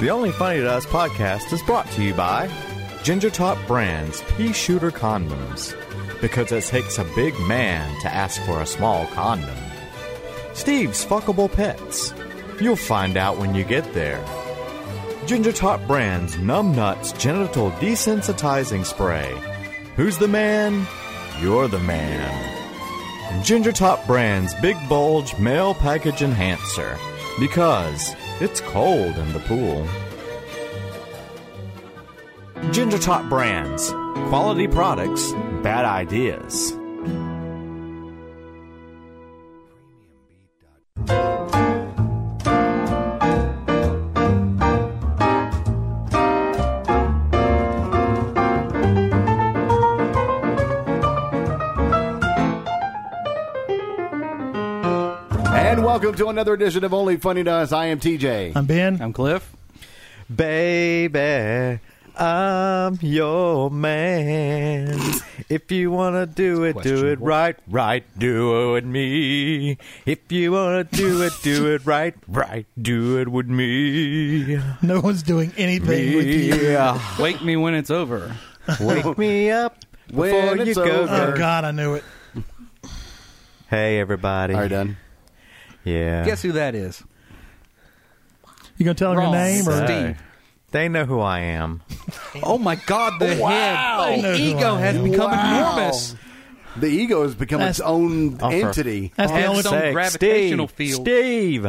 The Only Funny to Us podcast is brought to you by Ginger Top Brands Pea Shooter Condoms. Because it takes a big man to ask for a small condom. Steve's Fuckable Pets. You'll find out when you get there. Ginger Top Brands Numb Nuts Genital Desensitizing Spray. Who's the man? You're the man. And Ginger Top Brands Big Bulge Male Package Enhancer. Because it's cold in the pool. Ginger Top Brands. Quality products, bad ideas. And welcome to another edition of Only Funny to Us. I am TJ. I'm Ben. I'm Cliff. Baby, I'm your man. If you wanna do it, do it right, right, do it with me. If you wanna do it, do it right, right, do it with me. No one's doing anything with you. Yeah. Wake me when it's over. Wake me up before When you it's go. over. Oh go. God, I knew it. Hey everybody. Are you done? Yeah. Guess who that is? You gonna tell him your Wrong. name or Hey, Steve. They know who I am. Oh my God! The I head, Oh, know the who ego I has am. become Wow. enormous. The ego has become That's- its own Oh, for- entity. that's the Has only its thing, own Say, gravitational Steve, field. Steve.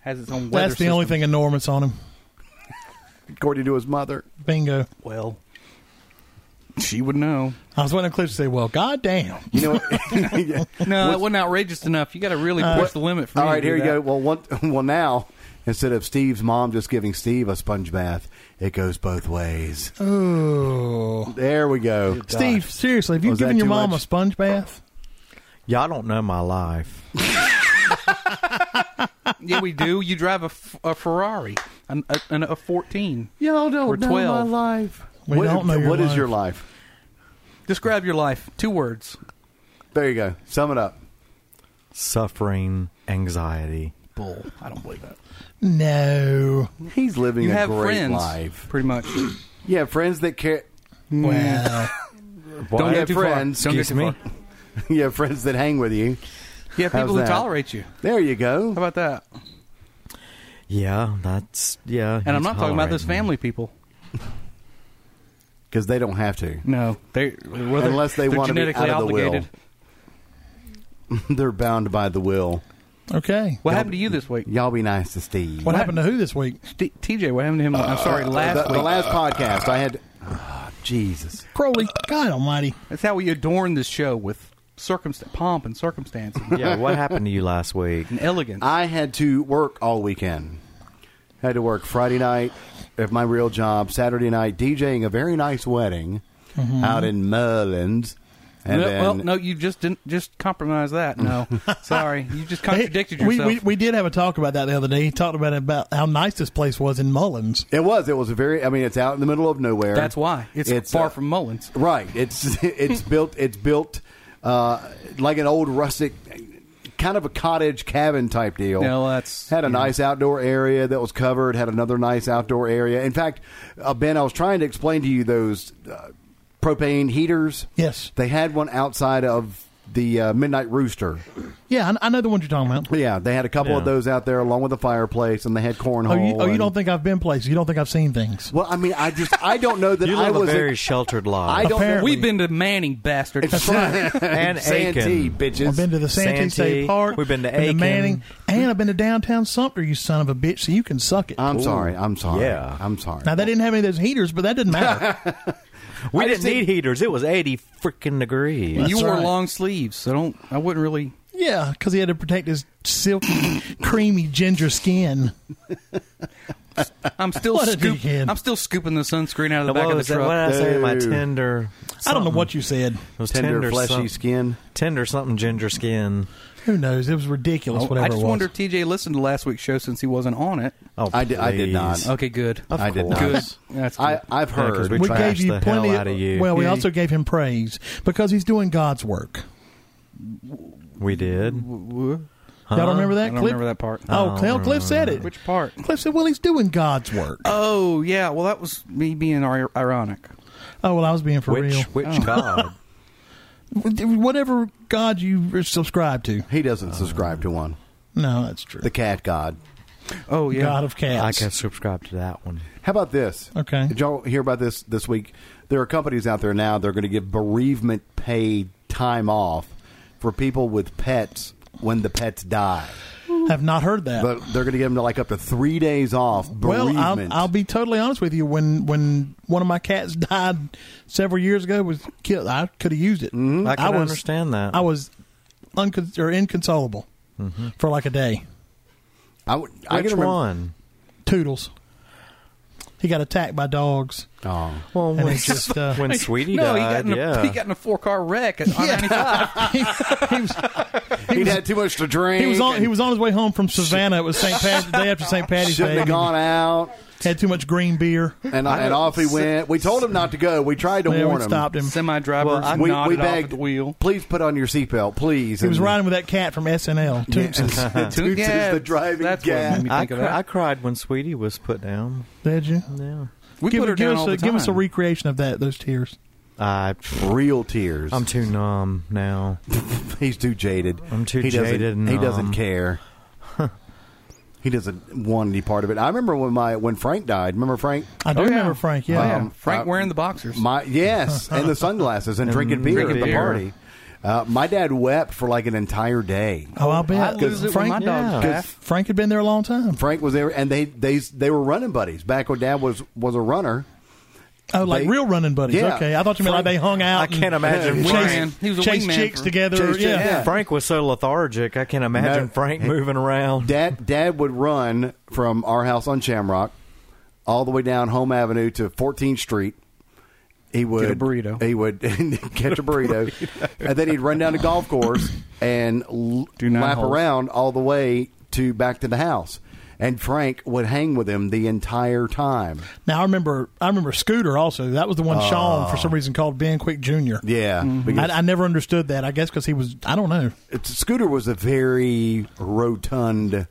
Has its own. that's weather the only system. thing enormous on him. According to his mother, Bingo. Well, she would know. I was waiting on Cliff to say, "Well, goddamn." you know. What? No, that wasn't outrageous enough. You got to really push the limit. For All me to right, do here you go. that. Well, one, well now instead of Steve's mom just giving Steve a sponge bath, it goes both ways. Oh, There we go. Steve, seriously, have you Was that given your too mom much? a sponge bath? Y'all don't know my life. Yeah, we do. You drive a, F- a Ferrari, an, a, an, a fourteen. Y'all don't We're know 12. my life. We what don't know your what is life. your life? Describe your life. Two words. There you go. Sum it up. Suffering anxiety. Bull. I don't believe that. No. He's living You a have great friends, life. pretty much. Yeah, friends that care. Wow. Don't Yeah, get too far. friends. Don't get Excuse too me? far. You have friends that hang with you. You have people How's who that? tolerate you. There you How go. about that? Yeah, that's yeah. And I'm not talking about those family people. Because they don't have to. No, they whether Unless they they're want to be genetically out of the will. obligated. They're bound by the will. Okay. What happened to you this week, Y'all be nice to Steve. What happened to who this week? T- TJ? What happened to him? I'm sorry, last Uh, the, the week. last podcast I had. Ah, Jesus. Crowley. God Almighty. That's how we adorn this show with circumstance, pomp, and circumstance, and Yeah, what happened to you last week? elegance. I had to work all weekend. Had to work Friday night at my real job, Saturday night DJing a very nice wedding out in Merlin's. And Mm-hmm. no, then, well, no, you just didn't just compromise that. No, sorry, you just Hey, contradicted we, yourself. we we did have a talk about that the other day. He talked about about how nice this place was in Mullins. It was. It was a very. I mean, it's out in the middle of nowhere. That's why it's, far uh, from Mullins. Right. It's it's built. It's built uh, like an old rustic, kind of a cottage cabin type deal. Yeah, well, that's- had a yeah. nice outdoor area that was covered. Had another nice outdoor area. In fact, uh, Ben, I was trying to explain to you those uh, propane heaters. Yes. They had one outside of the uh, Midnight Rooster. Yeah, I, I know the one you're talking about. Yeah, they had a couple of Yeah. those out there along with the fireplace, and they had cornhole. Oh, you, oh, you and- don't think I've been places? You don't think I've seen things? Well, I mean, I just I don't know that You I live a was. very sheltered I life. don't. know- Apparently. We've been to Manning, bastard. And Santee, Aiken. bitches. I've been to the Santee, Santee. State Park. We've been to Aiken. Manning, and I've been to downtown Sumter. You son of a bitch! So you can suck it. I'm sorry. I'm sorry. yeah. I'm sorry. now they didn't have any of those heaters, but that didn't matter. We I didn't just need think- heaters. It was 80 freaking degrees. That's you wore right. long sleeves, so don't. I wouldn't really. yeah, because he had to protect his silky, creamy ginger skin. I'm still What a scoop, dickhead. I'm still scooping the sunscreen out of the what back of the was that? truck. What did I say to my Dude. tender? I don't know what you said. It was tender, fleshy some- skin. Tender something ginger skin. Who knows? It was ridiculous. Oh, whatever I just it was. wonder if TJ listened to last week's show since he wasn't on it. Oh, I did- I did please. not. Okay, good. Of I did course. not. Good. That's good. Oh, I, I've Yeah, 'cause heard. we we trashed gave you the plenty. hell out of you. Well, we Yeah. also gave him praise because he's doing God's work. We did. Y'all don't remember that I don't Cliff? remember that part. Oh, hell, Cliff said it. Which part? Cliff said, "Well, he's doing God's work." Uh, Oh yeah, well that was me being ir- ironic. oh well, I was being for Which real. which god? Whatever God you subscribe to. He doesn't subscribe to one. No, that's true. The cat god. Oh yeah, God of I cats. can subscribe to that one. How about this? Okay. Did y'all hear about this this week? There are companies out there now that are going to give bereavement paid time off for people with pets when the pets die. Have not heard that. But they're going to give them like up to three days off bereavement. Uh, Well, I'll, I'll be totally honest with you. When when one of my cats died several years ago, was killed. I could have used it. Mm-hmm. I can was, understand that. Mm-hmm. I was uncon- or inconsolable for like a day. I, would- I which can remember- one? Toodles. He got attacked by dogs. Oh. Well, And when, it's just, uh, when Sweetie no, he got died, in a, yeah. he got in a four car wreck. At, I he, mean, he was, He had too much to drink. he was on and he was on his way home from Savannah. It was St. Pat the day after St. Patty's Shouldn't Day. have gone out. Had too much green beer. And, and off he went. We told him not to go. We tried to Yeah, warn we him. stopped him. semi drivers Well, I- We, nodded we off begged. at the wheel. Please put on your seatbelt, please. He was riding with that cat from SNL. Toodles. Toots is the driving That's gas. what made me I, think of cr- that. I cried when Sweetie was put down. Did you? Yeah. we give, put her give down us all a, the time. Give us a recreation of that. Those tears. I, real tears. I'm too numb now. He's too jaded. I'm too he doesn't- jaded and he doesn't numb. care. he doesn't want any part of it. I remember when my when Frank died. Remember Frank? I do Oh, yeah. remember Frank. Oh, Yeah. yeah. Um, Frank uh, wearing the boxers. My yes, and the sunglasses and, And drinking beer drinking at the beer. party. Uh, my dad wept for like an entire day. Oh, I I bet. lose it when Frank, my dog yeah. laugh. Frank had been there a long time. Frank was there, and they they they were running buddies back when Dad was was a runner. Oh, like They- real running buddies. Yeah. Okay, I thought you meant like they hung out. I can't and imagine Yeah. Frank. Wingman. He was a chased wingman chicks for- together. Chased yeah. chicks, yeah. Frank was so lethargic. I can't imagine No. Frank moving around. Dad Dad would run from our house on Shamrock all the way down Home Avenue to 14th Street. He would a burrito. He would catch a burrito, and then he'd run down the golf course and l- Do nine lap holes. around all the way to back to the house. And Frank would hang with him the entire time. Now I remember. I remember Scooter also. That was the one Sean for some reason called Ben Quick Jr. Yeah, I, because I never understood that. I guess because he was. I don't know. it's- Scooter was a very rotund.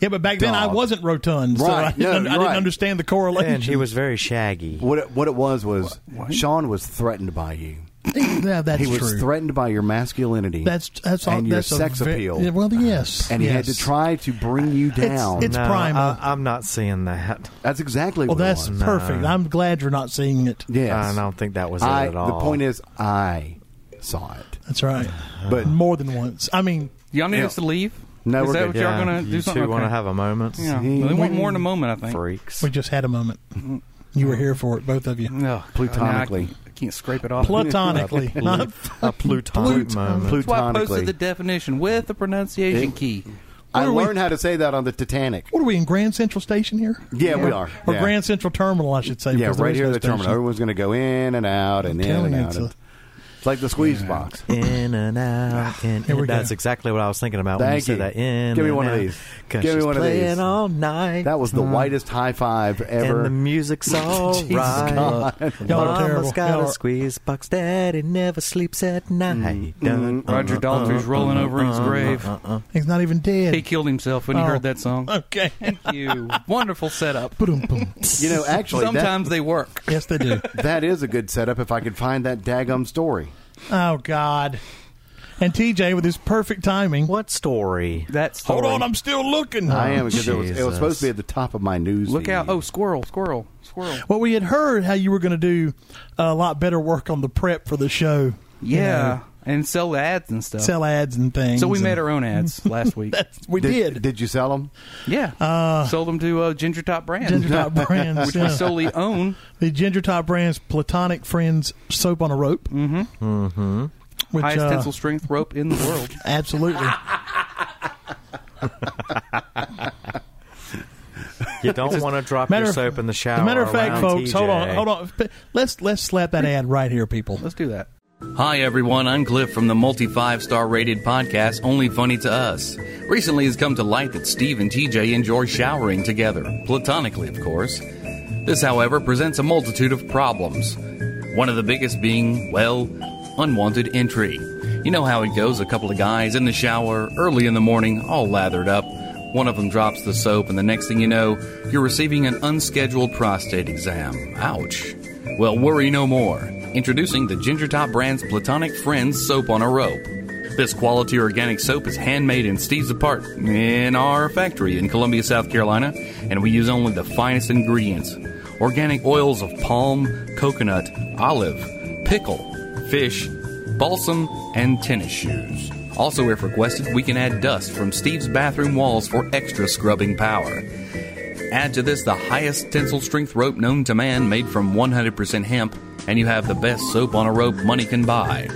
Yeah, but back then I Dog. wasn't rotund, so I Right. No, didn't, I you're didn't right. understand the correlation. And he was very shaggy. What it, what it was was Sean was threatened by you. yeah, that's he was true. threatened by your masculinity. that's that's all. and your that's a sex ve- appeal. yeah, well, yes, and he had to yes. try to bring you down. it's- no, primal. I, I'm not seeing that. that's exactly Well, what that's it was. perfect. No. I'm glad you're not seeing it. Yes. I don't think that was I- it at all. The point is, I saw it. That's right. But- more than once. I mean, Y'all need Yeah. us to leave? No, Is we're that good. what y'all gonna do? you something? two want to Okay. have a moment? Yeah, well, they want more in a moment. I think. Freaks. we just had a moment. You were here for it, both of you. No, Platonically. I, can't- I can't scrape it off. Platonically, not a plutonic moment. That's why I Platonically. posted the definition with the pronunciation key. I Where are we- learned how to say that on the Titanic. What are we in Grand Central Station here? Yeah, we are. Or yeah. Grand Central Terminal, I should say. Yeah, because there right is here at no the terminal. station. Everyone's going to go in and out and in and telling you, out. it's It's, a- like the squeeze box. in and out. In, Ah, Here we in. go. That's exactly what I was thinking about when you Thank said you. that. In Give me and one of out. these. 'Cause Give me she's one of these. playing all night. Mm-hmm. That was the whitest high five ever. And the music's all Jesus right. God. Y'all are Mama's terrible. got Y'all a are- squeeze box. Daddy never sleeps at night. Mm-hmm. Uh-uh, Dun, Roger Daltrey's Uh-huh. rolling over in his grave. uh-uh. He's not even dead. He killed himself when he Oh. heard that song. Okay. Thank you. Wonderful setup. Boom, boom. you know, actually, that- Sometimes they work. Yes, they do. that is a good setup if I could find that daggum story. Oh God. And TJ with his perfect timing. What story? That's Hold on, I'm still looking. I am because it was, it was Oh, Jesus. supposed to be at the top of my news. Look out! feed. Oh, squirrel, squirrel, squirrel. Well, we had heard how you were going to do a lot better work on the prep for the show. you Yeah, know, and sell the ads and stuff. sell ads and things. so we made and- our own ads last week. That's, we did, did. did you sell them? Yeah, sold them to uh, Ginger Top Brands, Ginger Top Brands. which yeah. we solely own. the Ginger Top Brands Platonic Friends Soap on a Rope. Mm-hmm. Mm-hmm. Which, highest uh, tensile strength rope in the world. Absolutely. You don't want to drop matter your of- soap in the shower. As a matter of fact, around folks, hold on, TJ. hold on. Let's let's slap that ad right here, people. Let's do that. Hi, everyone. I'm Cliff from the multi five star rated podcast Only Funny to Us. Recently, it's come to light that Steve and TJ enjoy showering together, platonically, of course. This, however, presents a multitude of problems. One of the biggest being, well, unwanted entry. You know how it goes a couple of guys in the shower, early in the morning, all lathered up. One of them drops the soap, and the next thing you know, you're receiving an unscheduled prostate exam. Ouch. Well, worry no more. Introducing the Ginger Top brand's Platonic Friends Soap on a Rope. This quality organic soap is handmade in Steve's apart in our factory in Columbia, South Carolina, and we use only the finest ingredients. Organic oils of palm, coconut, olive, pickle, fish, balsam, and tennis shoes. Also, if requested, we can add dust from Steve's bathroom walls for extra scrubbing power. Add to this the highest tensile strength rope known to man, made from 100% hemp, and you have the best soap on a rope money can buy.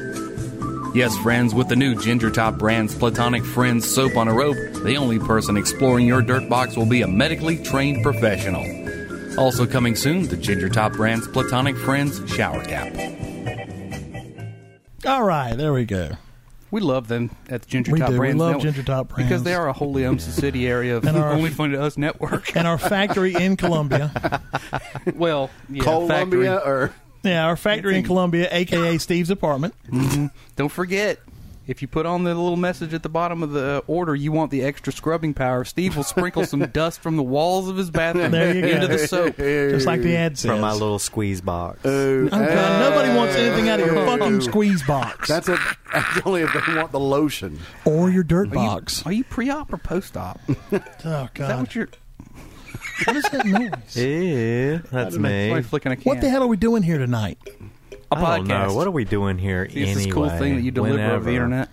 Yes, friends, with the new Ginger Top brand's Platonic Friends soap on a rope, the only person exploring your dirt box will be a medically trained professional. Also coming soon, the Ginger Top brand's Platonic Friends shower cap. All right, there we go. We love them at the Ginger We Top do. We Brands. love Network Ginger Top because Brands. they are a wholly owned subsidiary of And our- Only Funny to Us Network. And our factory in Columbia. well, yeah, factory. Columbia or Yeah, our factory in Columbia, aka Steve's apartment. Don't forget, if you put on the little message at the bottom of the order, you want the extra scrubbing power. Steve will sprinkle some dust from the walls of his bathroom There you go. into the soap. Just like the ad says. from my little squeeze box. Uh, Oh, God, nobody wants anything out of your fucking Ew. squeeze box that's a that's only if they want the lotion. or your dirt Are you- box. Are you, pre-op or post-op? Is oh that God, what you're? what is that noise? yeah, that's me. Somebody flicking a can. What the hell are we doing here tonight? A I don't podcast. know. What are we doing here See, it's anyway? this cool thing that you deliver over Whenever. the internet.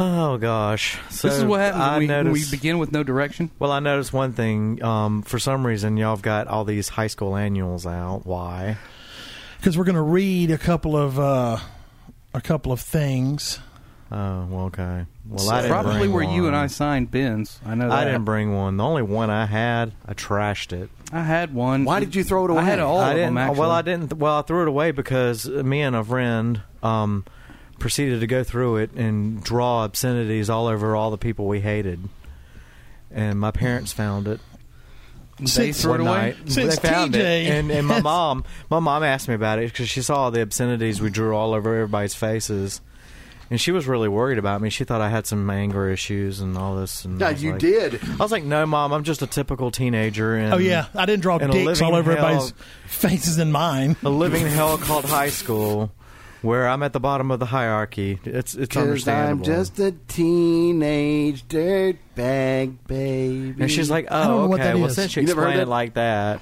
Oh gosh. So this is what happens I when we, when we noticed- begin with no direction. Well, I noticed one thing. Um, for some reason, y'all have got all these high school annuals out. Why? Because we're going to read a couple of uh, a couple of things. Oh, well, okay. Well, So I didn't Probably bring where you and I one. signed bins. I know. That. I didn't bring one. The only one I had, I trashed it. I had one. Why did you throw it I had away? all I of didn't. Oh, them. Oh, Actually. Well, I didn't. Well, I threw it away because me and a friend um, proceeded to go through it and draw obscenities all over all the people we hated, and my parents found it. They threw it one away. night. Since they found TJ it, and, and my has- mom, my mom asked me about it because she saw the obscenities we drew all over everybody's faces, and she was really worried about me. She thought I had some anger issues and all this. And I Yeah, was you like- did. I was like, "No, mom, I'm just a typical teenager." And Oh yeah, I didn't draw and a dicks all living over hell- everybody's faces and mine. a living hell called high school, where I'm at the bottom of the hierarchy. It's it's Because I'm understandable. just a teenage dirtbag baby. and she's like, don't know "Oh, what okay. that Well, is. since you You never heard explained it that? like that,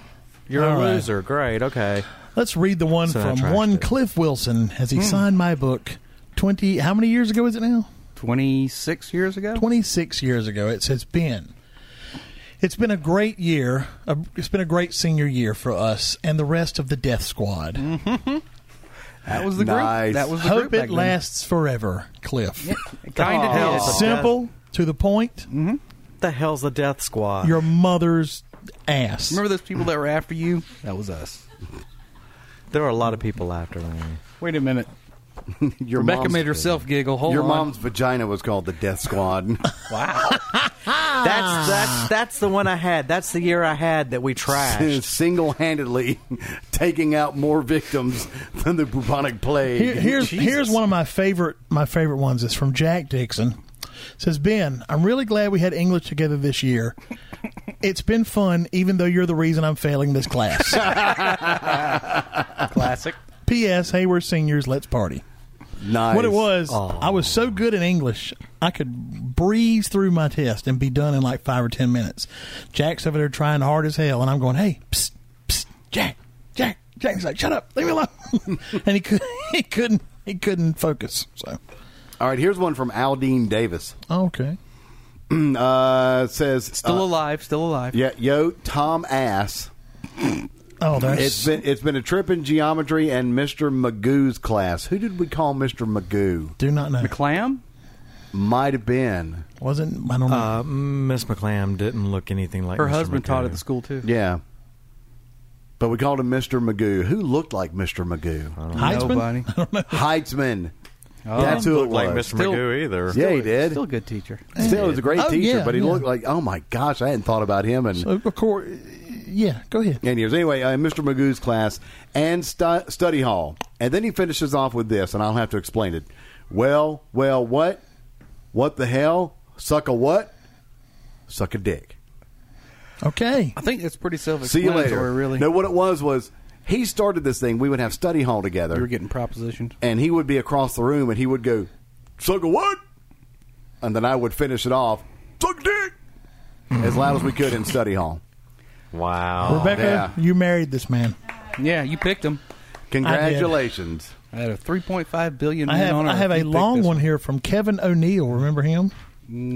you're All a right. loser. Great. Okay. Let's read the one So I from trashed one it. Cliff Wilson as he signed my book. Twenty, how many years ago is it now? Twenty-six years ago. 26 years ago. It says, Ben, it's been a great year. A, it's been a great senior year for us and the rest of the Death Squad. That was the group. Nice. That was Mm-hmm. the Hope group. back it then. lasts forever, Cliff. Kinda Aw. did. It's a- Simple, to the point, Mm-hmm. What the hell's the death squad? your mother's ass. Remember those people that were after you? That was us. there were a lot of people after me. Wait a minute. your Rebecca mom's- made herself giggle. Hold Your on. mom's vagina was called the Death Squad. Wow. That's that's that's the one I had. That's the year I had that we trashed. Single handedly taking out more victims than the bubonic plague. Here- here's Jesus. here's one of my favorite my favorite ones. It's from Jack Dixon. It says Ben, I'm really glad we had English together this year. It's been fun, even though you're the reason I'm failing this class. Classic. P.S. Hey, we're seniors. Let's party. nice. What it was, Aw. I was so good in English, I could breeze through my test and be done in like five or ten minutes. Jack's over there trying hard as hell, and I'm going, "Hey, psst, psst, Jack, Jack." Jack's like, "Shut up, leave me alone," and he could, he couldn't, he couldn't focus. So, All right, here's one from Aldine Davis. okay, Uh, says Still uh, alive. Still alive. yeah, yo, Tom Ass. oh, that's It's been it's been a trip in geometry and Mr. Magoo's class. Who did we call Mr. Magoo? do not know. Clam. Might have been. Wasn't I don't know. Uh, Miss McClam didn't look anything like Her Mr. husband taught at McCoy. the school too. Yeah. But we called him Mr. Magoo. Who looked like Mr. Magoo? Heisman? Nobody. Heitzman. That's who it Oh. Looked was. like Mr. Still- Magoo either. Yeah, he did. Still a good teacher. Still, he was a great Oh, teacher, yeah, but he yeah. looked like, oh my gosh, I hadn't thought about him. And So, of course, yeah. Go ahead. and years. Anyway, uh, Mr. Magoo's class and stu- study hall. And then he finishes off with this, and I'll have to explain it. Well, well, what? What the hell? Suck a what? Suck a dick. Okay. I think it's pretty See you self-explanatory. later. Really, No, what it was was he started this thing. We would have study hall together, you were getting propositioned. and he would be across the room, and he would go, "Suck a what?" And then I would finish it off, "Suck a dick," as loud as we could in study hall. Wow. Rebecca, yeah. you married this man. Yeah, you picked him. Congratulations. I had a 3.5 billion. I man have on I Earth. have You a picked long this one here from Kevin O'Neill. Remember him?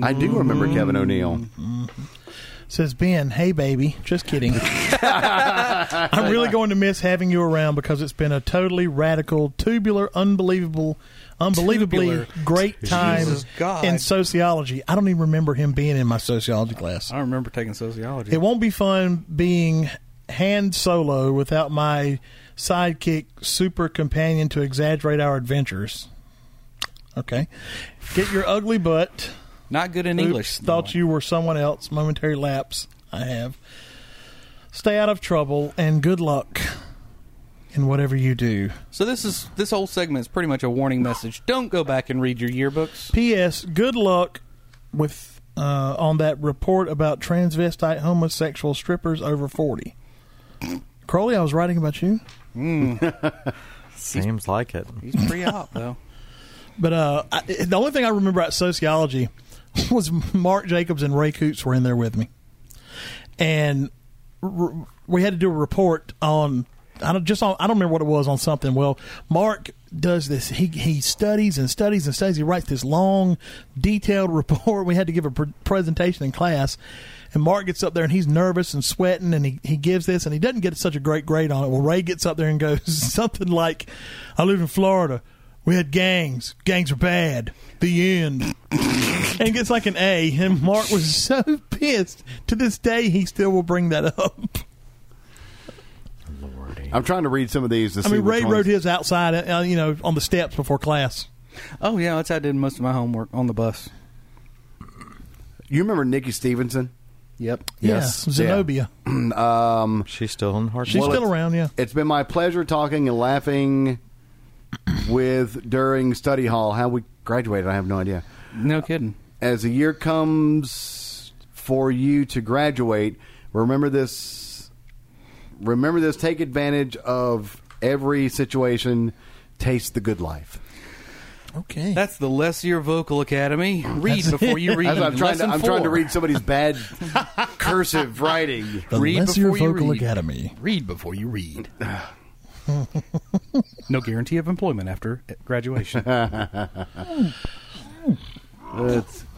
I do remember Kevin O'Neill. Says Ben, hey baby, just kidding. I'm really going to miss having you around because it's been a totally radical, tubular, unbelievable, unbelievably Tubular. great time Jesus God. in sociology. I don't even remember him being in my sociology class. I remember taking sociology. It won't be fun being hand solo without my sidekick super companion to exaggerate our adventures. Okay. Get your ugly butt. Not good in English. Oops, thought you were someone else. Momentary lapse. I have. Stay out of trouble and good luck in whatever you do. So this is this whole segment is pretty much a warning message. Don't go back and read your yearbooks. P.S. Good luck with uh, on that report about transvestite homosexual strippers over forty. Crowley, I was writing about you, Seems like it. He's pre-op though. but uh, I, the only thing I remember about sociology was Mark Jacobs and Ray Coots were in there with me, and r- we had to do a report on I don't just on I don't remember what it was on something. Well, Mark does this. He he studies and studies and studies. He writes this long, detailed report. We had to give a pr- presentation in class, and Mark gets up there and he's nervous and sweating, and he he gives this and he doesn't get such a great grade on it. Well, Ray gets up there and goes something like, "I live in Florida." We had gangs. Gangs are bad. The end and gets like an A. And Mark was so pissed. To this day, he still will bring that up. I'm trying to read some of these to I see mean, which Ray ones- wrote his outside, uh, you know, on the steps before class. Oh yeah, that's how I did most of my homework on the bus. You remember Nikki Stevenson? Yep. Yes. Yeah, Zenobia. She's still in hard. She's Well, still it's- around, yeah. It's been my pleasure talking and laughing with during study hall. How we graduated, I have no idea. No kidding. As the year comes for you to graduate, remember this. Remember this. Take advantage of every situation. Taste the good life. Okay. That's the Lessier Vocal Academy. Read before you read. That's what I'm trying to. Lesson I'm trying to four. read somebody's bad cursive writing. the read Lesser before you Vocal read. Academy. Read before you read. no guarantee of employment after graduation. That's-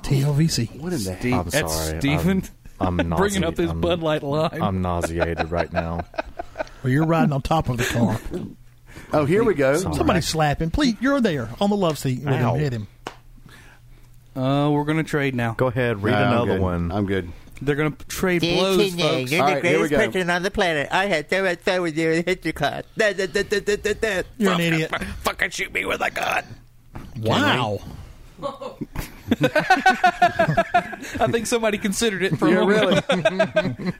TLVC. what in the Steve, I'm that's sorry. Stephen I'm, I'm bringing nauseated. up his I'm- Bud Light line. I'm nauseated right now. Well, you're riding on top of the car. Oh, here we go. Somebody slap him. Please, you're there on the love seat with Ow. him. Hit him. uh, we're going to trade now. Go ahead, read Nah, I'm another good. one. I'm good. They're going to trade Dear blows, Tina, folks. you're All the right, here we greatest go. person on the planet. I had so much fun with you in history class. Da, da, da, da, da, da, da. You're an idiot. Fucking shoot me with a gun. Wow. I think somebody considered it for a Yeah, moment.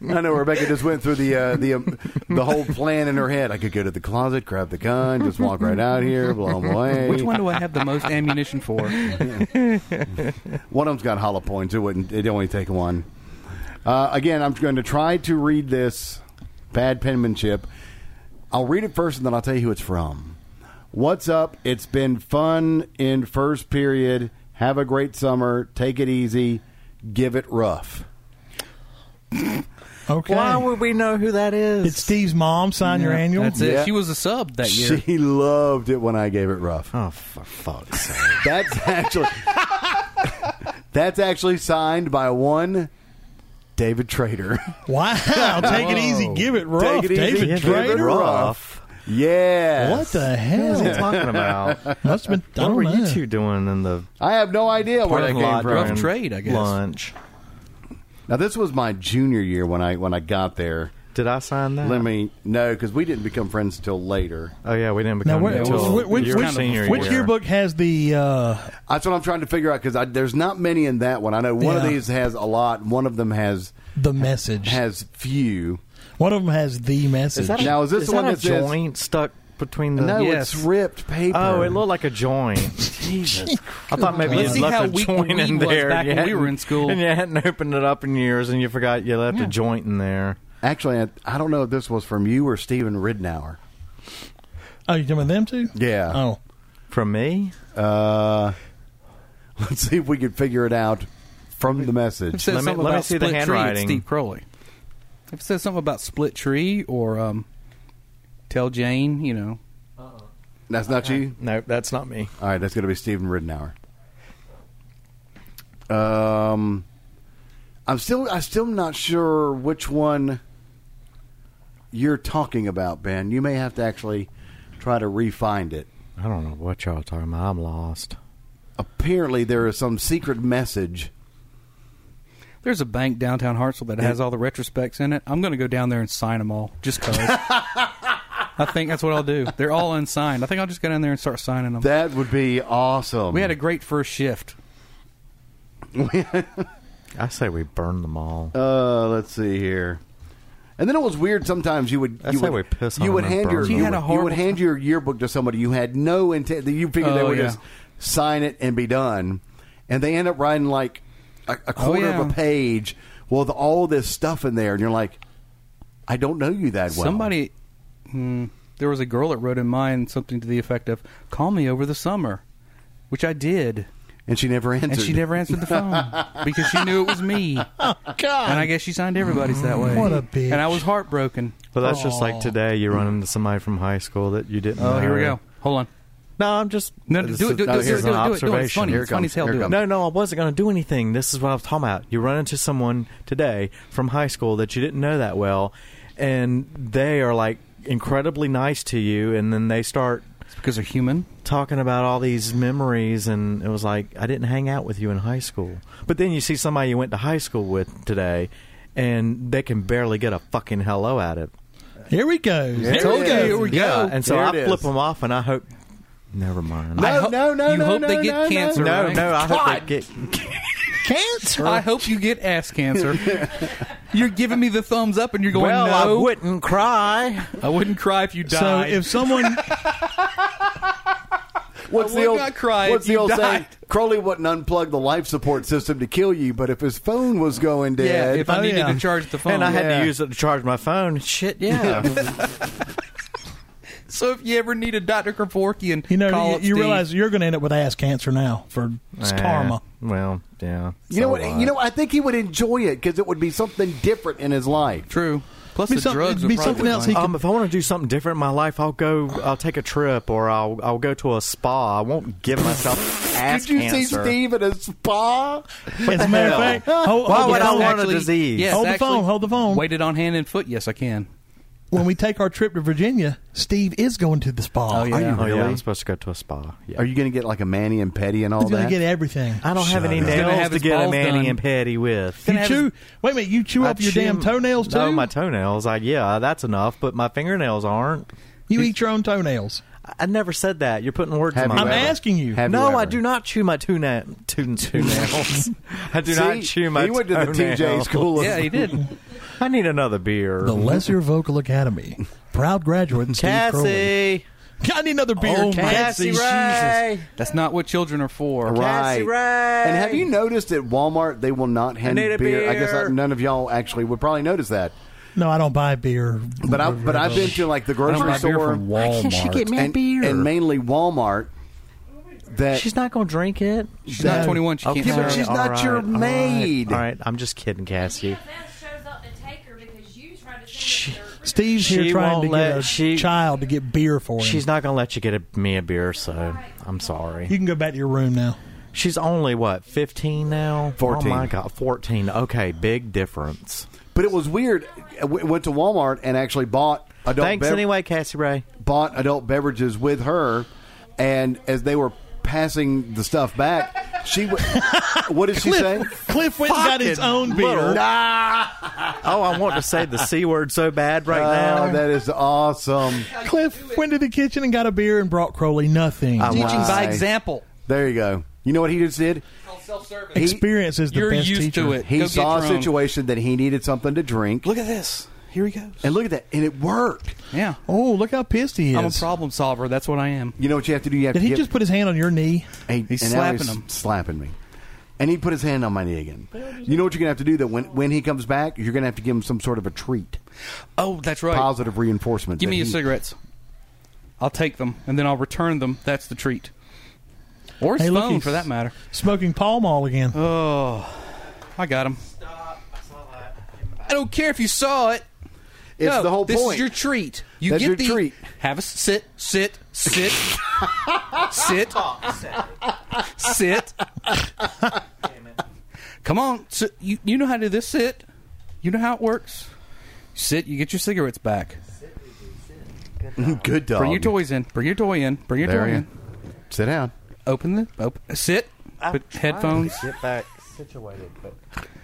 really. I know Rebecca just went through the uh, the um, the whole plan in her head. I could go to the closet, grab the gun, just walk right out here, blow them away. Which one do I have the most ammunition for? One of them's got hollow points. It wouldn't. It only take one. Uh, again, I'm going to try to read this bad penmanship. I'll read it first, and then I'll tell you who it's from. What's up? It's been fun in first period. Have a great summer. Take it easy. Give it rough. Okay. Why would we know who that is? Did Steve's mom sign your annual? That's it. Yeah. She was a sub that year. She loved it when I gave it rough. oh, for fuck's sake. That's actually that's actually signed by one David Trader. Wow. Take it easy. Give it rough. Take it easy, David give it Trader. rough. Yeah. What the What are you hell? talking about? Must have been. I What don't were know. you two doing in the I have no idea where that parking came lot from. Rough during trade, I guess. Lunch. Now this was my junior year when I when I got there. Did I sign that? Let me know because we didn't become friends until later. Oh yeah, we didn't Now, become where, until which, which, your which- senior which year. yearbook has the? Uh, That's what I'm trying to figure out because there's not many in that one. I know one of Yeah. these has a lot. One of them has The message. has few. One of them has the message. Is that a, Now, is this is the one that a that says- joint stuck between the? No, Yes. it's ripped paper. Oh, it looked like a joint. Jesus. I thought maybe Let's you see how left a weak joint we in was there. back You when we hadn't- were in school. And you hadn't opened it up in years and you forgot you left Yeah. a joint in there. Actually, I, I don't know if this was from you or Steven Ridnour. Oh, you talking about them too? Yeah. Oh, From me? Uh, let's see if we can figure it out from the It message. says Let me- something let me about see the split tree. It's handwriting. Steve Crowley. If it says something about split tree or um, tell Jane, you know, That's not you. No, that's not me. All right, that's going to be Steven Ridnour. Um, I'm still I'm still not sure which one you're talking about, Ben. You may have to actually try to refind it. I don't know what y'all are talking about. I'm lost. Apparently, there is some secret message. there's a bank downtown Hartsville that has all the retrospects in it. I'm going to go down there and sign them all just because. I think that's what I'll do. They're all unsigned. I think I'll just go down there and start signing them. That would be awesome. we had a great first shift. I say we burn them all. Uh, let's see here. And then it was weird. Sometimes you would That's you how would we piss you on would them and hand burn your them. you, You had a would- you horrible would hand your yearbook to somebody you had no intent. that You figured they Oh, would yeah. just sign it and be done, and they end up writing like a, a quarter of Oh, yeah. a page with all this stuff in there, and you're like, I don't know you that well. Somebody, hmm, there was a girl that wrote in mine something to the effect of, call me over the summer, which I did. and she never answered. Oh, And she never answered the phone because she knew it was me. God. And I guess she signed everybody's that way. What a bitch. And I was heartbroken. But that's just like today. You run into somebody from high school that you didn't. Oh, know. here we go. Hold on. No, I'm just. No, do it, this do is- it, do it, no, do it, do here's it, an do it, do it. It's observation. funny. Here It's it funny comes. as hell. Here it Do it. comes. No, no, I wasn't going to do anything. This is what I was talking about. You run into someone today from high school that you didn't know that well, and they are like incredibly nice to you, and then they start It's because they're human. talking about all these memories, and it was like, I didn't hang out with you in high school. But then you see somebody you went to high school with today, and they can barely get a fucking hello out of it. here we go. Here Here we it go. is. Oh, Yeah, and so There I it is. flip them off, and I hope. Never mind. No, I- hope- no, no, you no, hope no, they get no, cancer, No, no, right? no, I hope God. they get. Cancer. I hope you get ass cancer. you're giving me the thumbs up, and you're going, Well, no. I wouldn't cry. I wouldn't cry if you so died. if someone What's Oh, I the would old not cry What's if the you old saying? died. Crowley wouldn't unplug the life support system to kill you, but if his phone was going yeah, dead, if I Oh, needed yeah. to charge the phone. And I had Yeah. to use it to charge my phone. Shit, yeah. so if you ever need a Dr. Kevorkian, You know, call you, up you Steve. realize you're going to end up with ass cancer now for it's Eh, karma. Well, yeah. You know So what? You know, I think he would enjoy it because it would be something different in his life. True. Plus Be the some- drugs be would probably something be else fine. he Um, if I want to do something different in my life, I'll go. I'll take a trip, or I'll I'll go to a spa. I won't give myself ass Did you cancer. see Steve at a spa? As a matter of hell? fact, hold, Why hold would the Oh, I phone. want a disease? Yes, Hold the actually, phone, hold the phone. Waited on hand and foot. Yes, I can. when we take our trip to Virginia, Steve is going to the spa. Oh, yeah. Are you Oh really? yeah, I'm supposed to go to a spa. Yeah. Are you going to get like a mani and petty and all He's going that? to get everything. I don't have any Shut up. gonna nails have to his get a balls mani done. and pedi with. You have chew. his- Wait a minute. You chew I off your chew- damn toenails too. No, Oh, my toenails. I yeah, that's enough. But my fingernails aren't. you eat your own toenails. I, I never said that. You're putting words Have in my you I'm mouth. ever? asking you. Have No, you I ever? do not chew my two na- two, two nails. I do See, not chew my. He went to the TJ toenails. school. of- Yeah, he did. I need another beer. The Lesser Vocal Academy. Proud graduate Steve Crowley. Cassie, I need another beer, Oh, my Cassie. Jesus. Ray. That's not what children are for. Right. Cassie Ray. And have you noticed at Walmart they will not hand need a I guess beer. I, none of y'all actually would probably notice that. No, I don't buy beer. But I but I've been to like the I don't grocery buy beer store from Walmart. me and, and mainly Walmart. That She's not going to drink it. She's not 21. She Yeah, can't. but serve. she's not your maid. All right, I'm just kidding, Cassie. Beth shows up to take her because you tried to Shh. send her to the Steve's She here trying won't to let- get a she- child to get beer for him. She's not going to let you get a, me a beer, so I'm sorry. you can go back to your room now. She's only what 15 now. 14. Oh my god, 14. Okay, big difference. but it was weird. I w- went to Walmart and actually bought adult Thanks bev- anyway, Cassie Ray. bought adult beverages with her, and as they were passing the stuff back, she w- what did she say? Cliff went and got his own Fucking little- Oh, beer. I want to say the c word so bad right Oh, now. that is awesome. Cliff went to the kitchen and got a beer and brought Crowley nothing. I Teaching by Right. example. There you go. You know what he just did? Self-service. Experience is the You're best used teacher. to it. He Go get saw your a own. situation that he needed something to drink. Look at this. here he goes. And look at that. And it worked. yeah. Oh, look how pissed he is. I'm a problem solver. That's what I am. You know what you have to do? You have Did to he give- just put his hand on your knee? And, He's and now slapping he's him. slapping me. And he put his hand on my knee again. You know what you're gonna have to do? That when when he comes back, you're gonna have to give him some sort of a treat, Oh, that's right. positive reinforcement. Give that me your he- cigarettes. I'll take them and then I'll return them. That's the treat. Or his Hey, look, phone, he's- for that matter. Smoking Pall Mall again. Oh, I got him. I don't care if you saw it. It's no, the whole this point. is your treat. You That's get your the treat. Have a sit, sit, sit, sit, sit. Come on, sit. You you know how to do this. Sit. You know how it works. Sit. You get your cigarettes back. good dog. Bring your toys in. Bring your toy in. Bring your There toy you- in. Sit down. Open the open. Sit. Put headphones. Get back situated, but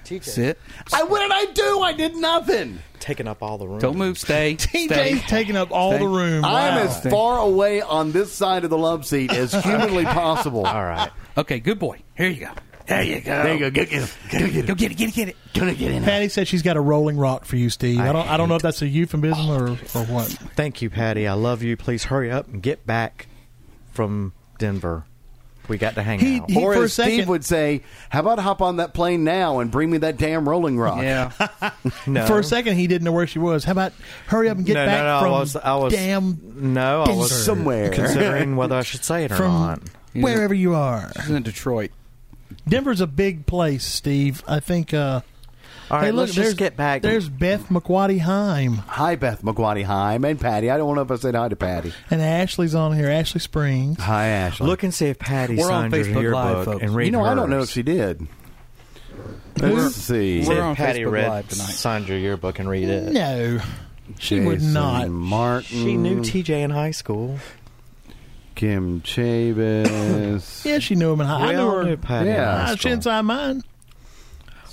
TJ Sit. I, what did I do? I did nothing. taking up all the room. Don't move. Stay. Stay. TJ's taking up all Stay. the room. I am Wow. as far away on this side of the love seat as humanly possible. All right. Okay. Good boy. Here you go. There you go. There you go. Get, get, get, get, Go get it. Get it. Get it. Gonna get in. Patty said she's got a rolling rock for you, Steve. I, don't. I don't know if that's a euphemism or, or what. Thank you, Patty. I love you. Please hurry up and get back from Denver. We got to hang He- out. he- Or for as a Steve second- would say, "How about hop on that plane now and bring me that damn Rolling Rock?" Yeah. no. For a second, he didn't know where she was. How about hurry up and get no, back no, no, from I was, I was, damn no, I was Denver. Somewhere. considering whether I should say it or from not. wherever you are. This is in Detroit. Denver's a big place, Steve. I think. Uh, All right, hey, look, let's there's just get back. There's Beth McWatty Heim Hi, Beth McGuady. Hi, and Patty. I don't know if I said hi to Patty. and Ashley's on here. Ashley Springs. Hi, Ashley. Look and see if Patty We're on signed your Facebook Live, yearbook folks. and read you know, I don't know hers. if she did. Let's see. See We're if on Patty Facebook read, Live tonight. signed your yearbook and read it. No, she would Jason not. Martin. She knew TJ in high school. Kim Chavis. Yeah, she knew him in high. we I knew all her. knew Patty in Yeah. high Ah, school. She inside mine.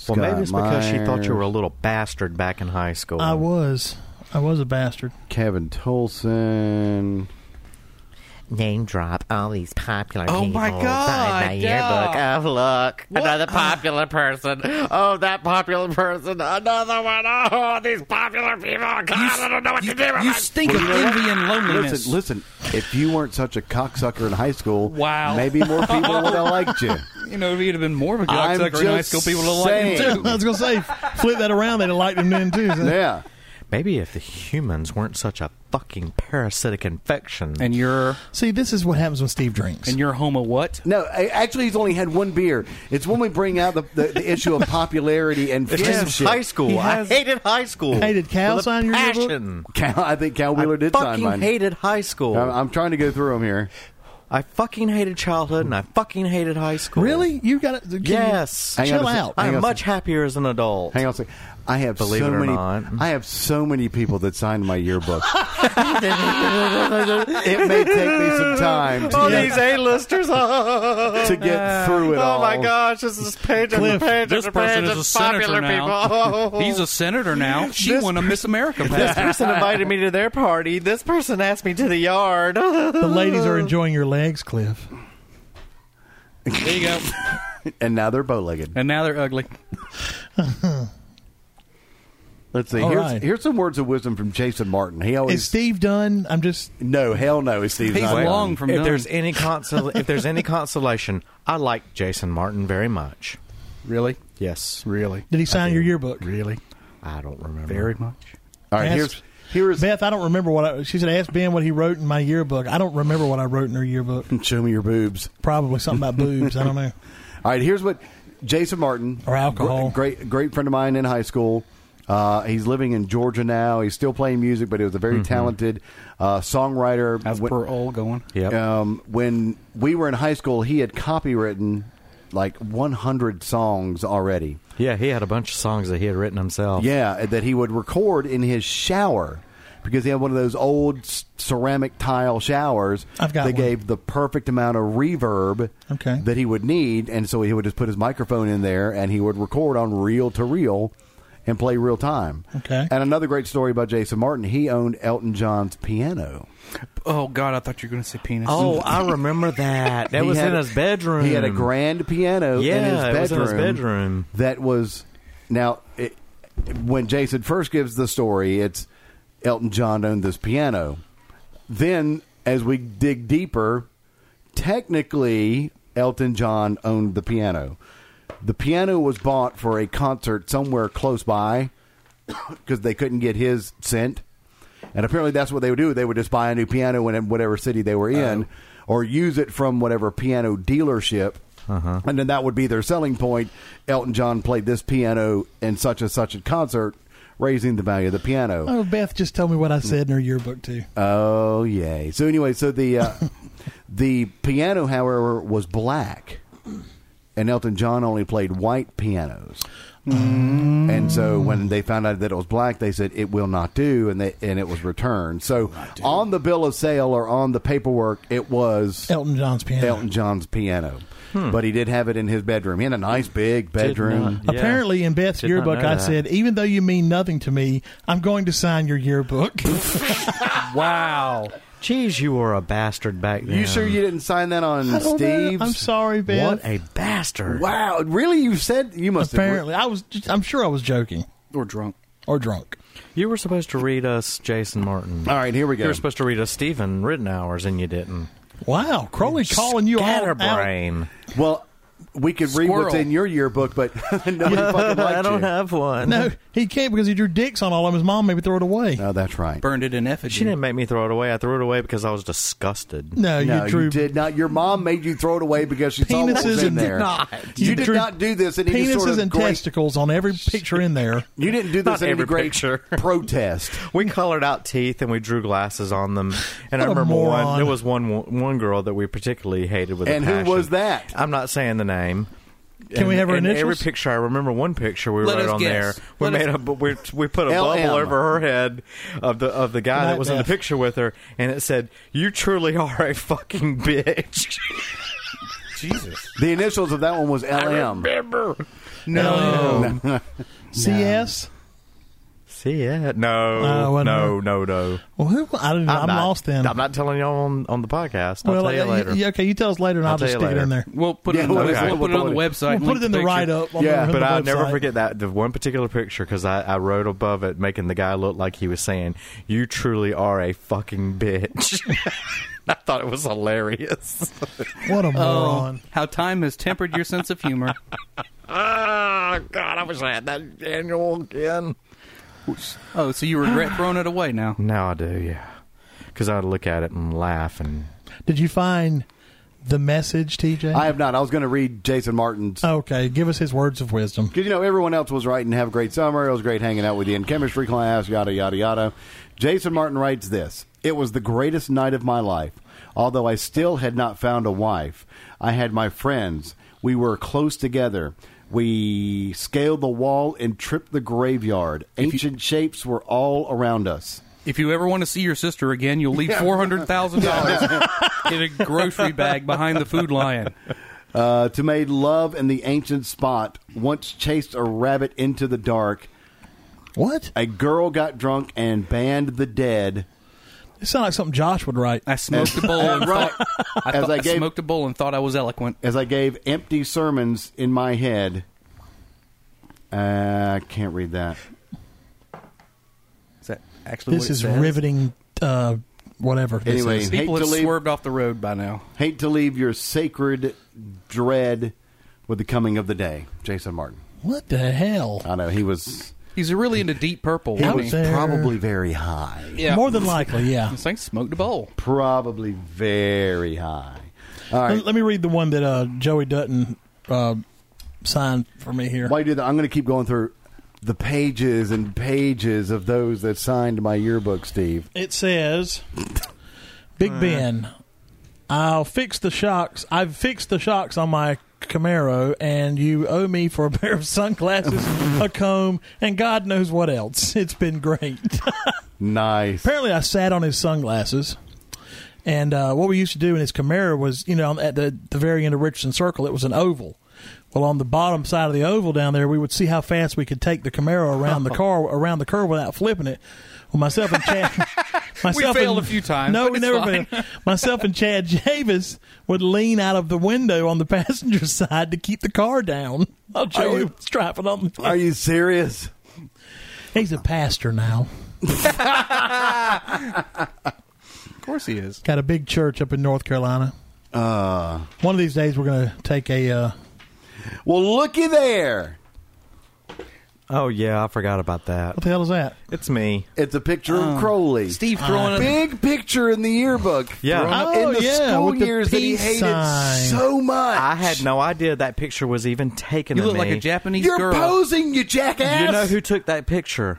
Well, maybe it's Scott because she thought you Myers. were a little bastard back in high school. I was. I was a bastard. Kevin Tolson. name drop all these popular Oh, people my by God, my yeah. yearbook. Oh look, another popular person. Oh, that popular person. Another one. Oh, these popular people. God, I don't know what to do. with You my- stink of envy and loneliness. Listen, listen. If you weren't such a cocksucker in high school, Wow. maybe more people would have liked you. You know, if he'd have been more of a I'm cocksucker in high just school, people would have liked him I too. was gonna say, flip that around. They'd have liked him then too. So- Yeah. Maybe if the humans weren't such a fucking parasitic infection. And you're See, this is what happens when Steve drinks. and you're home a what? No, I- actually, he's only had one beer. It's when we bring out the, the, the issue of popularity and it's just friendship. high school. has- I hated high school. Hey, did Cal with a sign your yearbook? passion. Cal, I think Cal Wheeler I did sign fucking mine. hated high school. I'm, I'm trying to go through them here. I fucking hated childhood and I fucking hated high school. really, you got to Yes. Hang chill on a sec- out. hang I on a am much sec- happier as an adult. Hang on a second. I have Believe so it or many. not. I have so many people that signed my yearbook. it may take me some time to, All get, these A-listers. Oh, to get through it oh all. my gosh, this is page after Cliff, page This after person page is of a senator popular now. people. He's a senator now. She This won a Miss America This pageant. person invited me to their party. This person asked me to the yard. The ladies are enjoying your legs, Cliff. There you go. And now they're bow-legged. And now they're ugly. Let's see. All Here's, right. here's some words of wisdom from Jason Martin. He Is always Steve done? I'm just. no, hell no. Is Steve He's Zion. long from if done. there's any consol- if there's any consolation, I like Jason Martin very much. Really, Yes, really, Did he sign your yearbook? really, I don't remember. very much. All right. Ask- Here's here is Beth, I don't remember what I. She said, ask Ben what he wrote in my yearbook. I don't remember what I wrote in her yearbook. show me your boobs. Probably something about boobs. I don't know. All right, here's what Jason Martin, Or alcohol. gr- great great friend of mine in high school. Uh, he's living in Georgia now. He's still playing music, but he was a very talented uh, songwriter. As When- per old going. Yep. um, when we were in high school, he had copywritten like 100 songs already. yeah, he had a bunch of songs that he had written himself. Yeah, that he would record in his shower because he had one of those old s- ceramic tile showers I've got that one. gave the perfect amount of reverb Okay. that he would need. And so he would just put his microphone in there and he would record on reel to reel and play real time. Okay. And another great story about Jason Martin he owned Elton John's piano. Oh God, I thought you were going to say penis. Mm. Oh, I remember that. That He was had- in his bedroom. He had a grand piano in his Yeah, bedroom. it was in his bedroom. That was now. It, when Jason first gives the story, it's Elton John owned this piano. Then, as we dig deeper, technically Elton John owned the piano. The piano was bought for a concert somewhere close by because they couldn't get his cent. And apparently, that's what they would do. They would just buy a new piano in whatever city they were in, or use it from whatever piano dealership. And then that would be their selling point. Elton John played this piano in such and such a concert, raising the value of the piano. Oh, Beth just told me what I said in her yearbook too. Oh yay! So anyway, so the uh, the piano, however, was black, and Elton John only played white pianos. Mm. And so when they found out that it was black, they said it will not do, and they and it was returned. So on the bill of sale or on the paperwork, it was Elton Hmm. John's piano. Elton John's piano, but he did have it in his bedroom. He had a nice big bedroom. Yeah. Apparently, in Beth's Did not yearbook, know I that. said, even though you mean nothing to me, I'm going to sign your yearbook. Wow. Jeez, you were a bastard back then. You sure you didn't sign that I on don't know. Steve's? I'm sorry, Beth. What a bastard. Wow, really? You said you must have- Apparently, I was. Just, I'm sure I was joking Or drunk. or drunk. You were supposed to read us Jason Martin. All right, here we go. You were supposed to read us Stephen Rittenhours, and you didn't. Wow, Crowley calling you all out. Scatterbrain. Well, we could read what's Squirrel. in your yearbook, but nobody fucking liked I don't you. have one. No, he can't because he drew dicks on all of them. His mom made me throw it away. No, that's right. Burned it in effigy. She didn't make me throw it away. I threw it away because I was disgusted. No, no, you you, drew did not. Your mom made you throw it away because she saw what Penises was in and- there. Did not. You, You did drew not do this. And he penises just sort of and great, testicles on every picture in there. You didn't do Not this in any every great picture. protest. We colored out teeth and we drew glasses on them. And I What a remember moron. one. There was one one girl that we particularly hated with. a And who passion. was that? I'm not saying the name. Can we have her in every initials? picture? I remember one picture we Let wrote us on guess. there. We Let us- made a bu- we, we put a LM. bubble over her head of the of the guy Good night, that was in the Beth. picture with her, and it said, "You truly are a fucking bitch." The initials of that one was LM. No, CS. See it? No, No, no, wasn't no, her. no, no. Well, who? I don't know. I'm, not- lost then. I'm not telling y'all on, on the podcast. I'll well, tell you uh, later. yeah, okay, you tell us later, and I'll, I'll just tell stick you it in there. later. We'll put it, Yeah, on the, okay. we'll put it on the website. We'll and put link it in the picture. write up. Yeah, the, But I'll website. never forget that the one particular picture because I, I wrote above it, making the guy look like he was saying, "You truly are a fucking bitch." I thought it was hilarious. What a Oh, moron! how time has tempered your sense of humor. Ah, God, I wish I had that annual again. Oh, so you regret throwing it away now? Now I do, yeah, because I'd look at it and laugh and Did you find the message, TJ? I have not. I was going to read Jason Martin's. okay, give us his words of wisdom. Because, you know, everyone else was writing, have a great summer. It was great hanging out with you in chemistry class, yada, yada, yada. Jason Martin writes this It was the greatest night of my life. Although I still had not found a wife, I had my friends. We were close together. We scaled the wall and tripped the graveyard. Ancient shapes were all around us. If you ever want to see your sister again, you'll leave four hundred thousand dollars in a grocery bag behind the food lion. Uh, to made love in the ancient spot, once chased a rabbit into the dark. What? A girl got drunk and banned the dead. It sounds like something Josh would write. I smoked a bowl and Right. thought, I, As thought, I I, gave- smoked a bowl and thought I was eloquent. as I gave empty sermons in my head. Uh, I can't read that. Is that actually This what it is says? riveting. Uh, whatever. this Anyway. is. People Hate have to leave- swerved off the road by now. Hate to leave your sacred dread with the coming of the day. Jason Martin. what the hell? I know he was He's really into deep purple. he wasn't was there. probably very high. he? yeah. More than likely, yeah. This thing smoked a bowl. Probably very high. All right. Let, let me read the one that uh, Joey Dutton uh, signed for me here. While you do that, I'm going to keep going through the pages and pages of those that signed my yearbook, Steve. It says, Big Ben, I'll fix the shocks. I've fixed the shocks on my Camaro, and you owe me for a pair of sunglasses, a comb, and God knows what else. It's been great. Nice. Apparently, I sat on his sunglasses. And uh, what we used to do in his Camaro was, you know, at the, the very end of Richardson Circle, it was an oval. Well, on the bottom side of the oval down there, we would see how fast we could take the Camaro around the car around the curve without flipping it. Well, myself and Chad, myself failed and- a few times, No, but we it's never. fine. failed. Myself and Chad Javis would lean out of the window on the passenger side to keep the car down. I'll show Are you- you striping on. The, Are you serious? He's a pastor now. Of course he is. Got a big church up in North Carolina. Uh, One of these days, we're going to take a. Uh, well, looky there. Oh yeah, I forgot about that. what the hell is that? It's me. It's a picture of Crowley. Uh, Steve throwing a Big picture in the yearbook. Yeah. thrown up Oh, in the yeah, school with the years that he peace hated sign. so much. I had no idea that picture was even taken. You of look like me. a Japanese You're girl. posing, you jackass. You know who took that picture?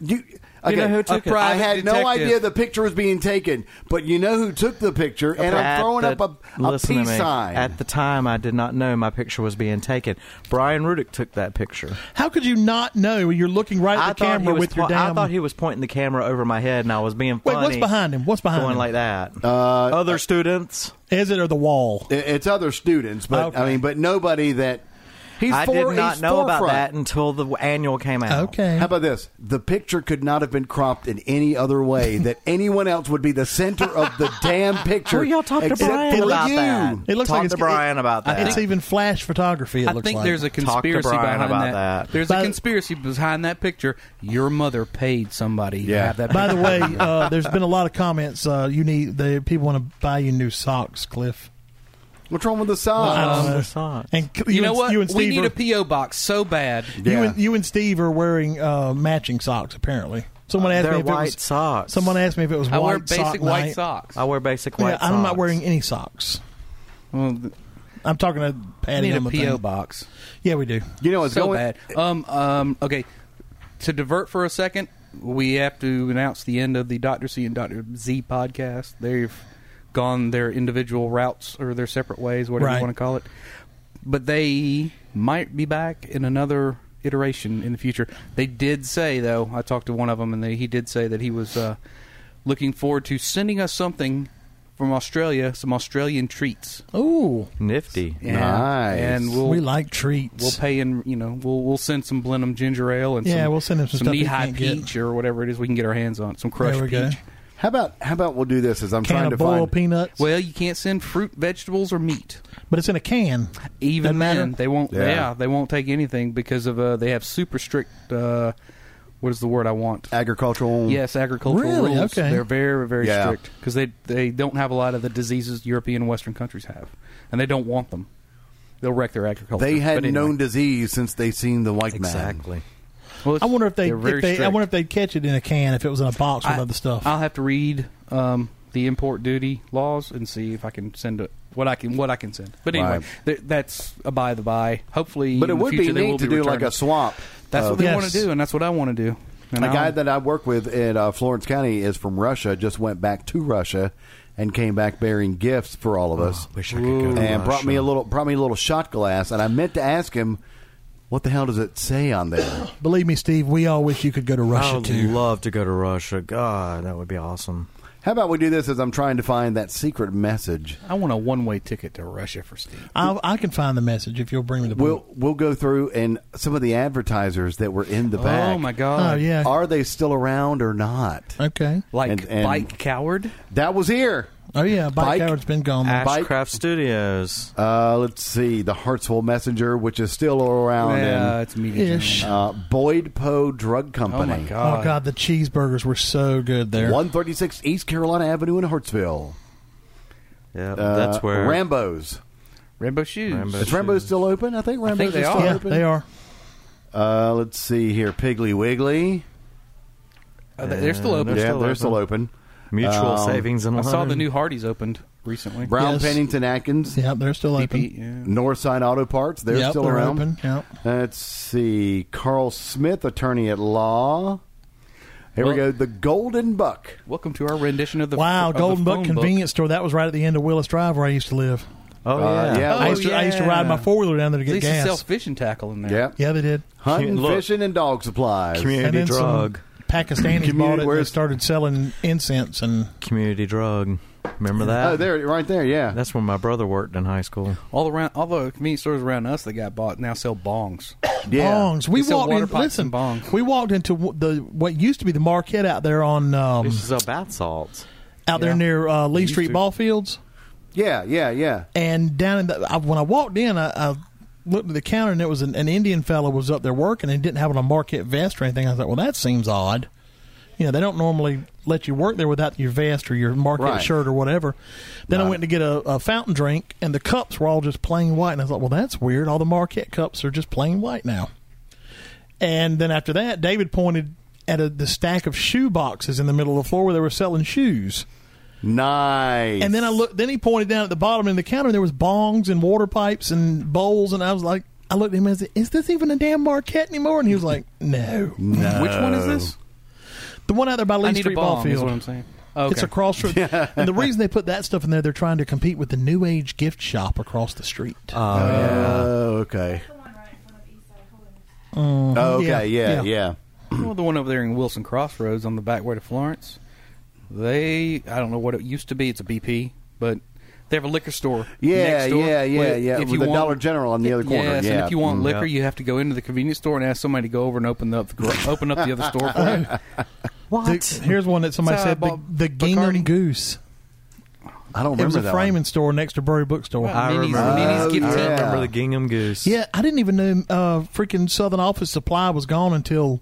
You, You know okay, who took A it? private I had no detective. idea the picture was being taken, but you know who took the picture, and I'm At throwing the- up a, a listen to peace me. sign. At the time, I did not know my picture was being taken. Brian Rudick took that picture. How could you not know when you're looking right I at the thought he camera was with your po- damn. I thought he was pointing the camera over my head, and I was being Wait, funny. what's behind him? What's behind Going him? like that. Uh, Other students. Is it or the wall? It- it's other students, but I Okay. mean, but nobody that he's. I for- did not he's know about forefront. that until the annual came out. Okay. How about this? The picture could not have been cropped in any other way that anyone else would be the center of the damn picture. Oh, y'all talked to except Brian for about you. that. It looks Talk like to it's- Brian about that. It's even flash photography. It I looks think like. there's a Talk to conspiracy Brian behind about that. that. There's By- a conspiracy behind that picture. Your mother paid somebody Yeah. to have that. By the picture. way, uh, there's been a lot of comments. Uh, you need the people want to buy you new socks, Cliff. What's wrong with the sign? Um, the socks. And Cl- you, you, know and, what? You and Steve we need are, a PO box so bad. you, Yeah. and, you and Steve are wearing uh, matching socks. Apparently, someone asked Uh, They're me if it white was socks. someone asked me if it was I white wear basic sock white night. socks. I wear basic Yeah, white. I'm not socks. wearing any socks. Well, th- I'm talking to I Patty need a on PO the thing. box. Yeah, we do. You know what's so going. bad. Um, um, okay, to divert for a second, we have to announce the end of the Doctor C and Doctor Z podcast. They've gone their individual routes or their separate ways, whatever Right. you want to call it. But they might be back in another iteration in the future. They did say, though, I talked to one of them, and they, he did say that he was uh, looking forward to sending us something from Australia, some Australian treats. Ooh, nifty. And, Nice. And we'll we like treats. We'll pay in, you know, we'll we'll send some Blenheim ginger ale and Yeah, some, we'll send him some stuff he knee high can't get. peach or whatever it is we can get our hands on, some crushed there we peach. go. How about how about we'll do this? As I'm Can trying of to boiled find. peanuts, Well, you can't send fruit, vegetables, or meat. but it's in a can. Even Doesn't matter. then, they won't. Yeah. Yeah. they won't take anything because of uh, they have super strict. Uh, what is the word I want? agricultural. Yes, agricultural Really? rules. Okay. They're very, very Um, Yeah. strict because they they don't have a lot of the diseases European and Western countries have, and they don't want them. They'll wreck their agriculture. They But hadn't anyway. known disease since they seen the white man. Exactly. Well, it's- I wonder if they, they're very if they I strict. wonder if they'd catch it in a can if it was in a box with I- other stuff. I'll have to read um, the import duty laws and see if I can send it. What I can, what I can send, but anyway, Right. th- that's a by the by. Hopefully, But it in the would future be they neat will to do like a returning. swamp. That's of- what they Yes. want to do, and that's what I want to do. And A guy I'll- that I work with at uh, Florence County is from Russia. Just went back to Russia and came back bearing gifts for all of us. Oh, wish I could go to and brought me Russia. a little brought me a little shot glass. And I meant to ask him, what the hell does it say on there? Believe me, Steve, we all wish you could go to I Russia would too. love to go to Russia. God, that would be awesome. How about we do this as I'm trying to find that secret message? I want a one way ticket to Russia for Steve. I'll, I can find the message if you'll bring me the We'll book. we'll go through and some of the advertisers that were in the back. Oh my Oh god! yeah. Are they still around or not? okay. Like And- and- bike coward. That was here. Oh yeah. Bike- Bike Howard's been gone. Bike- Ashcraft Studios. Uh, let's see, the Hartsville Messenger, which is still around. yeah, and, it's media. Ish. general. uh, Boyd Poe Drug Oh Company. my god! oh god, the cheeseburgers were so good there. 136 East Carolina Avenue in Hartsville. Yeah, Uh, that's where Rambo's. Rainbow shoes. Rambo. Is Rambo's still open? I think Rambo's think they is still are. yeah, open. they are. Uh, let's see here. Piggly Wiggly. Uh, they- they're still open. They're yeah, still they're open. still open. Mutual Um, Savings and I saw Loan. the new Hardee's opened recently. Brown Yes. Pennington Atkins. Yeah, they're still open. DP, yeah. Northside Auto Parts. They're Yep, still they're around. open. Yep. Let's see. Carl Smith, attorney at law. Here we go. Well- The Golden Buck. Welcome to our rendition of the Wow, of the Golden Buck phone convenience store. That was right at the end of Willis Drive where I used to live. Oh Uh, yeah. yeah. Oh, I used to I used to ride my yeah. four wheeler down there to They get used to sell gas. fish and tackle in there. Yeah. Yeah, they did. Hunting, Look. fishing, and dog supplies. And Community then drug. some Pakistanis Community- bought it. and They where's- started selling incense and Community drug. Remember that? Oh, there, right there. Yeah. That's when my brother worked in high school. All around, all the convenience stores around us that got bought now sell bongs. yeah. bongs. We They sell walked water in. pipes Listen, and bongs. we walked into w- the what used to be the Marquette out there on um, This is a bath salts. out there Yeah. near uh, Lee used Street to. ball fields. Yeah, yeah, yeah. And down in the I, when I walked in, I, I looked at the counter and it was an, an Indian fellow was up there working and he didn't have on a Marquette vest or anything. I thought, well, that seems odd. You know, they don't normally let you work there without your vest or your Marquette Right. shirt or whatever. Then I went to get a, a fountain drink and the cups were all just plain white. And I thought, well, that's weird. All the Marquette cups are just plain white now. And then after that, David pointed at a, the stack of shoe boxes in the middle of the floor where they were selling shoes. Nice. And then I looked. Then he pointed down at the bottom in the counter, and there was bongs and water pipes and bowls. And I was like, I looked at him and I said, "Is this even a damn Marquette anymore?" And he was like, "No, Which one is this? the one out there by I Lee need a Street Ball bomb. Is Field." what I'm saying. Okay. It's across from, and the reason they put that stuff in there, they're trying to compete with the New Age gift shop across the street. Uh, Oh, okay. The one right in front of Eastside Holdings. Oh, Okay, Yeah, yeah, yeah. Uh-huh. yeah. well, the one over there in Wilson Crossroads on the back way to Florence. They, I don't know what it used to be. It's a BP, but they have a liquor store. Yeah, next door. yeah, yeah, Well, yeah, If with you the want, Dollar General on the other corner, Yes, and yeah. if you want Mm, liquor, yeah. you have to go into the convenience store and ask somebody to go over and open up the gro- open up the other store for you. The- here's one that somebody So I said: the, bought the Gingham uh, Bacardi. Goose. I don't It was remember a that. framing one. store next to Bury Bookstore. I Minis- remember. minis Oh, gift yeah. shop. Remember the gingham goose? Yeah, I didn't even know uh, freaking Southern Office Supply was gone until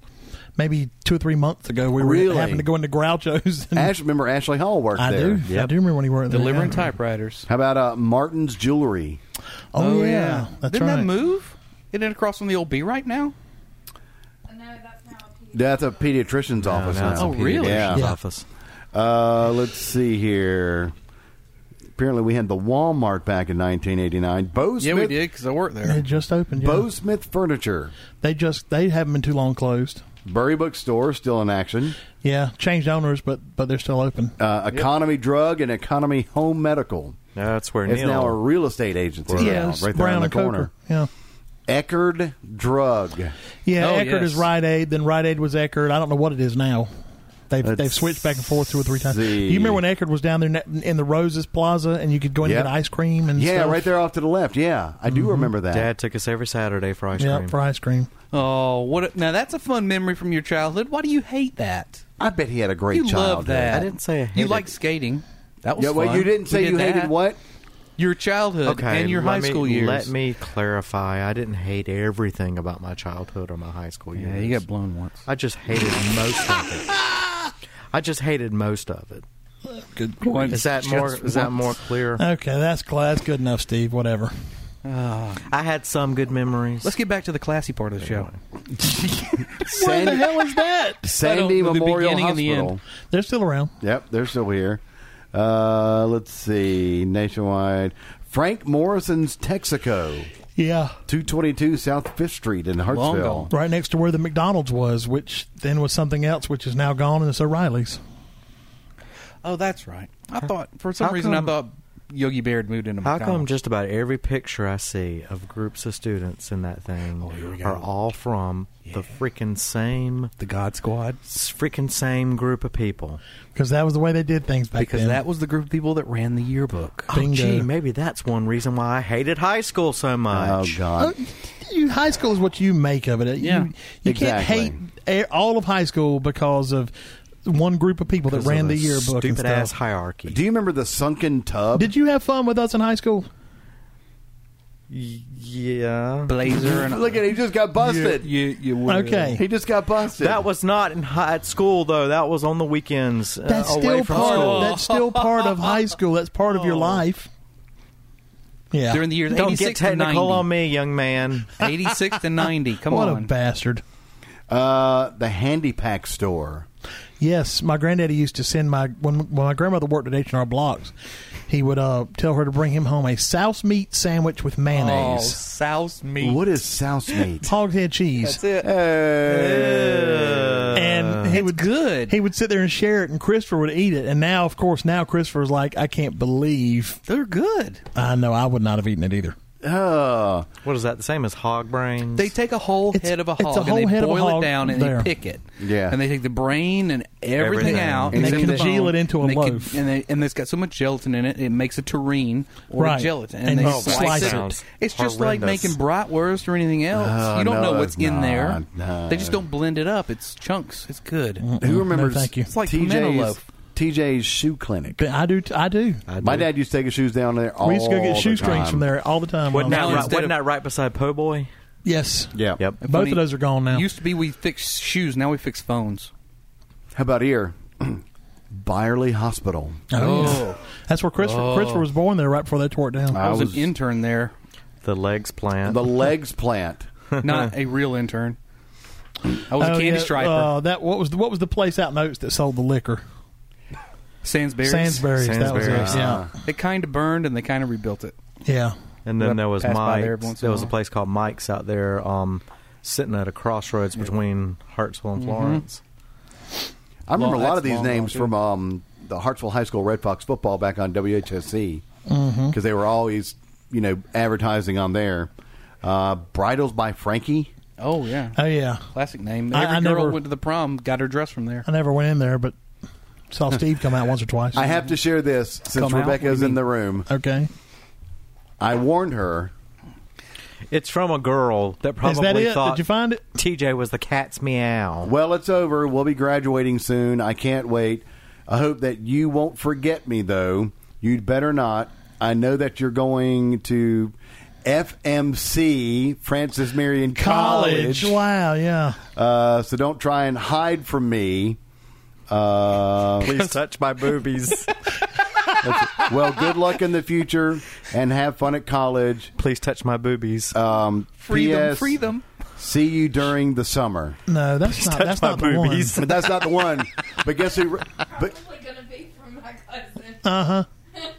maybe two or three months ago. We were Really? happened to go into Groucho's. And Ash, remember Ashley Hall worked I there. do. I do remember when he worked there. Delivering yeah. typewriters. How about uh, Martin's Jewelry? Oh, yeah. That's Didn't right. that move? Isn't it across from the old B right now? Oh, No, that's now a piece. That's a pediatrician's Oh, office. no, it's now. a Oh, really? pediatrician's Yeah. Yeah. Office. Uh, let's see here. Apparently, we had the Walmart back in 1989. Bo Smith, Yeah, we did because I worked there. They just opened. Yeah. Bo Smith Furniture, They just they haven't been too long closed. Bury Bookstore, still in action. Yeah, changed owners, but but they're still open. Uh, Economy Drug and Economy Home Medical. Yeah, that's where It's Neil. now a real estate agency. now, it's right there Brown on the and Coker. corner. Yeah. Eckerd Drug. Yeah, Oh, Eckerd yes. is Rite Aid, then Rite Aid was Eckerd. I don't know what it is now. They've, Let's they've switched back and forth two or three times. see. You remember when Eckerd was down there ne- in the Roses Plaza and you could go in Yep. and get ice cream and Yeah, stuff? right there off to the left. Yeah, I Mm-hmm. do remember that. Dad took us every Saturday for ice Yeah, cream. for ice cream. Oh, what? A, now that's a fun memory from your childhood. Why do you hate that? I bet he had a great you childhood. love that. I didn't say I you hated like it. skating. That was Yeah, well, fun. you didn't We say did you hated that. what? Your childhood Okay, and your let high me- school years. Let me clarify. I didn't hate everything about my childhood or my high school years. Yeah, you got blown once. I just hated most of it. I just hated most of it. Good point. Is that more? Is that more clear? Okay, that's cl- that's good enough, Steve. Whatever. I had some good memories. Let's get back to the classy part of the show. Sandy, hell is that? Sandy I don't- the Memorial beginning and the Hospital. end. They're still around. Yep, they're still here. Uh, let's see. Nationwide. Frank Morrison's Texaco, Yeah, 222 South 5th Street in Hartsville. gone. right next to where the McDonald's was, which then was something else, which is now gone, and it's O'Reilly's. Oh, that's right. I thought for some How reason come- I thought Yogi Bear had moved into. How come McDonald's. just about every picture I see of groups of students in that thing are all from the freaking same, the God Squad? freaking same group of people? Because that was the way they did things back Because then. that was the group of people that ran the yearbook. Oh, Bingo. gee, maybe that's one reason why I hated high school so Oh, much. God. you, high school is what you make of it. You- Yeah. you, Exactly. can't hate a- all of high school because of one group of people that Because ran of the a yearbook. and Stupid ass stuff. hierarchy. Do you remember the sunken tub? Did you have fun with us in high school? yeah. Blazer and Look at it. He just got busted. you, you would. Okay, He just got busted. That was not in high, at school though. That was on the weekends. uh, that's away still from part. school. That's still part of high school. That's part of your life. Yeah, During the years Don't 86 get to 90. technical on me, young man. 86 to 90. Come what on. a bastard. uh, the Handy Pack store. Yes, my granddaddy used to send my when, when my grandmother worked at H and R Blocks, he would uh, tell her to bring him home a souse meat sandwich with oh, mayonnaise, souse meat. What is souse meat? hogshead cheese, it. Uh, Hey. and he It's would good. he would sit there and share it, and Christopher would eat it. And now, of course, now Christopher's like, I can't believe They're good. I know I would not have eaten it either. Uh, What is that? The same as hog brains? They take a whole It's- head of a it's a hog whole and they head of a boil hog it down and there. they pick it. Yeah. And they take the brain and everything, Everything. out And it's they in the congeal bone, it into a and they con- loaf. and, they, and it's got so much gelatin in it, it makes a terrine or Right. a gelatin. And they you slice it. it. It's just like Horrendous. making bratwurst or anything else. Oh, you don't no, know what's it's in there. not. No. They just don't blend it up. It's chunks. It's good. Mm. who remembers thank you. It's like pimento TJ's loaf. TJ's shoe clinic. But I do. t- I do. My dad used to take his shoes down there. All we used to go get the shoe strings time. from there all the time. Wasn't when I that, was- right, instead wasn't of- that right beside Po' Boy? Yes. Yeah. Yep. Both of those are gone now. Used to be we fix shoes, now we fix phones. How about here? Byerly Hospital. Oh. That's where Christopher, Christopher was born there right before they tore it down. I I was, was- an intern there, The legs plant. The legs plant. not a real intern. I was Oh, a candy yeah, striper. Uh, that what was the, what was the place out in Oaks that sold the liquor? Sainsbury's. Sainsbury's. That was Sainsbury's. it. Yeah. It kind of burned and they kind of rebuilt it. Yeah. and then That there was passed by there every Mike's. once in There a was a while. place called Mike's out there, um, sitting at a crossroads between Hartsville and Florence. I remember Long- a lot that's of these long names gone, too. from um, the Hartsville High School Red Fox football back on WHSC because Mm-hmm. they were always, you know, advertising on there. Uh, Bridles by Frankie. Oh yeah, Oh yeah. classic name. I- Every I girl never- went to the prom, got her dress from there. I never went in there, but saw Steve come out once or twice. I have to share this since Come out? What Rebecca's do you in mean? the room. Okay. I warned her. It's from a girl that Is probably that it? thought Did you find it? TJ was the cat's meow. Well, it's over. We'll be graduating soon. I can't wait. I hope that you won't forget me, though. You'd better not. I know that you're going to FMC, Francis Marion College. Wow. Yeah. Uh, so don't try and hide from me. Uh, Please touch my boobies. well, good luck in the future and have fun at college. Please touch my boobies. Um, Free them, P.S. free them. See you during the summer. No, that's not. That's my not boobies. the But that's not the one. But guess who? But Probably gonna be from my cousin. one. Uh huh.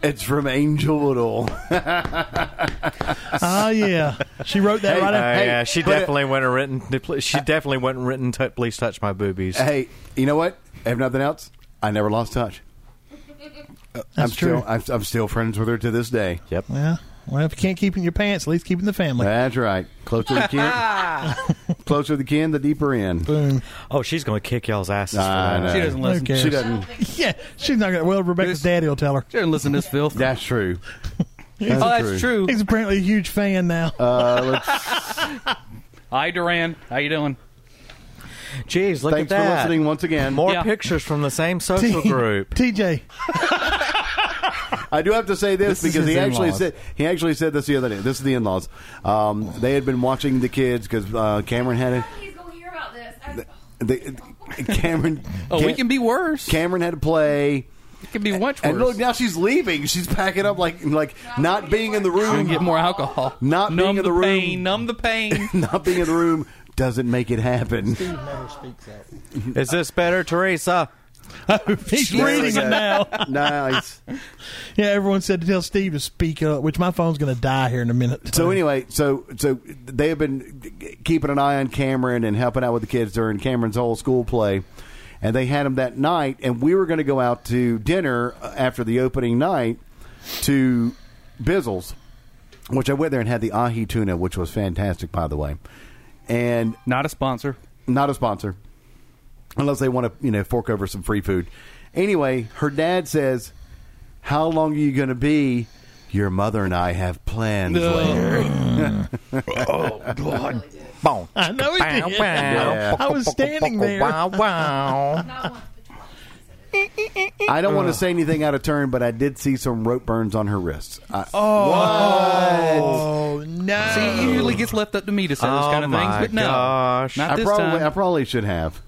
it's from Angel Woodall. Oh yeah. She wrote that Hey, right. Uh, after. yeah, she but- definitely went and written. She definitely went and written. T- please touch my boobies. hey, you know what? If nothing else, I never lost touch. I'm That's true. still I'm, I'm still friends with her to this day. Yep. yeah. Well, if you can't keep it in your pants, at least keep it in the family. That's right. Closer the kin, closer the kin, the deeper in. Boom. Oh, she's gonna kick y'all's asses. I for that. know. She doesn't listen. Okay. She doesn't. Yeah. She's not gonna. Well, Rebecca's This- daddy will tell her. She doesn't listen to this filth. That's true. oh, that's true. He's apparently a huge fan now. Uh, let's, Hi, Duran. How you doing? Jeez, look thanks at for that. listening once again. More Yeah. pictures from the same social group. TJ. I do have to say this, This is because his he actually in-laws. said he actually said this the other day. This is the in-laws. Um, they had been watching the kids because uh, Cameron had a He's gonna hear about this. oh, I- the, Cameron. Oh, we Cam- can be worse. Cameron had to play. it can be much worse. And look, now she's leaving. She's packing up like like not being in the we room. can get more alcohol. Not numb being in the room. pain. Numb the pain. Not being in the room doesn't make it happen. Is this better, Teresa? He's There we reading go. it now. nice. Yeah, everyone said to tell Steve to speak up, which my phone's going to die here in a minute. So anyway, so so they have been keeping an eye on Cameron and helping out with the kids during Cameron's whole school play, and they had him that night, and we were going to go out to dinner after the opening night to Bizzle's, which I went there and had the ahi tuna, which was fantastic, by the way, and Not a sponsor. not a sponsor unless they want to you know fork over some free food anyway her dad says how long are you going to be your mother and i have plans Larry." Boom. I Bow, know he did. bow. I was standing there. Wow, wow. Not once, but twice. i don't Uh. want to say anything out of turn but i did see some rope burns on her wrists I, Oh no! See, it usually gets left up to me to say those Oh, kind of things, my but no, gosh. not I this probably i time. probably should have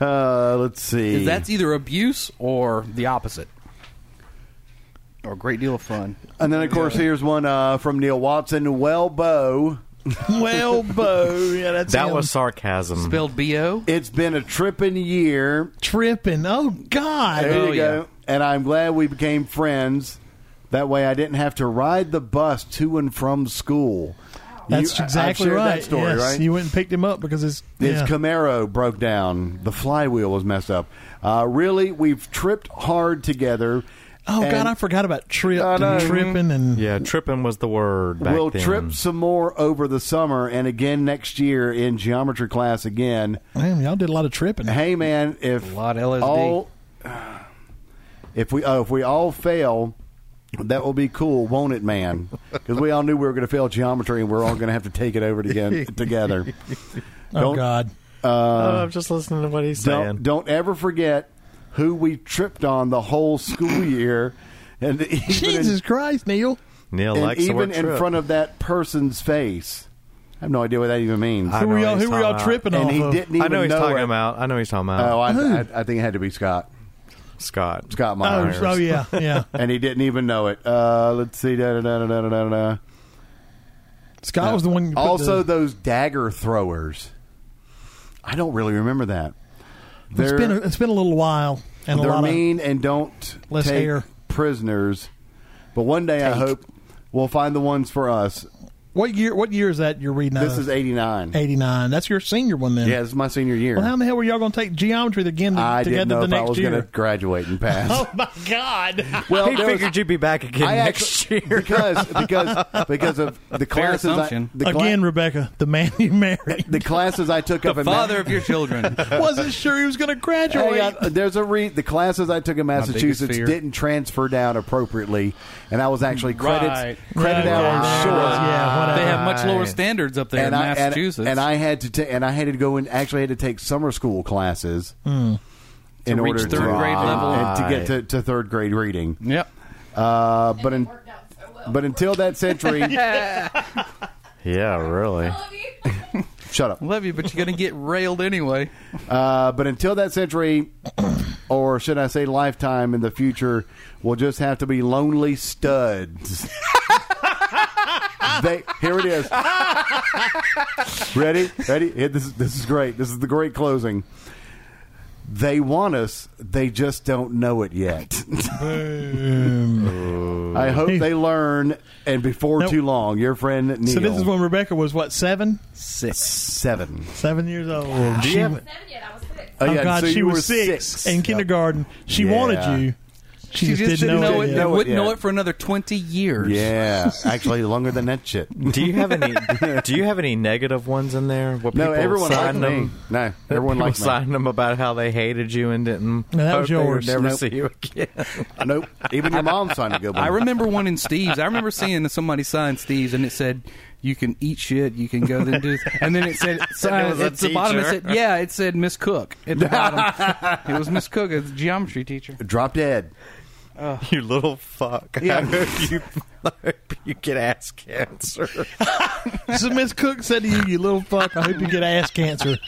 uh, let's see That's either abuse or the opposite, or a great deal of fun. and then of course here's one uh, from neil watson well bo well, Bo, yeah, that's That him. was sarcasm. Spelled B O. it's been a tripping year tripping. Oh There God! Oh, you go. And I'm glad we became friends. That way, I didn't have to ride the bus to and from school. That's You- I- I've exactly shared right. That story, yes, right? you went and picked him up because his His yeah. Camaro broke down. The flywheel was messed up. Uh, really, we've tripped hard together. oh And God, I forgot about trip I know. and tripping and Yeah, tripping was the word back We'll then. trip some more over the summer and again next year in geometry class again. man, y'all did a lot of tripping. Hey, man, if A lot of LSD. all if we oh, if we all fail, that will be cool, won't it, man? Because we all knew we were going to fail geometry, and we're all going to have to take it over again together. oh don't- God! uh, I'm Oh, just listening to what he's Don't don't ever forget who we tripped on the whole school year, and even in, Jesus Christ, Neil. Neil and likes the even word in trip. front of that person's face. I have no idea what that even means. I Who were know y'all, he's who were y'all talking tripping and off he of? didn't even I know he's talking it. about. I know he's talking about Oh, I, Who? I, I think it had to be Scott. Scott. Scott Oh, Myers. oh, yeah, yeah. And he didn't even know it. Uh, let's see. Da, da, da, da, da, da, da. Scott was the one. who put Also, the, those dagger throwers. I don't really remember that. it's They're, been a, it's been a little while and a they're lot mean and don't less take hair. prisoners. But one day I hope we'll find the ones for us. of what year? What year is that you're reading? This is 89. eighty nine. That's your senior one then. Yeah, this is my senior year. Well, how in the hell were y'all going to take geometry again to, I together didn't know the if I next was year? to graduate and pass. Oh my God! well, he there was- figured you'd be back again I next actually- year. because because because of the classes I, assumption. the cla- Again, Rebecca, the man you married the classes I took up in ma- Father of your children. wasn't sure he was going to Hey, graduate. I- there's a re- the classes I took in biggest Massachusetts fear. didn't transfer down appropriately, and I was actually credits Right. credit Yeah, hours yeah, short. yeah, whatever. they have much lower standards up there And in I, and, Massachusetts. and I had to ta- and I had to go and actually had to take summer school classes in Hmm. To reach order third to, grade level. and to get to, to third grade reading. yep. Uh, but It in, worked out so well. but until that century, yeah, really. I love you. shut up. Love you, but you're going to get railed anyway. Uh, but until that century, or should I say lifetime in the future, will just have to be lonely studs. they, here it is. Ready? Ready? Yeah, this, is, this is great. This is the great closing. They want us, they just don't know it yet. I hope they learn, and before Nope. too long, your friend Neil. so this is when Rebecca was what seven, seven. seven years old. She- have- Seven yet, I was six. Oh, oh yeah, God, so she you were was six, in kindergarten. She Yeah. wanted you. She, just, didn't know, it. yet. and wouldn't Know it know yet. it for another 20 years. Yeah, actually longer than that shit. Do you have any? do you have any negative ones in there? What No, people everyone liked signed them? me. No, everyone people liked me. signed them about how they hated you and didn't No, that was hope they would yours. never Nope. see you again. Nope, even your mom signed a good one. I remember one in Steve's. I remember seeing somebody sign Steve's, and it said, "You can eat shit. You can go then do." And then it said, sign, a at the bottom, it teacher. said, "Yeah." It said Miss Cook at the bottom. it was Miss Cook, a geometry teacher. drop dead. you little fuck. I hope you, I hope you get ass cancer. So Miss Cook said to you, "You little fuck, I hope you get ass cancer."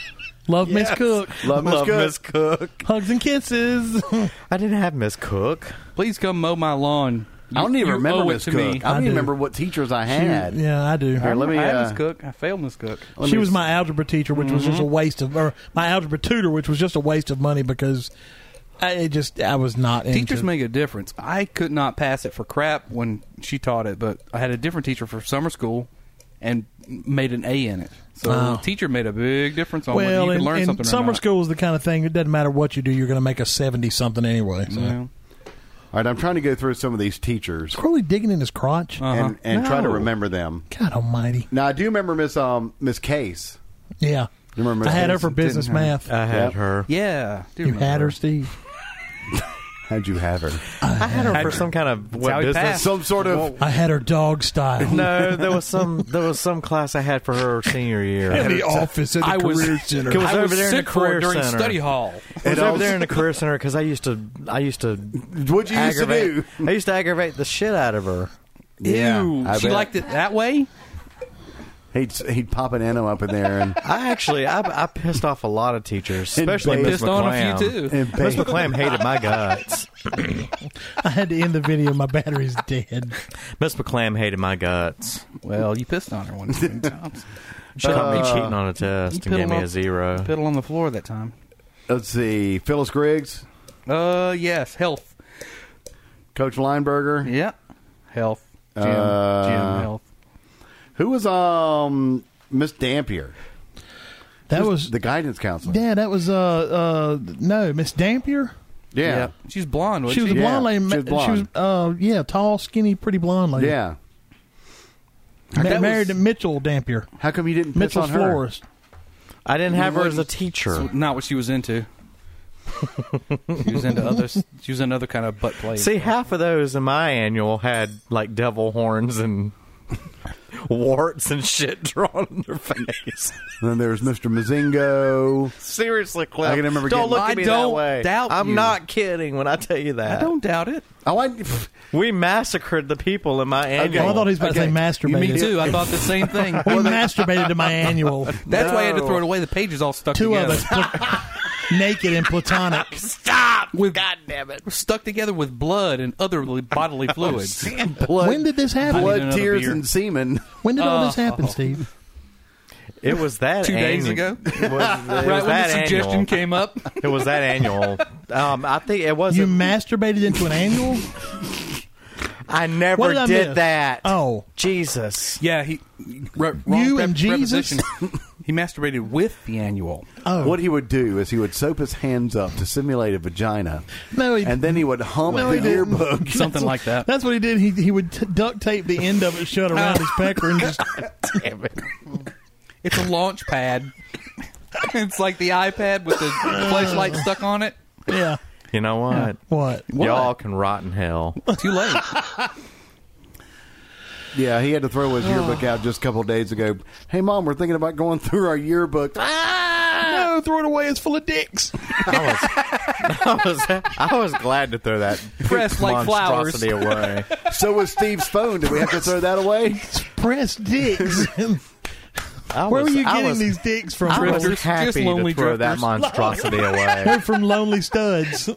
Love Miss Cook, Love Miss Love Cook. Miss Cook. hugs and kisses. I didn't have Miss Cook. Please come mow my lawn. I don't even You remember owe it Miss to Cook. me. I don't I even do. remember what teachers I had. yeah, I do. Here, let me. I had uh, Miss Cook. I failed Miss Cook. let she me was s- my algebra teacher, which was just Mm-hmm. a waste of, or my algebra tutor, which was just a waste of money because I it just I was not Teachers into. make a difference. I could not pass it for crap when she taught it, but I had a different teacher for summer school and made an A in it. So Wow. the teacher made a big difference on well, whether you and, could learn and something or summer not. school is the kind of thing it doesn't matter what you do, you're going to make a seventy something anyway. So. Yeah. All right, I'm trying to go through some of these teachers Crowley digging in his crotch. Uh. Uh-huh. and and try to No. remember them. God Almighty! Now I do remember Miss um Miss Case. Yeah, You remember I Miss had her Case? for business didn't math. I had Yep. her. Yeah. Do you had remember. her, Steve. How'd you have her? I had her for some kind of what, how he business. passed. Some sort of I had her dog style. No, there was some there was some class I had for her senior year. In the office at the I was- career center. It was I over was there in the sick for career it during center. study hall. I was It over all- there in the career center because I used to I used to what you used to do? aggravate. I used to aggravate the shit out of her. Ew. I she bet. liked it that way? He'd s- he'd pop an anno up in there and I actually I, I pissed off a lot of teachers, And especially babe. Miss Pissed on McClam. a few, too. and Miss bang. McClam hated my guts. I had to end the video. My battery's dead. Miss McClam hated my guts. Well, you pissed on her one too many times. She caught me cheating on a test and piddle gave me up- a zero. Piddle on the floor that time. Let's see, Phyllis Griggs, Uh, yes. Health. Coach Lineberger. Yeah. Health. Jim. Uh, Jim. Health. Who was um Miss Dampier? That was the guidance counselor. Yeah, that was uh uh no Miss Dampier. yeah. She's blonde, wasn't She was a Yeah, blonde lady. she She was was, blonde. uh yeah tall, skinny, pretty blonde lady. Yeah. Ma- That married was- to Mitchell Dampier, How come you didn't piss Mitchell on her? Florist. Oh, I didn't have her as a So teacher. not what she was into. she was into other. She was into other kind of butt play. See, half of those in my annual had like devil horns and warts and shit drawn on their face. then there's Mr. Mazingo. Seriously, Cliff. I can remember don't getting- look I at me don't that way. doubt I'm you. not kidding when I tell you that. I don't doubt it. Oh, I, We massacred the people in my annual. Oh, I thought he was about to say masturbated. Me too. I thought the same thing. We masturbated to my annual. That's why I had to No. throw it away. The page is all stuck Two of together. us, pla- naked and platonic. Stop! With- God damn it. Stuck together with blood and other li- bodily fluids. blood, When did this happen? I need blood, another tears, beer. and semen. When did all this Oh. happen, Steve? It was that Two days annual- ago? It was, it right was when that the suggestion annual. came up. It was that annual. Um, I think it You wasn't. masturbated into an annual? I never What did I did, miss? that. Oh. Jesus! Yeah, he. Re- wrong You and prep- Jesus? preposition. he masturbated with the annual. Oh, What he would do is he would soap his hands up to simulate a vagina. No, he- and then he would hump No, he the didn't. yearbook. Something like that. That's what he did. He he would t- duct tape the end of it shut around his pecker and just It's a launch pad. it's like the iPad with the flashlight stuck on it. yeah. You know what? What? Y'all can rot in hell. Too late. Yeah, he had to throw his Oh. yearbook out just a couple days ago. Hey, mom, we're thinking about going through our yearbook. No, throw it away. It's full of dicks. I was, I was glad to throw that Pressed like flowers. monstrosity away. So was Steve's phone. Do we have to throw that away? Pressed dicks. I Where were was- you I getting was- these dicks from? I was Drifters, just happy lonely to throw that drifters. monstrosity away. They're from Lonely Studs.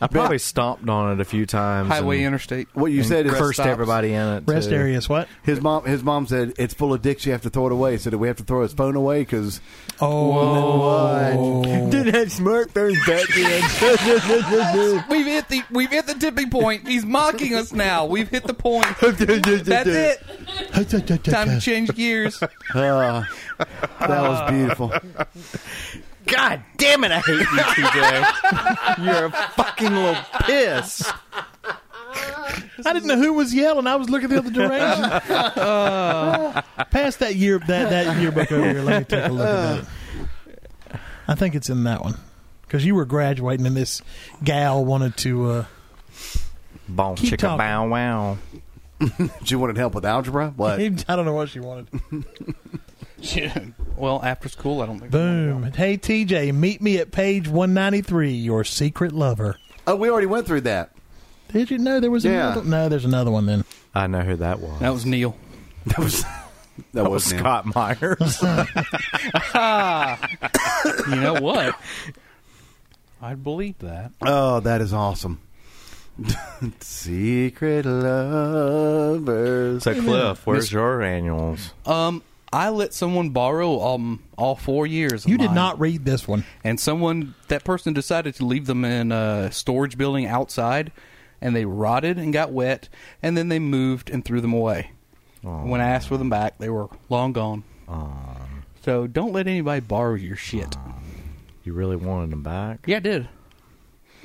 I probably stomped on it a few times. Highway and Interstate. What you said is cursed everybody in it. Rest too. areas. What? His mom, his mom said it's full of dicks. You have to throw it away. So did we have to throw his phone away? Because Oh, did that smartphone back We've hit the we've hit the tipping point. He's mocking us now. We've hit the point. That's it. Time to change gears. uh, That was beautiful. God damn it! I hate you, TJ. You're a fucking little piss. I didn't know who was yelling. I was looking the other direction. Uh. pass that year that that yearbook over here. Let me take a look at it. I think it's in that one because you were graduating and this gal wanted to. Uh, Bon Keep chicka talking. bow wow. She wanted help with algebra. What? I don't know what she wanted. Well, after school, I don't think. Boom. Hey, TJ, meet me at page 193, your secret lover. Oh, we already went through that. Did you know there was Yeah. another? No, there's another one then. I know who that was. That was Neil. That was that, That was was him. Scott Myers. You know what? I believe that. Oh, that is awesome. Secret lovers. so Cliff, where's your annuals? Um, I let someone borrow um all four years. of You did mine. not read this one. and someone that person decided to leave them in a storage building outside and they rotted and got wet and then they moved and threw them away when i asked for them back they were long gone so don't let anybody borrow your shit You really wanted them back? yeah i did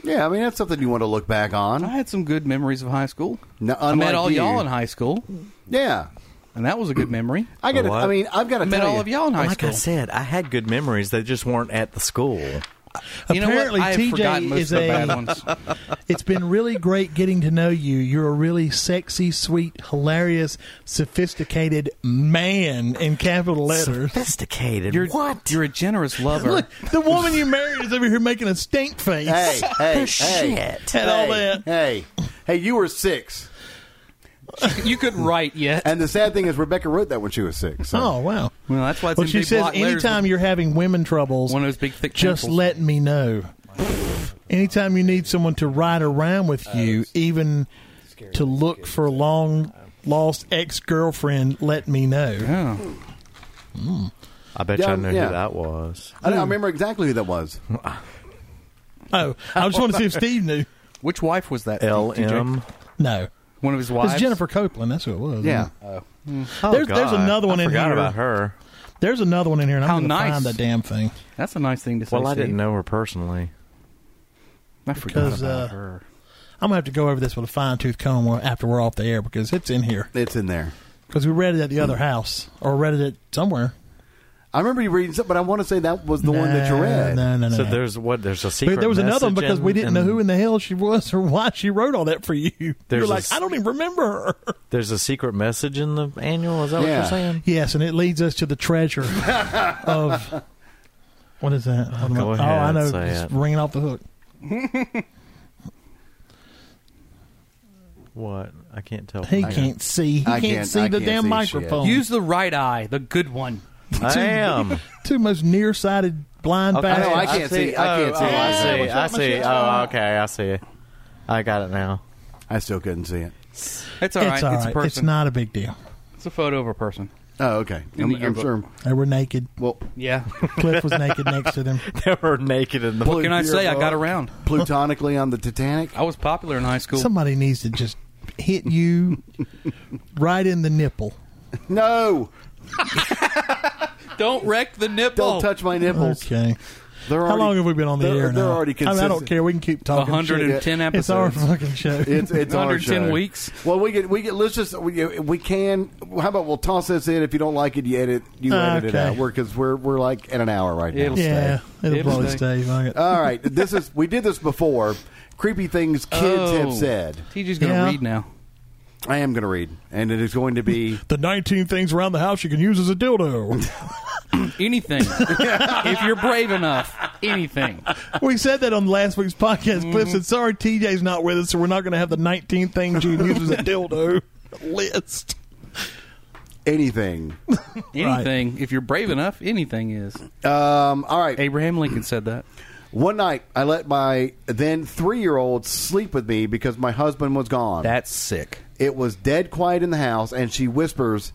Yeah, I mean that's something you want to look back i on. had some good memories of high school No, i met unlike all you. y'all in high school Yeah, and that was a good memory I got. A what? I mean, I've got to i met tell all you, of y'all in high Like school I said, I had good memories. They just weren't at the school. you know Apparently, what? I have TJ forgotten most is of the a- bad ones. It's been really great getting to know you. You're a really sexy, sweet, hilarious, sophisticated man in capital letters. Sophisticated. You're, what? You're a generous lover. Look, the woman you married is over here making a stink face. Hey, hey, hey, And all hey, that. hey, hey, you were six, you could write yet. and the sad thing is Rebecca wrote that when she was six. so- Oh, wow. Well, that's why it's Well, in she big says, block letters. anytime you're having women troubles, One of those big thick just pencils. let me know. Anytime you need someone to ride around with you, even to look for long lost ex girlfriend, let me know. Yeah. I bet Yeah, you I know yeah. who that was. I Hmm. don't remember exactly who that was. Oh, I just want to see if Steve knew. Which wife was that? L TJ? M. No, One of his it's wives. Uh, Jennifer Copeland. That's who it was. Yeah, Oh, There's- there's God. another one I in forgot here. about her. there's another one in here, and How I'm going to nice. find that damn thing. That's a nice thing to say. Well, I Steve. didn't know her personally. I forgot 'Cause, about uh, her. I'm going to have to go over this with a fine tooth comb after we're off the air because it's in here. it's in there. Hmm. Because we read it at the other house or read it at somewhere. I remember you reading something, but I want to say that was the one that you Nah, read. No, no, no. So no. there's what there's a secret. But there was another one message because we and- didn't know and who in the hell she was or why she wrote all that for you. You're There's a like, s- I don't even remember her. There's a secret message in the annual. Is that what Yeah. you're saying? Yes, and it leads us to the treasure of what is that? Hold on. Go oh, ahead, I know, say it's it. ringing off the hook. What I can't tell. He can't see. He I can't, can't- see I the can't damn see microphone. Use the right eye, the good one. I am. two most nearsighted blind Okay. I know, I bastards. can't see. I can't see. Oh, I Yeah, see. what's I up, see. Michelle? Oh, okay. I see. I got it now. I still couldn't see it. It's all it's right. It's, all a right. person. It's not a big deal. It's a photo of a person. Oh, okay. In I'm, the I'm sure. They were naked. Well, Yeah. Cliff was naked next to them. They were naked in the. what can I Beer say? I bug. got around. plutonically on the Titanic. I was popular in high school. Somebody needs to just hit you right in the nipple. No, Don't wreck the nipple. don't touch my nipples. Oh, Okay. They're How already- long have we been on the they're- air They're now? already I, mean, consistent. I don't care. We can keep talking. shit. 110 episodes. It's our fucking show. It's it's our 110 show. weeks. Well, we get we get. Let's just we, we can. How about we'll toss this in? If you don't like it, you edit you edit it Okay. out. We're because we're we're like at an hour right now. It'll yeah, it'll, It'll probably stay. stay. Fuck it. All right, this is we did this before. Creepy things kids Oh. have said. TG's going to Yeah. read now. I am going to read, and it is going to be the 19 things around the house you can use as a dildo. Anything. if you're brave enough, anything. we said that on last week's podcast. Mm-hmm. Cliff said, sorry, TJ's not with us, so we're not going to have the 19 things you can use as a dildo list. anything. Anything. If you're brave enough, anything is. Um, all right, Abraham Lincoln said that. One night, I let my then three year old sleep with me because my husband was gone. That's sick. it was dead quiet in the house, and she whispers,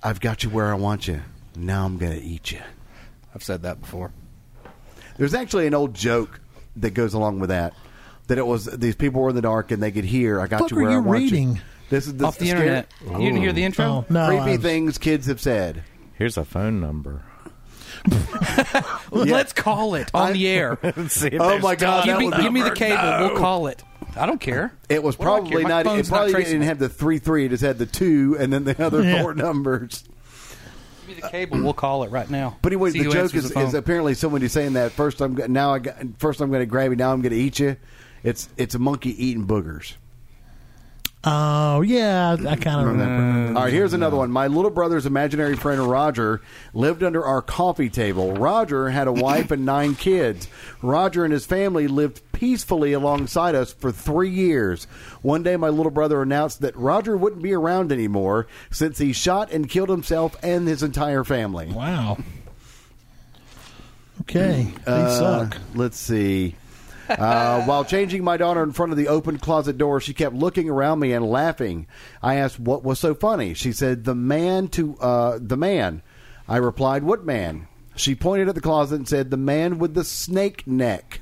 I've got you where I want you. Now I'm going to eat you. I've said that before. There's actually an old joke that goes along with that. That it was these people were in the dark and they could hear. I got Fuck you are where I you want reading? you. This is Off the internet. You didn't hear the intro? Oh, no. creepy I was- things kids have said. Here's a phone number. Let's call it on the air. Oh my god! give That me, would be, give me the cable. We'll call it. I don't care. it was What do I care? probably My not. It phone's not probably traceable. didn't have the three three. It just had the two and then the other Yeah. four numbers. Give me the cable. We'll call it right now. But anyway, See the who joke answers is, the phone. is apparently somebody saying that first I'm go- now I got, first I'm going to grab you now I'm going to eat you. It's it's a monkey eating boogers. Oh, yeah, I kind of remember. All right, here's another one. My little brother's imaginary friend Roger lived under our coffee table. Roger had a wife and nine kids. Roger and his family lived peacefully alongside us for three years. One day, my little brother announced that Roger wouldn't be around anymore since he shot and killed himself and his entire family. Wow. Okay, they Uh, suck. Let's see. Uh, while changing my daughter in front of the open closet door, she kept looking around me and laughing. I asked what was so funny. She said, "The man to uh, the man." I replied, "What man?" She pointed at the closet and said, "The man with the snake neck."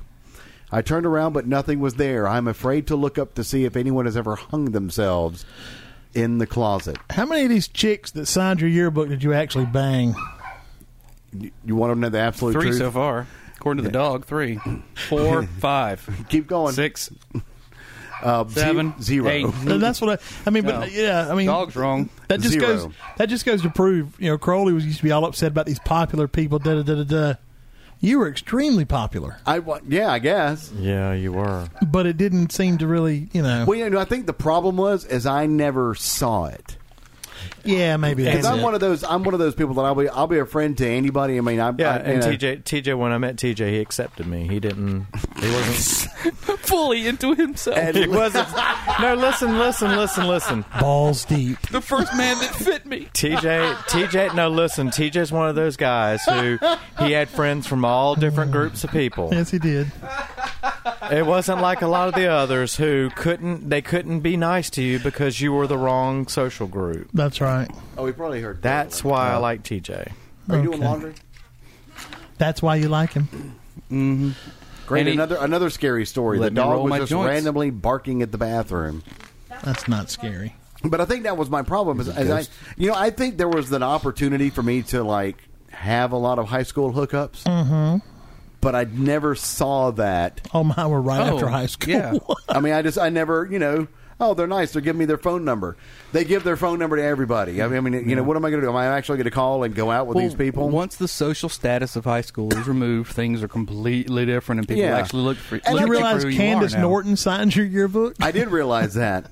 I turned around, but nothing was there. I'm afraid to look up to see if anyone has ever hung themselves in the closet. How many of these chicks that signed your yearbook did you actually bang? You want to know the absolute three truth? so far. According to the dog, three, four, five, Keep going. six, Uh, ze- seven, zero. eight. And that's what I. I mean, but No. yeah, I mean, Dog's wrong. That just Zero. goes. That just goes to prove. You know, Crowley was used to be all upset about these popular people. Da da da da da. You were extremely popular, I wa- yeah, I guess. Yeah, you were. but it didn't seem to really. You know. Well, you know, I think the problem was is I never saw it yeah, maybe because that's I'm it. one of those. I'm one of those people that I'll be I'll be a friend to anybody. I mean, I'm Uh, Yeah, I, you and know, TJ, TJ, when I met TJ, he accepted me. He didn't. He wasn't. fully into himself. he wasn't. No, listen, listen, listen, listen. balls deep. the first man that fit me. TJ, TJ, no, listen. TJ's one of those guys who he had friends from all different groups of people. Yes, he did. It wasn't like a lot of the others who couldn't. They couldn't be nice to you because you were the wrong social group. That's right. Oh, we probably heard. That's why I like TJ. Are you doing Okay. laundry? That's why you like him. Great. And he- another another scary story. The Let me dog roll was my just joints. randomly barking at the bathroom. That's not scary. But I think that was my problem. Is, is I, you know, I think there was an opportunity for me to like have a lot of high school hookups. Mm-hmm. But I never saw that. Oh my, we're right Oh, after high school. yeah. I mean, I just I never you know. Oh, they're nice. They're giving me their phone number. They give their phone number to everybody. I mean, I mean, you know, what am I going to do? Am I actually going to call and go out with Well, these people? Once the social status of high school is removed, things are completely different, and people Yeah. actually look for. And look I you for realize who you are Candace now. Norton signed your yearbook? I did realize that.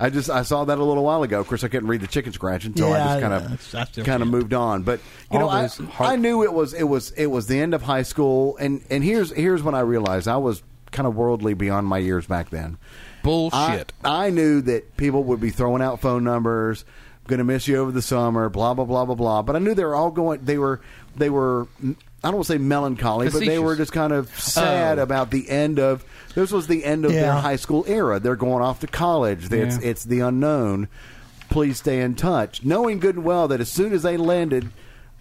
I just I saw that a little while ago. Of course, I couldn't read the chicken scratch until Yeah, I I- just I kind still of kind of can't. moved on. But you All know, I, those heart- I knew it was it was it was the end of high school, and and here's here's when I realized I was kind of worldly beyond my years back then. Bullshit. I, I knew that people would be throwing out phone numbers. Going to miss you over the summer. Blah blah blah blah blah. But I knew they were all going. They were they were. I don't want to say melancholy, but they Facetious. were just kind of sad about the end of. This was the end of their Yeah. high school era. They're going off to college. It's Yeah. it's the unknown. Please stay in touch, knowing good and well that as soon as they landed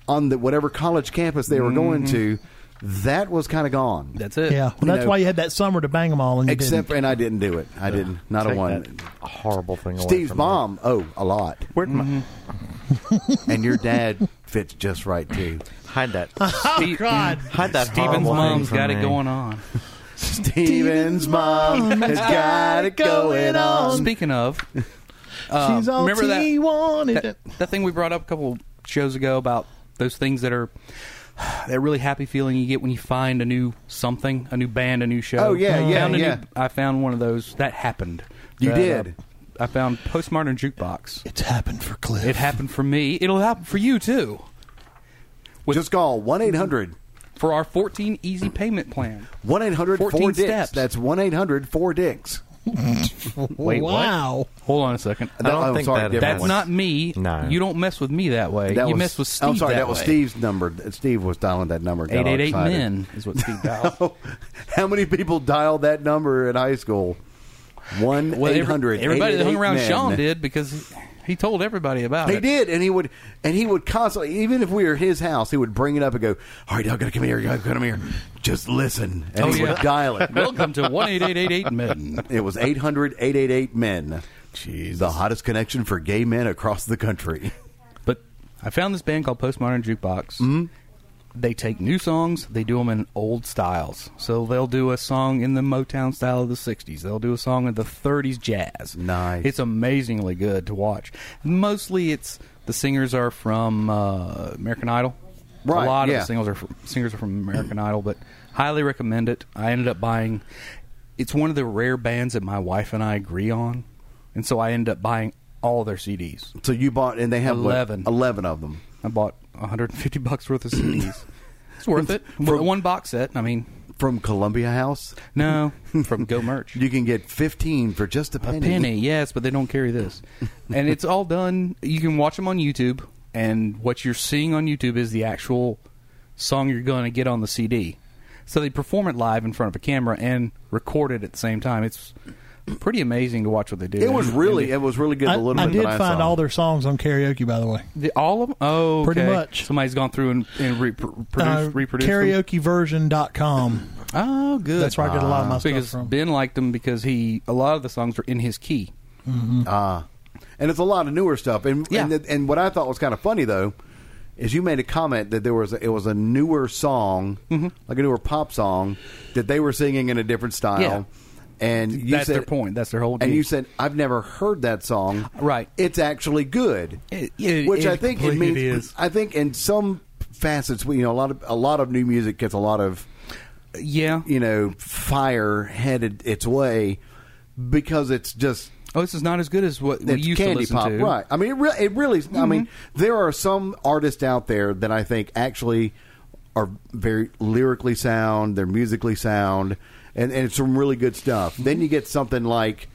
on the whatever college campus they were going to, that was kind of gone. That's it. yeah, well, You that's know- why you had that summer to bang them all, and you Except, didn't. and I didn't do it. I didn't. Not a Take one. that horrible thing. away Steve's from mom, oh, a lot. me. Where'd Mm-hmm. my And your dad fits just right, too. hide that? Ste- God. Hide that. horrible Steven's thing mom's from got it me. going on. Steven's mom has got it going on. Speaking of, um, She's all remember that- she wanted. that, that thing we brought up a couple shows ago about those things that are that really happy feeling you get when you find a new something, a new band, a new show. Oh, yeah, yeah, Found a new- yeah. I found one of those that happened. You That, did. uh, I found postmodern jukebox. it's happened for Cliff. It happened for me. It'll happen for you too. With, Just call 1 800 for our 14 easy payment plan. 1 800 4 14 Dicks. steps. That's 1 800 4 Dicks. Wait, what? wow. Hold on a second. I don't I'm think Oh, sorry, that. different That's one. not me. No. You don't mess with me that way. That you was- mess with Steve. I'm sorry, that, was way. Steve's number. Steve was dialing that number. Got all 888 excited. Oh, men is what Steve dialed. How many people dialed that number in high school? 1 Well, every- 800 Everybody that hung around men. Sean did because he told everybody about He it. did, and he would, and he would constantly, even if we were at his house, he would bring it up and go, "All right, y'all gotta come here, y'all gotta come here, just listen." And Oh, he would yeah. dial it. Welcome to one eight eight eight eight men. it was 800-888 men. Jeez, the hottest connection for gay men across the country. But I found this band called Postmodern Jukebox. Mm-hmm. mm They take new songs, they do them in old styles. So they'll do a song in the Motown style of the 60s. They'll do a song in the 30s jazz. Nice. It's amazingly good to watch. Mostly it's the singers are from uh, American Idol. Right, A lot yeah. of the singles are from, singers are from American Idol, but highly recommend it. I ended up buying it's one of the rare bands that my wife and I agree on. And so I ended up buying all their CDs. So you bought, and they have what, 11. eleven of them I bought 150 bucks worth of CDs. it's worth it. For one box set, I mean, from Columbia House. no, from Go Merch. You can get fifteen for just a penny. a penny, yes, but they don't carry this. and it's all done. You can watch them on YouTube, and what you're seeing on YouTube is the actual song you're going to get on the CD. So they perform it live in front of a camera and record it at the same time. It's pretty amazing to watch what they do. It was And- really, and it was really good. I, the little I bit did that I find saw. all their songs on karaoke, by the way. the- all of them. Oh, Pretty okay. much. Somebody's gone through and, and reproduced, Uh, reproduced them. karaokeversion.com. Oh, good. That's where I get a lot of my stuff because from. Ben liked them because he a lot of the songs are in his key. Ah, and it's a lot of newer stuff. And Yeah. and, th- and what I thought was kind of funny though is you made a comment that there was a, it was a newer song, Mm-hmm. like a newer pop song that they were singing in a different style. Yeah. And you That's said, their point. That's their whole. And deal. you said I've never heard that song. Right. It's actually good. It- it- which it I think it completely means. is. I think in some facets, we- you know, a lot of a lot of new music gets a lot of yeah. you know fire headed its way because it's just Oh, this is not as good as what we it's used to candy listen pop, to. Mm-hmm. right? I mean, it, re- it really. I mean, there are some artists out there that I think actually are very lyrically sound. They're musically sound, and and it's some really good stuff. Then you get something like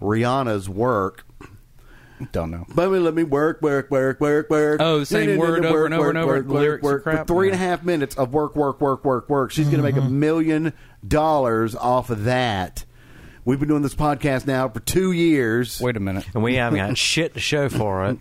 Rihanna's work. Don't know. Let me let me work, work, work, work, work. Oh, the same word over and over and over, the lyrics work, are crap. For three and a Yeah. Mm-hmm. half minutes of work, work, work, work, work. She's going to make a million dollars off of that. We've been doing this podcast now for two years. Wait a minute. And we haven't got shit to show for it.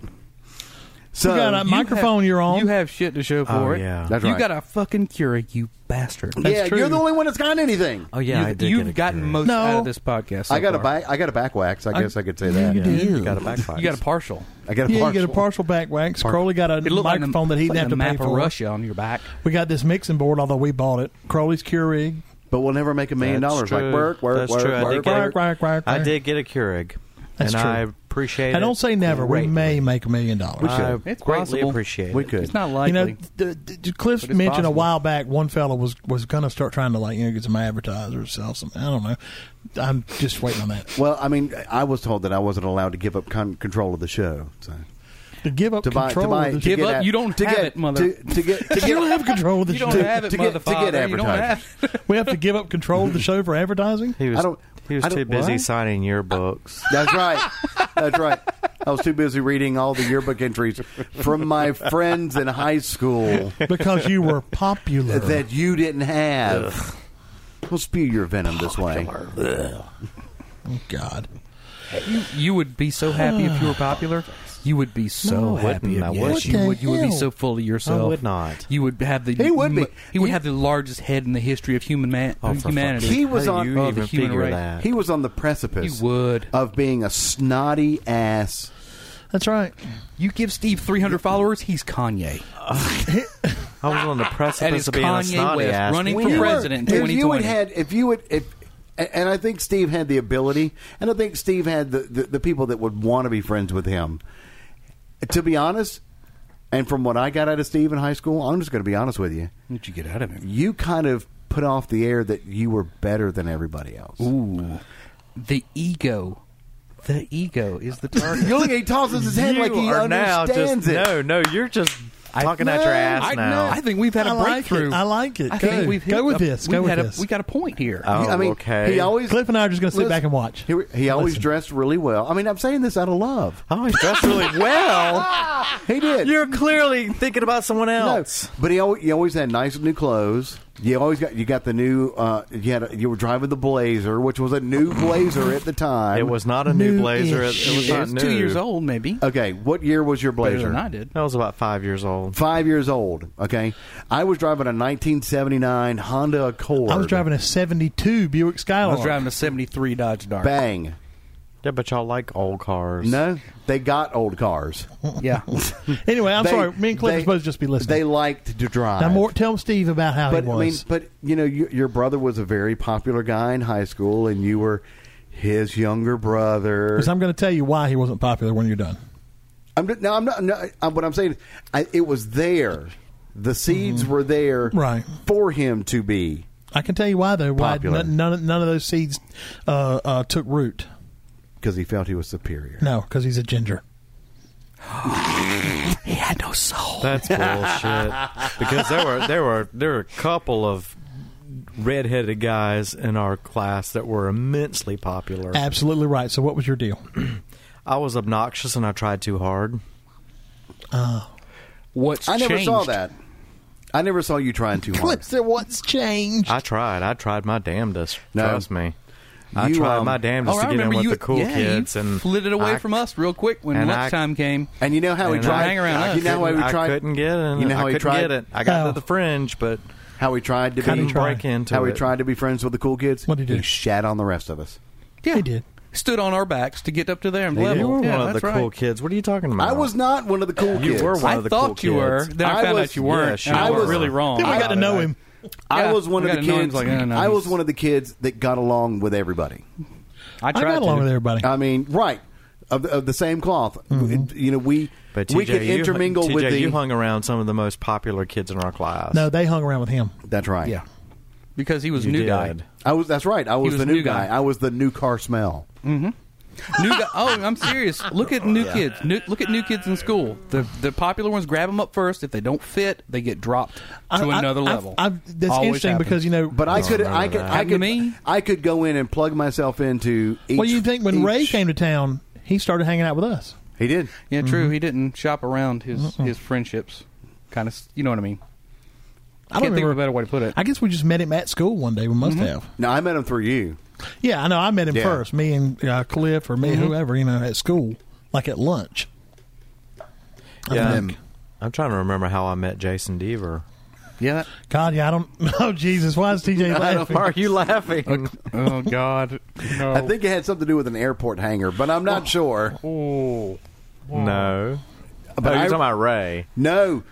so you got a microphone You have- you're on. You have shit to show for Oh, it. yeah. That's you right. got a fucking cure, you bastard. yeah, you're the only one that's got anything. Oh yeah, you've, I did you've get a gotten curious. most No. out of this podcast. so I got a far. back. I got a back wax. I guess I could say that. you Yeah. did. You got a backfire. You got a partial. I got a yeah, partial. you get a partial back wax. Crowley got a It looked microphone like that he the, didn't have like the to pay map for. of Russia on your back. We got this mixing board, although we bought it. Crowley's Keurig. but we'll never make a million That's dollars. Like true. work, work, That's work, true. I work, did get a- work, work, work, I work. did get a Keurig. That's and true. I appreciate it. And don't say never. We greatly. may make a million dollars. I It's greatly possible. appreciate We it. could. It's not likely. You know, th- th- th- Cliff But it's mentioned a possible. while back one fella was was going to start trying to like you know get some advertisers, sell some. I don't know. I'm just waiting on that Well, I mean, I was told that I wasn't allowed to give up con- control of the show. So. to give up To buy, to control. buy, of to the- Give get up? ad- You don't to have get, it, mother. To, to get, to get, you don't have control of the you show. don't have it, to get- to get motherfucker. You don't advertising. have we have to give up control of the show for advertising. He was, I don't- he was I don't- too busy what? signing yearbooks. That's right. That's right. I was too busy reading all the yearbook entries from my friends in high school because you were popular. that you didn't have. We'll spew your venom this way. oh God, You would be so happy if you were popular. You would be so No, I happy. wouldn't. I yes, wouldn't. you What would. the You would be hell? so full of yourself. I would not. You would have the. He would be. He would He- have the largest head in the history of human man, Oh, for humanity. fuck's He was sake. How on- do you Oh, the even human figure race. that? He was on the precipice You would. of being a snotty ass. that's right. You give Steve 300 followers, he's Kanye. I was on the That precipice is of being a Kanye snotty West ass. running When for you were- president in If you had 2020. had, if you would, if, and I think Steve had the ability, and I think Steve had the, the, the people that would want to be friends with him. To be honest, and from what I got out of Steve in high school, I'm just going to be honest with you. What'd you get out of him? You kind of put off the air that you were better than everybody else. Ooh. The ego. The ego is the target. You look, he tosses his head you like he are now understands just, it. No, no, you're just talking out no, your ass I, now. I think we've had I a like breakthrough. it. I like it. I Go. think we've hit Go with a- this. Go we've with had a- this. we got a point here. Oh, I mean, okay. he always Cliff and I are just going to sit Listen, back and watch. He, he always Listen. dressed really well. I mean, I'm saying this out of love. I always dress Oh, really well. He did. You're clearly thinking about someone else. No, but he always, you always had nice new clothes. You always got you got the new. Uh, you had a, you were driving the Blazer, which was a new Blazer at the time. It was not a new New blazer. It, ish. it was not It's new. Uh, two years old, maybe. okay. What year was your Better Blazer? than I did. I was about five years old. Five years old. Okay, I was driving a 1979 Honda Accord. I was driving a '72 Buick Skylark. I was driving a 73 Dodge Dart. Bang. Yeah, but y'all like old cars. No, they got old cars. Yeah. Anyway, I'm They- sorry. Me and Cliff they- are supposed to just be listening. They liked to drive. now, more, tell Steve about how but he I was. mean, but you know, you, your brother was a very popular guy in high school, and you were his younger brother. Because I'm going to tell you why he wasn't popular when you're done. I'm not, no, I'm not. No, I, what I'm saying, is, I, it was there. The seeds Mm-hmm. were there, Right. for him to be. I can tell you why though. Why Popular. none, none of- none of those seeds uh, uh, took root. Because he felt he was superior. No, because he's a ginger. he had no soul. That's bullshit. because there were there were there were a couple of redheaded guys in our class that were immensely popular. Absolutely right. So what was your deal? I was obnoxious and I tried too hard. What's I never saw changed? that. I never saw you trying too hard. Clips. What's changed? I tried. I tried my damnedest. No. Trust me. I You, tried um, my damnedest Oh, I to get in remember with you, the cool yeah, kids you and flitted away I- from us real quick when and I- lunchtime came. And you know how he And I- tried. Hang around us. You know how I he tried. couldn't get in. You know how I he couldn't tried. get it. I got Oh. to the fringe, but How he tried to Couldn't be. couldn't try. break into How it. he tried to be friends with the cool kids. What'd he do? He shat on the rest of us. Yeah, He did. Stood on our backs to get up to their You level. were yeah, one of the that's right. cool kids. What are you talking about? I was not one of the cool You kids. were one I of the thought cool you were. kids. Then I, I found was- out you weren't. yes, you and I was were. really wrong. Then we got to know him. I Yeah, was one we of the got to know him. kids. It's like, no, no, I was he's- one of the kids that got along with everybody. I I tried got along to. with everybody. Mm-hmm. I mean, right of the, of the same cloth. You know, we But TJ, we could you, intermingle TJ, with the. you hung around some of the most popular kids in our class. no, they hung around with him. that's right. Yeah, because he was you new did. guy. I was. That's right. I was, the was the new, new guy. guy. I was the new car smell. New guy. Oh, I'm serious. Look at new kids. New, look at new kids in school. The the popular ones grab them up first. If they don't fit, they get dropped to I- another I- level. I- I've- that's Always interesting happens. because you know. But I could. I remember could. that. I Happened to could. me. I could go in and plug myself into. Each, well, you think when Ray each- came to town, he started hanging out with us. he did. yeah, true. mm-hmm. He didn't shop around his his friendships. Kind of, you know what I mean. I Can't don't think of a remember. better way to put it. I guess we just met him at school one day. We must have. No, I met him through you. Yeah, I know. I met him Mm-hmm. Yeah. Mm-hmm. first. Me and uh, Cliff, or me, whoever, you know, at school, like at lunch. I Yeah. think. I'm trying to remember how I met Jason Deaver. yeah. God, yeah, I don't. Oh, Jesus, why is TJ laughing? Why are you laughing? oh God. Oh. No. I think it had something to do with an airport hangar, but I'm not Oh, sure. no. Oh, But I- you're talking about Ray. No,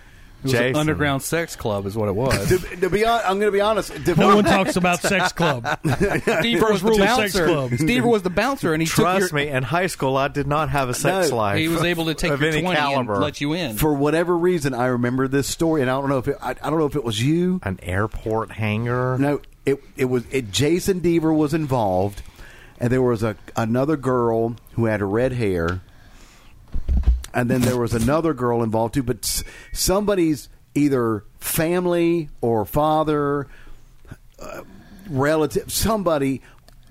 was an Jason. underground sex club, is what it was. To, to be on, I'm going to be honest. to- No one talks about sex club. Steve was the Prostitute sex bouncer. club. Steve was the bouncer, and he Trust took your, me, in high school, I did not have a sex No, life. He was able to take of your any twenty caliber. and let you in. for whatever reason, I remember this story, and I don't know if it, I, I don't know if it was you. an airport hangar. No, it it was it. Jason Deaver was involved, and there was a another girl who had red hair, and then there was another girl involved too. But s- somebody's either family or father, uh, relative, somebody.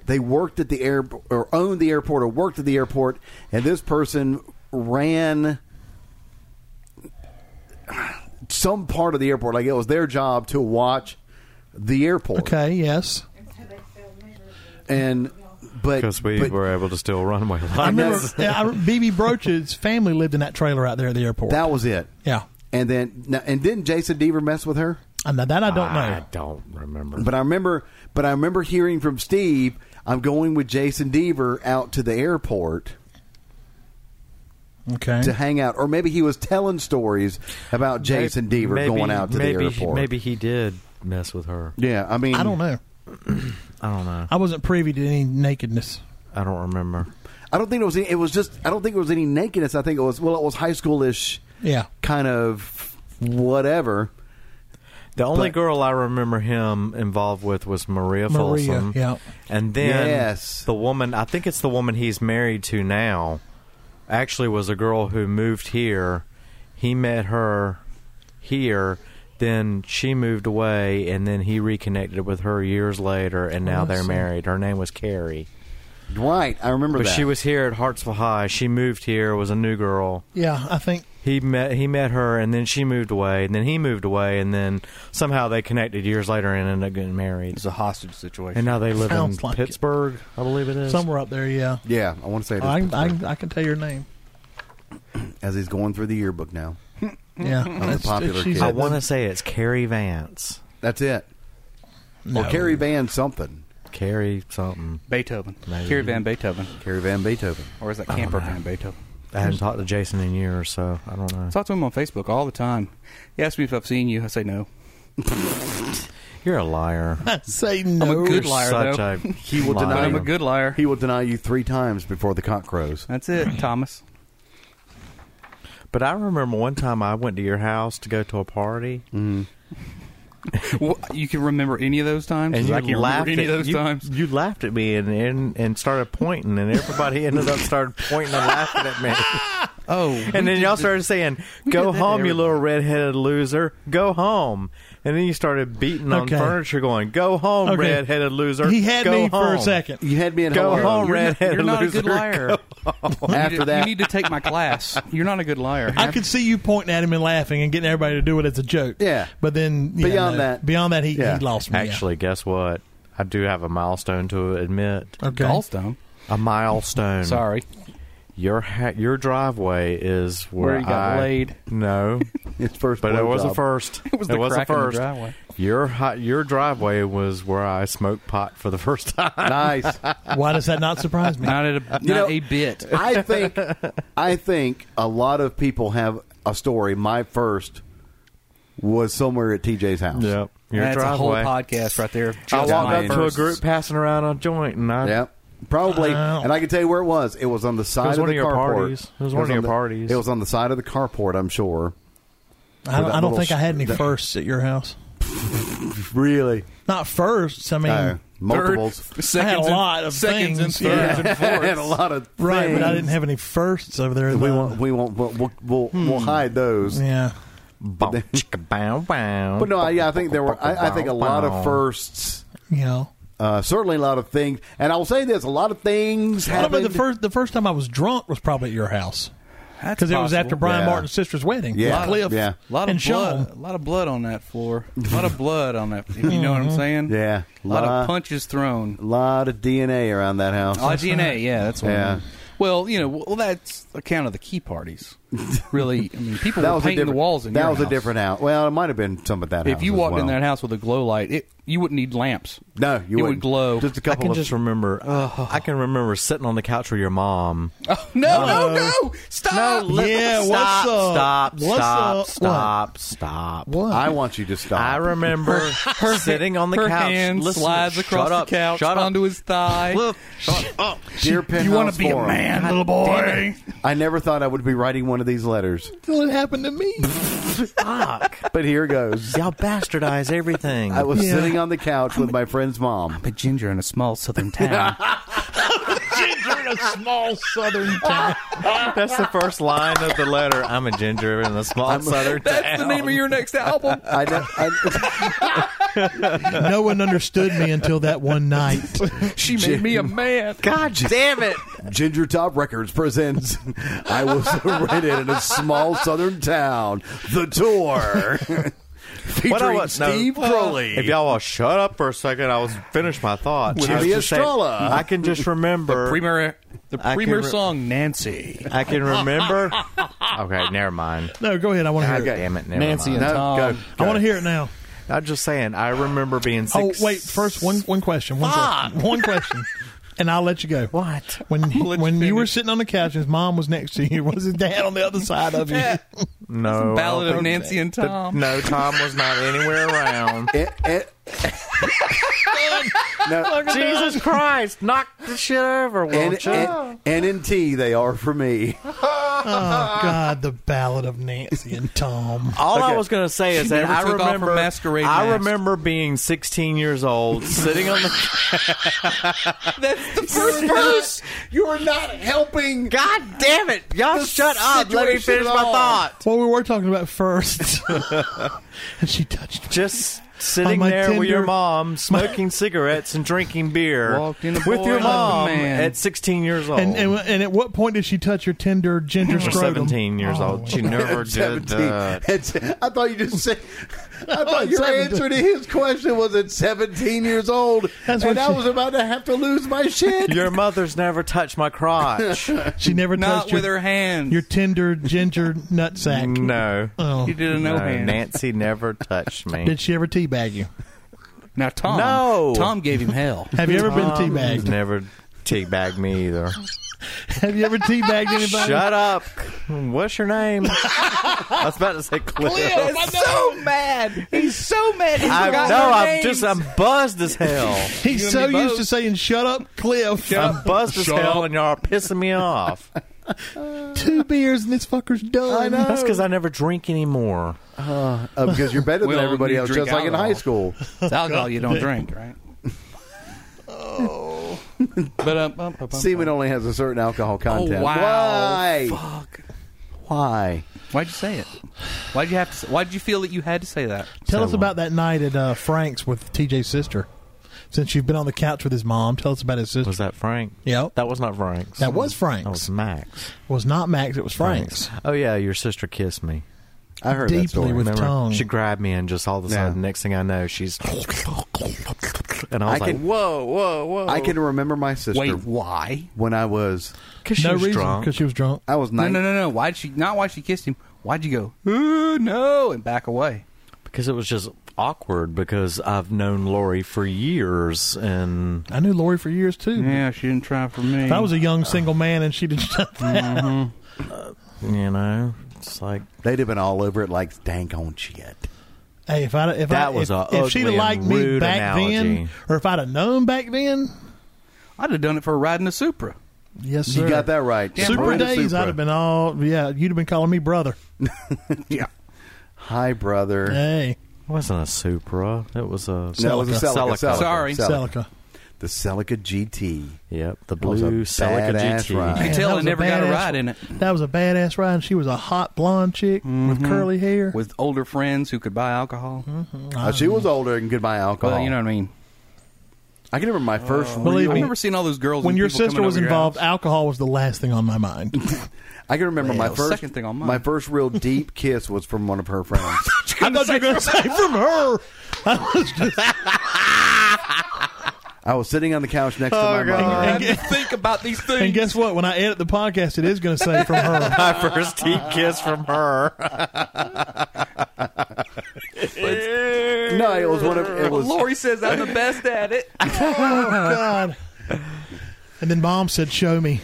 They worked at the air or owned the airport or worked at the airport, and this person ran some part of the airport. Like it was their job to watch the airport. Okay, yes. and but Because we but were able to still run away. I remember that's- yeah, I, BB Broach's family lived in that trailer out there at the airport. that was it. yeah. And then now- and didn't Jason Deaver mess with her? And now that I don't know. Ah. I don't remember. But I remember, but I remember hearing from Steve. I'm going with Jason Deaver out to the airport okay. to hang out, or maybe he was telling stories about Jason Deaver Maybe- going out to maybe, the airport. Maybe he did mess with her. Yeah, I mean, I don't know. I don't know. I wasn't privy to any nakedness. I don't remember. I don't think it was. Any, it was just. I don't think it was any nakedness. I think it was. Well, it was high schoolish Yeah. kind of whatever. The only But- girl I remember him involved with was Maria, Maria, Folsom. yeah. And then Yes. the woman, I think it's the woman he's married to now, actually was a girl who moved here. He met her here, then she moved away, and then he reconnected with her years later, and now Oh, I they're see. married. Her name was Carrie. Right, I remember But that. she was here at Hartsville High. She moved here, was a new girl. Yeah, I think He met he met her, and then she moved away, and then he moved away, and then somehow they connected years later and ended up getting married. It's a hostage situation. And uh, now they live in Sounds like it. Pittsburgh, I believe it is. somewhere up there, yeah. Yeah, I want to say it is I, I, I can tell your name. as he's going through the yearbook now. Yeah. It's- popular it's- she's kid. I at the- want to say it's Carrie Vance, That's it. no. Or Carrie Van something. Carrie something. Beethoven, Maybe. Carrie Van Beethoven, Carrie Van Beethoven. or is that Camper Van Beethoven? I haven't talked to Jason in years, so I don't know. I talk to him on Facebook all the time. He asks me if I've seen you. I say no. You're a liar. Say no. I'm a good You're liar, such though. a He will liar. But deny I'm a good liar. He will deny you three times before the cock crows. That's it, Thomas. But I remember one time I went to your house to go to a party, Well, you can remember any of those times? and you I can't laughed remember any at of those you, times. You laughed at me and, and and started pointing, and everybody ended up started pointing and laughing at me. Oh, And then y'all started saying, "Go did that to home, you everybody. little redheaded loser. Go home." And then you started beating on Okay. furniture, going, "Go home, Okay. redheaded loser." He had Go me for a home." second. You had me at Go hello. home, redheaded you're not loser. a good liar. After that, you need to take my class. You're not a good liar. I could see you pointing at him and laughing and getting everybody to do it as a joke. Yeah. But then yeah, Beyond no. that- beyond that, he, Yeah. he lost me. yeah. Actually, guess what? I do have a milestone to admit. okay. Gallstone. A milestone. Sorry. your ha- your driveway is where, Where you got I- laid. No, it's first. but it was blowjob. a first. It was the was a crack in the first. driveway. Your hi- your driveway was where I smoked pot for the first time. Nice. Why does that not surprise me? Not, at a, not know- a bit. I think. I think a lot of people have a story. My first was somewhere at TJ's house. Yep, your That's a whole driveway. podcast right there. I Just walked my up to a first. group passing around a joint, and I Yep. Probably, Wow. and I can tell you where it was. It was on the side one the of your carport. parties. It was one of on your the- parties. It was on the side of the carport. I'm sure. I don't, that I don't little think I had any that- firsts at your house. Really? Not firsts. I mean, No. Multiples. I Seconds had a and- lot of seconds things. and thirds yeah. and fourths. had a lot of Right, but I things. didn't have any firsts over there. We though. won't. We won't. We'll we'll, we'll, we'll hide those. Yeah. Bow, chicka, bow, bow. But no, I, yeah, I think there were. I, I think a lot of firsts. You know. Uh, certainly, a lot of things. And I will say this: a lot of things I remember happened. the first the first time I was drunk was probably at your house That's because it was possible. after Brian Yeah. Martin's sister's wedding. Yeah. with Cliff. Yeah. A lot of and Sean. blood, a lot of blood on that floor. A lot of blood on that. If you know what I'm saying? Yeah. A lot Lot- of punches thrown. a lot of DNA around that house. Oh, DNA. Yeah, that's what. I Yeah. mean. Well, you know, well that's account of the key parties. really. I mean, people That were was a painting different. the walls in that your was a house. different house. Well, it might have been some of that. If house you as walked in well. that house with a glow light, it you wouldn't need lamps. no, you it wouldn't. would glow. Just I a couple can of just remember. I can remember sitting on the couch with your mom. Oh, no, no, no! No, Stop! li- Yeah, what's stop, up? Stop, What's stop, up? stop, stop. What? I want you to stop. I remember her sitting on the Her couch. hand Listen, slides shut across up, the couch Shut up. onto his thigh. Look, shut up. Dear you want Penthouse to be a Forum, man, little boy? I never thought I would be writing one of these letters, Till it happened to me. Fuck. but here goes. Y'all bastardize everything. I was Yeah. sitting on the couch with my friend's mom. But Ginger in a small southern town. Ginger in a small southern town. That's the first line of the letter. I'm a ginger in a small southern That's the name of your next album. I, know- I, no one understood me until that one night. She made me a man. God damn it. Ginger Top Records presents I Was Rented in a Small Southern Town, The Tour. What I Featuring was- no. Oh. Steve Crowley. If y'all will shut up for a second, I was finish my thought. Jimmy I was just saying- Estrella. I can just remember. Premier, the I can premier re- song, Nancy. I can remember. Okay, never mind. No, go ahead. I want to hear God it. damn it, never Nancy mind. and No, Tom. go. I want to hear it now. I'm just saying. I remember being Oh, six. wait. First, one one question. One, question, one question. And I'll let you go. What? When let you when you were finish. sitting on the couch, and his mom was next to you. Was his dad on the other side of you? No. Ballad I of don't think Nancy and that- Tom. No, Tom was not anywhere around. Eh, eh. no, Jesus Christ! Knock the shit over, N, won't you? N, N and T, they are for me. Oh God, the ballad of Nancy and Tom. All I Okay. was going to say is She that never I took off her remember masquerade I mask. remember being 16 years old, sitting on the That's the first verse. You are not helping. God damn it! Y'all shut up. Let me finish my thought. What we were talking about first, and she touched me. Just On sitting my there with your Tinder- mom, smoking cigarettes and drinking beer Walked in the with boy your like a mom man. at 16 years old. And, and and at what point did she touch your tender ginger Or scrotum? 17 years Oh, old. She never did that. I thought you just said. I thought your Seventeen. answer to his question was at 17 years old, That's and what I she- was about to have to lose my shit. Your mother's never touched my crotch. She never Not touched with your, her hands. your tender ginger nutsack. no. Oh. she did a no, No, hand. Nancy never touched me. Did she ever teabag you? Now Tom. No. Tom gave him hell. Have you ever been Tom teabagged? Never teabagged me either. Oh, Have you ever teabagged anybody? Shut up. What's your name? I was about to say Cliff. He's so mad. He's so mad. He I, forgot no, her I'm names. just I'm buzzed as hell. He's You and so me used both. to saying "shut up, Cliff." I'm buzzed as hell, and y'all are pissing me off. Two beers and this fucker's done. I That's because I never drink anymore. Uh, because you're better than Well, everybody you else, drink just like in alcohol. high school. It's alcohol you don't drink, right? oh. But um, bum, bum, bum, Semen only has a certain alcohol content. Oh, wow. Why? Fuck. Why? Why'd you say it? Why'd you have to? Say, why'd you feel that you had to say that? Tell us So, about that night at uh, Frank's with TJ's sister. Since you've been on the couch with his mom, tell us about his sister. Was that Frank? Yep. That was not Frank's. That was Frank's. That was Max. It was not Max. It was Frank's. Oh yeah, your sister kissed me. I heard Deeply that story. with Remember? tongue. She grabbed me and just all of a Yeah. sudden, next thing I know, she's and I was I like, can- "Whoa, whoa, whoa!" I can remember my sister Wait, why? when I was because she no was reason drunk. because she was drunk. I was No, nine. no, no, no. Why'd she? Not why she kissed him. Why'd you go? Ooh, no, and back away. because it was just awkward because I've known Lori for years and I knew Lori for years too. Yeah, she didn't try for me. If I was a young single man and she did nothing, you know it's like They'd have been all over it like dank on shit. hey, if I if That I, was if, a if she'd ugly have and liked me rude back then, analogy. or if I'd have known back then, I'd have done it for riding a Supra. yes, sir. You got that right. Super Miranda days, Supra. I'd have been all yeah. You'd have been calling me brother. Hi, brother. Hey, it wasn't a Supra it was a No, it was a Celica. Celica. Celica. Sorry. Celica. Celica. The Celica GT. yep the was a blue Celica badass GT ride. You Man, can tell that I was never got a badass- ride in it. That was a badass ride. And she was a hot blonde chick with curly hair. With older friends who could buy alcohol. Hmm. Uh, she was older and could buy alcohol. Well, you know what I mean. I can remember my first. Believe I me, remember seeing all those girls when and your people coming sister was over your involved, house. alcohol was the last thing on my mind. I can remember my Well, first. second thing on mine. My first real deep kiss was from one of her friends. I thought you were going to say from her. I was sitting on the couch next to my I mother. had to think about these things. And guess what? When I edit the podcast, it is going to say from her. My first deep kiss from her. No, it was one of it was. Lori says I'm the best at it. Oh, God. And then mom said, "Show me."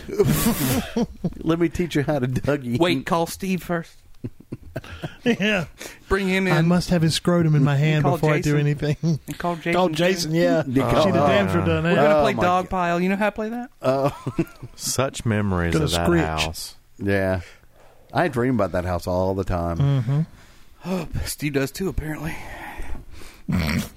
Let me teach you how to Dougie. Wait, call Steve first. yeah, Bring him I in. must have his scrotum in my hand call before I do Jason. anything. and call Jason. Call too. Jason. Yeah, she Yeah, call- the damn sure done We're gonna that. Oh, play my dog pile. You know how to play that? Such memories Gonna of that screech. house. Yeah, I dream about that house all the time. Oh, Steve does too, apparently.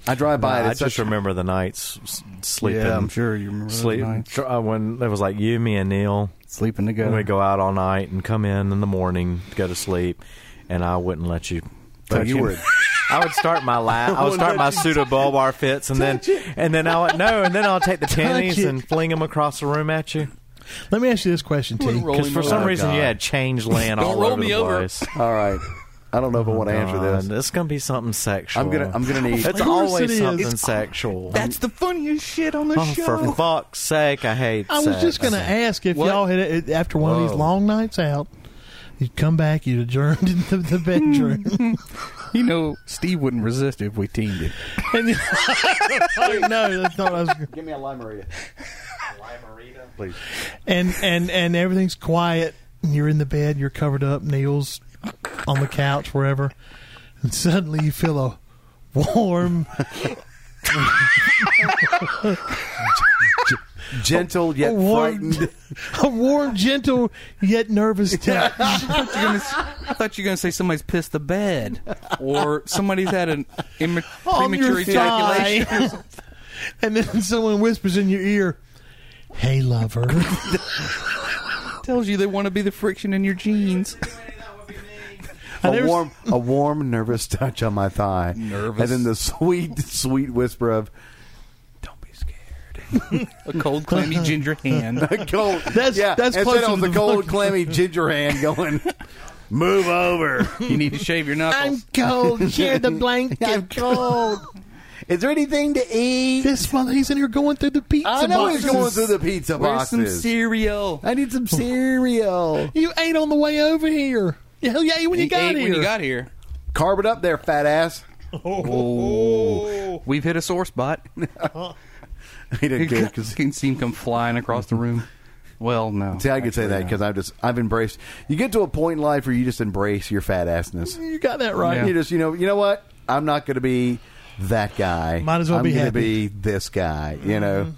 I drive by it. I it's just such- remember the nights s- sleeping. sure you remember Sleep tr- uh, when it was like you, me, and Neil. sleeping Oh And together. we'd go out all night and come in in the morning, go to sleep, and I wouldn't let you. So touch Oh, you it. would. I would start my la- I would start my pseudo bulbar fits, and then and then I would no, and then I'll take the panties it. and fling them across the room at you Let me ask you this question, T. because for some Oh, reason you God. had change laying Don't all roll over me the over. place. All right. I don't know if I Oh, want to answer God, this. It's gonna be something sexual. I'm gonna. I'm gonna need. It's Of course it always is. something It's- sexual. That's the funniest shit on the Oh, show. for fuck's sake, I hate. I was sex. just going to ask if y'all had uh, after one of these Whoa. long nights out. You'd come back, you'd adjourned into the bedroom. You know, Steve wouldn't resist if we teamed it. and you, no, that's not what I was. Give me a lime marita. Please. And and and everything's quiet. and You're in the bed, you're covered up, Neil's on the couch, wherever, and suddenly you feel a warm. Gentle yet a warm, frightened. a warm, gentle yet nervous touch. You're gonna s- I thought you were going to say somebody's pissed the bed or somebody's had an imma- on premature Oh, your ejaculation. thigh. and then someone whispers in your ear, "Hey, lover." Tells you they want to be the friction in your jeans. I a never- warm, a warm, nervous touch on my thigh. Nervous. and then the sweet, sweet whisper of, "Don't be scared." A cold, clammy ginger hand. Cold. That's- yeah. that's instead closer it was to the the cold, fucking- clammy ginger hand going. Move over. You need to shave your I'm knuckles. cold. Share the blanket. I'm cold. Is there anything to eat? This fella, he's in here going through the pizza I know he's boxes. going through the pizza Where's some boxes. cereal? I need some cereal. You ate on the way over here. Hell yeah, when you He got ate here. when you got here. Carb it up there, fat ass. We've hit a sore spot. He didn't care 'cause- can see him come flying across the room. Well, no. See, I could say that because I've just I've embraced. You get to a point in life where you just embrace your fat assness. You got that right. Yeah. You just you know you know what? I'm not going to be that guy. Might as well I'm be gonna happy. Mm-hmm. be this guy. You know.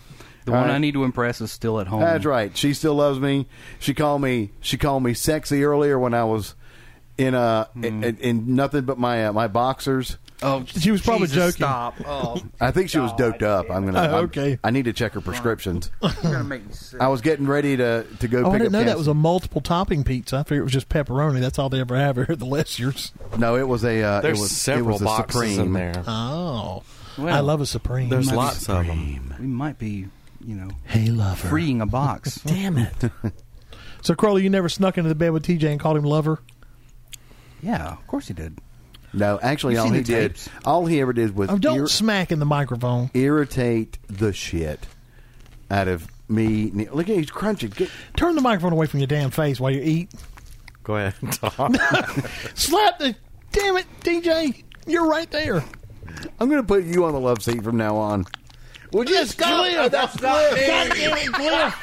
The one All right. I need to impress is still at home. That's right. She still loves me. She called me. She called me sexy earlier when I was in uh Mm. in, in, in nothing but my uh, my boxers. Oh, She was probably Jesus, joking. Stop. Oh, I think she was doped up. I'm gonna. Oh, I'm- okay. I need to check her prescriptions. you're gonna make me sick. I was getting ready to to go. Oh, pick I up didn't know that Cass- was a multiple topping pizza. I figured it was just pepperoni. That's all they ever have here at the Lessers. No, it was a. Uh, There's it was, several it was a boxes Supreme. in there. Uh, Oh. Well, I love a Supreme. There's lots of them. We might be, you know, Hey, lover. freeing a box. Damn it! So, Crowley, you never snuck into the bed with TJ and called him lover? yeah, of course he did. No, actually, You all seen he the did, tapes? all he ever did was Oh, don't ir- smack in the microphone. irritate the shit out of me. Ne- Look at he's crunching. Get, Turn the microphone away from your damn face while you eat. Go ahead and talk. Slap the. Damn it, TJ. You're right there. I'm going to put you on the love seat from now on. Well, just Cliff. That's not it, Cliff.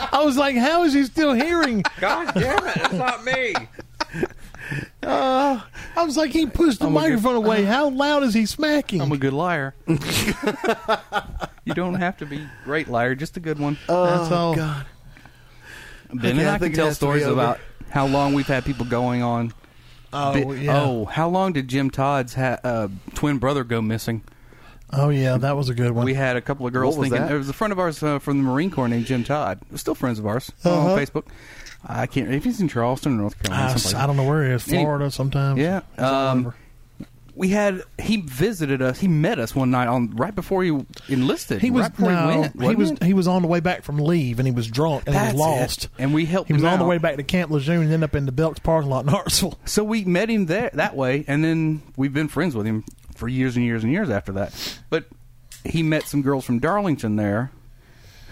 I was like, how is he still hearing? God damn it, it's not me. I was like, he pushed the I'm a good- microphone away. How loud is he smacking? I'm a good liar. you don't have to be a great liar, just a good one. That's all. God. ben Oh, okay, and I I, can think it tell has to be stories over. about how long we've had people going on. Oh, Bi- yeah. oh, how long did Jim Todd's ha- uh, twin brother go missing? Oh, yeah, that was a good one. We had a couple of girls What was thinking that? it was a friend of ours uh, from the Marine Corps named Jim Todd. Still friends of ours Uh-huh. on Facebook. I can't. If he's in Charleston or North Carolina, I, someplace. I don't know where it is. Any- Florida sometimes. Yeah, It's all um, over. we had he visited us. He met us one night on right before he enlisted. He was right before no, he went. he wasn't was it? he was on the way back from leave and he was drunk and That's he it. was lost. And we helped He was him on the out. way back to Camp Lejeune and ended up in the Belk's parking lot in Hartsville. So we met him there that way, and then we've been friends with him for years and years and years after that. But he met some girls from Darlington there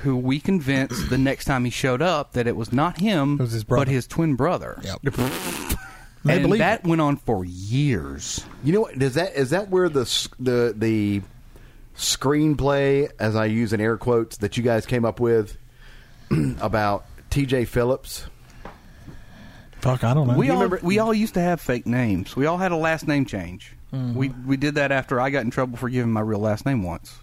who we convinced the next time he showed up that it was not him, It was his brother. but his twin brother. They And believe that went on for years. You know what? Is that is that where the s- the the screenplay, as I use in air quotes, that you guys came up with about T.J. Phillips? Fuck, I don't know. We all remember- we all used to have fake names. We all had a last name change. We we did that after I got in trouble for giving my real last name once.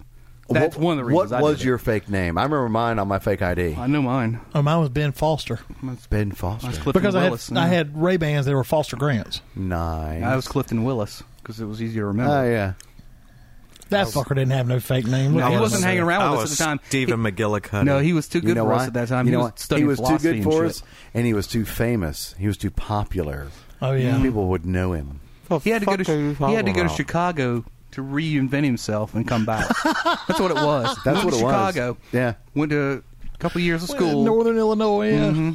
That's What- one of the reasons. What I was did it. your fake name? I remember mine on my fake ID. I know mine. oh, mine was Ben Foster Mine's Ben Foster. Mine's Clifton because I had Willis. Mm-hmm. I had Ray Bans that were Foster Grants. Nice. I was Clifton Willis because it was easy to remember. oh yeah. That fucker didn't have no fake name. Look No, at he him. wasn't hanging I around with was us at the time. Stephen McGillicuddy. No, he was too good you know for why? us at that time. You he know was why? studying He was too philosophy good and for shit. us, and he was too famous. He was too popular. Mm-hmm. Oh, yeah. people would know him. He had to go fuck are you to he had talking to go to about? Chicago to reinvent himself and come back. That's what it was. That's went what to it was. Chicago. Yeah. Went to a couple years of Well, school. Mm-hmm. Northern Illinois. Yeah.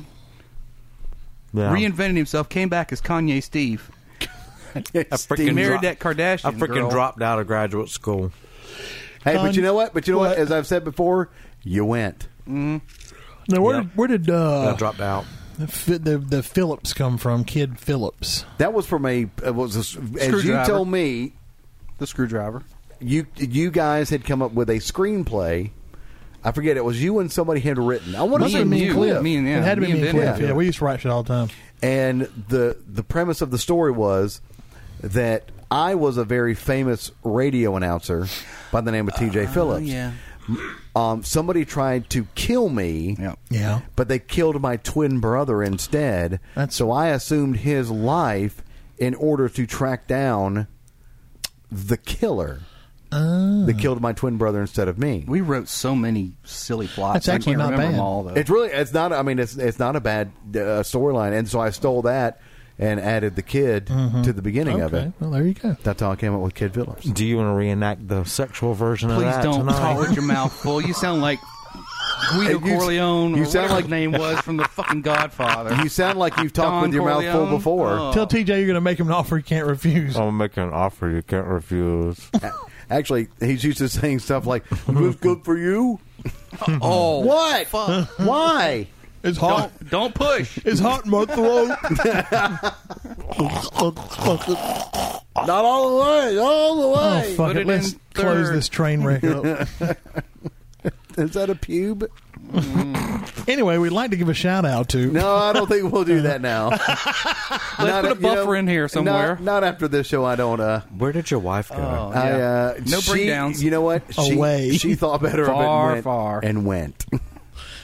Yeah. Reinvented himself. Came back as Kanye Steve. I freaking married dro- that Kardashian I freaking girl. dropped out of graduate school. Hey, but Con- you know what? But you know what? what? As I've said before, you went. Now, where Yeah. did, where did I uh, dropped out. the, Fi- the the Phillips come from? Kid Phillips. That was from a it was a, as you Screwdriver. told me The screwdriver. you you guys had come up with a screenplay. I forget it was you and somebody had written. I want to Must say have and been you. Cliff. Me and- yeah, it had to me be and me and Ben Cliff. did it. Yeah, we used to write shit all the time. and the the premise of the story was that I was a very famous radio announcer by the name of T.J. Phillips. Uh, yeah. Um, somebody tried to kill me. Yeah. Yeah. But they killed my twin brother instead. That's- so I assumed his life in order to track down the killer. Uh, That Hmm. killed my twin brother instead of me. We wrote so many silly plots. That's actually I can't not remember bad. them all though. It's really it's not. I mean, it's it's not a bad uh, storyline, and so I stole that and added the kid to the beginning of Mm-hmm. Okay. it. Well, there you go. That's how I came up with Kid Phillips. Do you want to reenact the sexual version of Please that don't tonight? talk with your mouth full. You sound like Guido Hey, you- Corleone. you or sound whatever like- his name was from the fucking Godfather. You sound like you've talked Don with your mouth Corleone? full before. Oh. Tell TJ you're going to make him an offer he can't refuse. I'm making an offer you can't refuse. Oh. Actually, he's used to saying stuff like "Who's good for you? oh, What? Fuck. Why?" It's hot. Don't, don't push. It's hot in Oh, my throat. Not all the way. All the oh way. fuck Put it. it Let's in close third. this train wreck up. Is that a pube? anyway, we'd like to give a shout out to No, I don't think we'll do that now. Not put you know, a buffer in here not- somewhere. Not, after this show. I don't. Uh, Where did your wife go? Oh. I, Yeah. uh, No she- breakdowns. You know what? She, Away. She thought better of it. Far, and went, far. And went.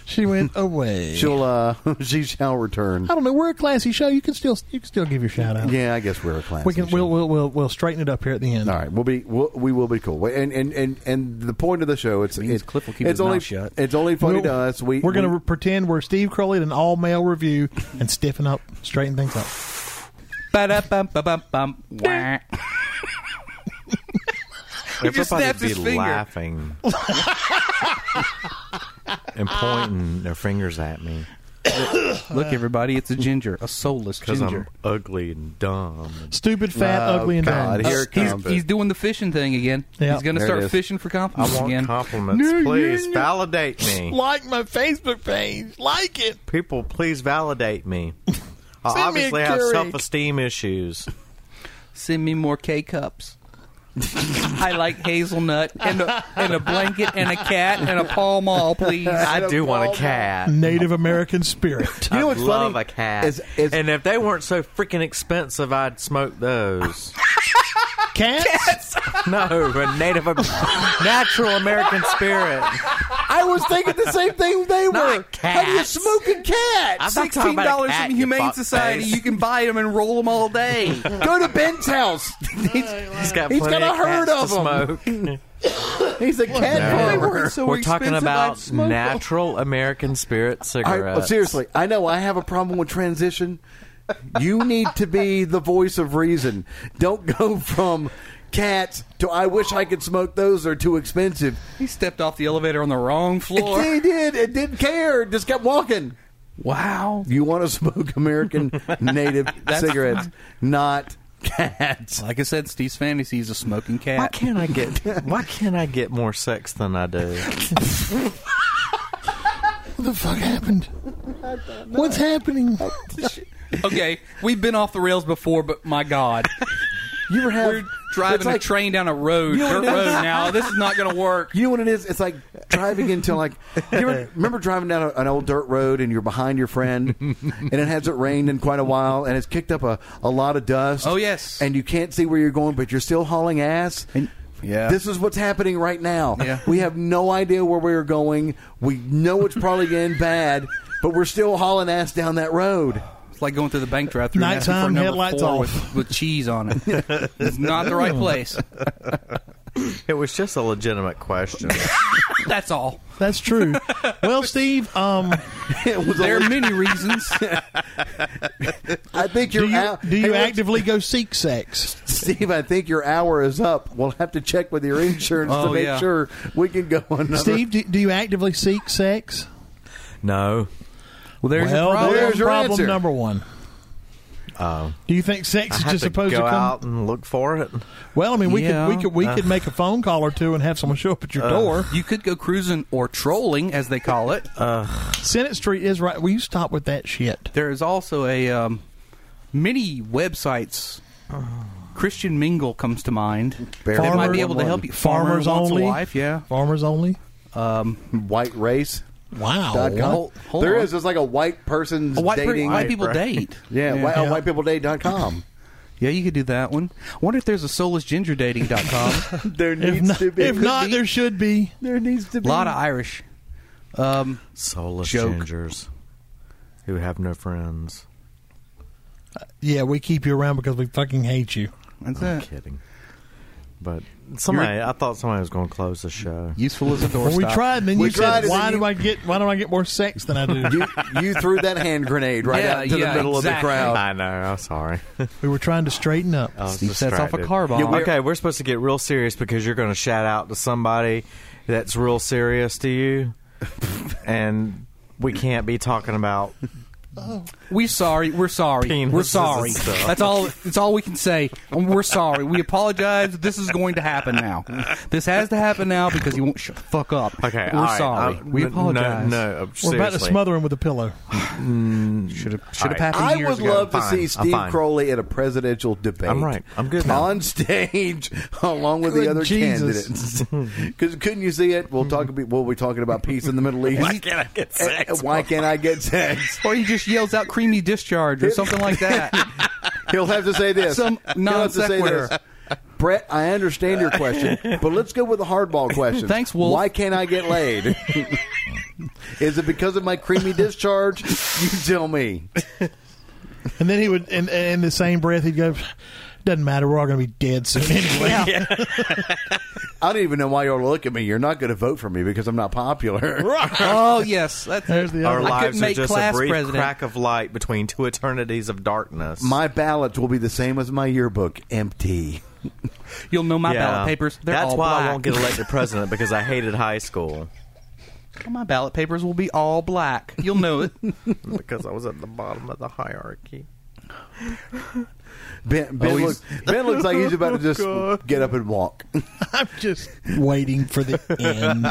She went away. She'll. Uh, she shall return. I Oh. don't know. We're a classy show. You can still you can still give your shout out. Yeah, I guess we're a class. we can. We'll, we'll we'll we'll straighten it up here at the end. All right, we'll be we'll, we will be cool. And and and and the point of the show it's means it's Cliff will keep it's his mouth only shut. it's only funny We'll- to us. We We're going to we- re- pretend we're Steve Crowley at an all male review and stiffen up, straighten things up. Ba-da-bum-ba-bum-bum. Wah. Everybody just snapped be his finger. laughing and pointing their fingers at me Look, everybody, it's a ginger, a soulless because I'm ginger. ugly and dumb. Stupid, fat, Oh, ugly, and God, dumb. here it he's, comes. he's doing the fishing thing again. Yeah. He's going to There it start is. fishing for I compliments want again. compliments, No, please no, no. validate me. Like my Facebook page. Like it. People, please validate me. Send me I a obviously have Keurig. self-esteem issues. Send me more K cups. I like hazelnut and a, and a blanket and a cat and a Pall Mall, please. I do want a cat. Native American spirit. You know I'd what's love funny a cat. is- is- and if they weren't so freaking expensive, I'd smoke those. Cats? no, a native, Am- natural American spirit. I was thinking the same thing they were. How do you cats. smoke a cat? I'm not talking Sixteen about a dollars cat, from you Humane fuckface. Society. You can buy them and roll them all day. Go to Ben's house. he's, Oh, He's got He's plenty got a of cats herd of to 'em. smoke. he's a No. cat They farmer. weren't so We're talking expensive, I'd about smoke 'em. natural American spirit All cigarettes. right, well, seriously, I know I have a problem with transition. You need to be the voice of reason. Don't go from cats to I wish I could smoke those they are too expensive. He stepped off the elevator on the wrong It, floor. it did. It didn't care. Just kept walking. Wow. You want to smoke American native cigarettes, not cat. Like I said, Steve's fantasy is a smoking cat. Why can't I get? Why can't I get more sex than I do? What the fuck happened? What's happening? okay, we've been off the rails before, but my God, You ever have? we're driving it's like, a train down a road, You know dirt what it is? road. Now this is not going to work. You know what it is? It's like driving into like. You ever, remember driving down a, an old dirt road and you're behind your friend, and it hasn't rained in quite a while, and it's kicked up a, a lot of dust. Oh, yes. and you can't see where you're going, but you're still hauling ass. Yeah. This is what's happening right now. Yeah. We have no idea where we're going. We know it's probably getting bad, but we're still hauling ass down that road. It's like going through the bank drive-through, and asking for Nighttime, number headlights four off. with, with cheese on it. it's not the right place. It was just a legitimate question. That's all. That's true. Well, Steve, um, It was a- There are many reasons. I think do your you, hour- do you Hey, look, actively go seek sex? Steve, I think your hour is up. We'll have to check with your insurance to Oh, make yeah. sure we can go another. Steve, do, do you actively seek sex? no. Well, there's well, a problem. there's your problem answer. number one. Oh. Do you think sex I is have just to go supposed to come? out and look for it. Well, I mean, we Yeah. Uh. could we could we could make a phone call or two and have someone show up at your door. You could go cruising or trolling, as they call it. Uh, Senate Street is right. Will you stop with that shit? There is also a um, many websites. Christian Mingle comes to mind. Barely They might Farmer- be able to help you. Farmers Farmer wants a only. wife, yeah. Farmers only. white race. Wow. Dot com. hold- hold there on. is. It's like a white person's A white, per- dating. white people date. yeah, yeah. White, uh, whitepeopledate.com. Yeah, you could do that one. wonder if there's a soullessgingerdating.com. there If not, if not there should be. there needs to a lot of Irish. Um, Soulless Joke. gingers who have no friends. Yeah, we keep you around because we fucking hate you. that's I'm it. kidding. But somebody, I thought somebody was going to close the show. Useful as a door Well, we stop. tried, and then We you tried, said, and "Why then do you- I get why do I get more sex than I do?" you, you threw that hand grenade right Yeah, out into yeah, the middle exactly. of the crowd. I know. I'm sorry. we were trying to straighten up. I was Steve sets off a distracted. car bomb. Yeah, we're- okay, we're supposed to get real serious because you're going to shout out to somebody that's real serious to you, and we can't be talking about. We sorry. We're sorry. Penises we're sorry. and stuff. That's all. That's all we can say. Um, We're sorry. We apologize. This is going to happen now. This has to happen now because he won't shut the fuck up. Okay, We're all right, sorry. I'm- we no, apologize. No, no, we're about to smother him with a pillow. should have should have All right. happened I years would ago. love Fine, to see I'm Steve fine. Crowley at a presidential debate. I'm right. I'm good now. On stage, along with Good the other Jesus. candidates. Because couldn't you see it? We'll talk. We'll be talking about peace in the Middle East. why can't I get sex? Why can't I get sex? Or he just yells out "creamy discharge" or something like that. He'll have to say this. Some He'll have to say non-sequitur. this. Brett, I understand your question, but let's go with a hardball question. Thanks, Wolf. Why can't I get laid? Is it because of my creamy discharge? You tell me. And then he would, and and in the same breath, he'd go, "Doesn't matter. We're all going to be dead soon anyway." I don't even know why y'all look at me. You're not going to vote for me because I'm not popular. oh yes, that's, There's the Our other. I could lives are make just a class brief president. crack of light between two eternities of darkness. My ballots will be the same as my yearbook, empty. you'll know my Yeah. ballot papers. They're That's all why black. I won't get elected president because I hated high school my ballot papers will be all black. You'll know it. because I was at the bottom of the hierarchy. Ben, ben, Oh, he's- looks, ben looks like he's Oh, about to just get up and walk. I'm just waiting for the end.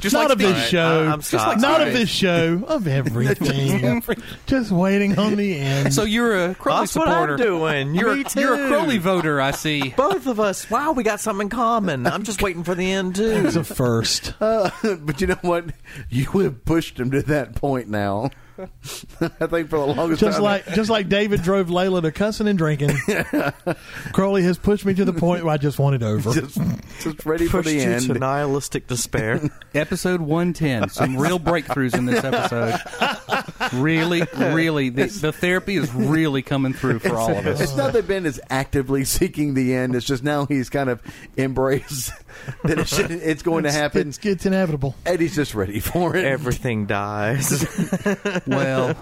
Just not like of this Steve. show. I- I'm Just like not Steve. of this show. Of everything. just waiting on the end. So you're a Crowley That's what supporter. I'm doing. You're, Me a- you're a too. Crowley voter. I see. Both of us. Wow, we got something in common. I'm just waiting for the end too. it's a first. Uh, but you know what? You have pushed him to that point now. I think for the longest Just time. like just like David drove Layla to cussing and drinking. Crowley has pushed me to the point where I just want it over. just, just ready for Pushed the you end. to nihilistic despair. Episode 110. Some real breakthroughs in this episode. Really, really. The, the therapy is really coming through for all of us. It's not that Ben is actively seeking the end. It's just now he's kind of embraced that it should, it's going to happen, It's, it's inevitable. and he's just ready for it. Everything dies. Well,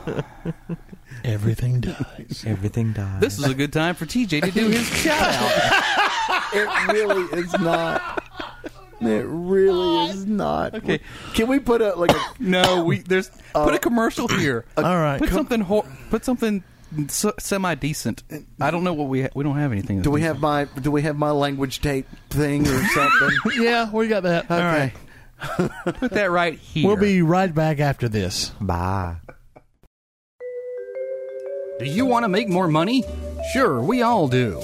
Everything dies. Everything dies. this is a good time for TJ to do his shout out. it really is not. It really is not. Okay. Can we put a like a No, we there's put a commercial here. All right. Put something hor- put something s- semi decent. I don't know what we ha- we don't have anything. that's Do we decent. have my Do we have my language tape thing or something? Yeah, we got that. All right. put that right here? We'll be right back after this. Bye. Do you want to make more money? Sure, we all do.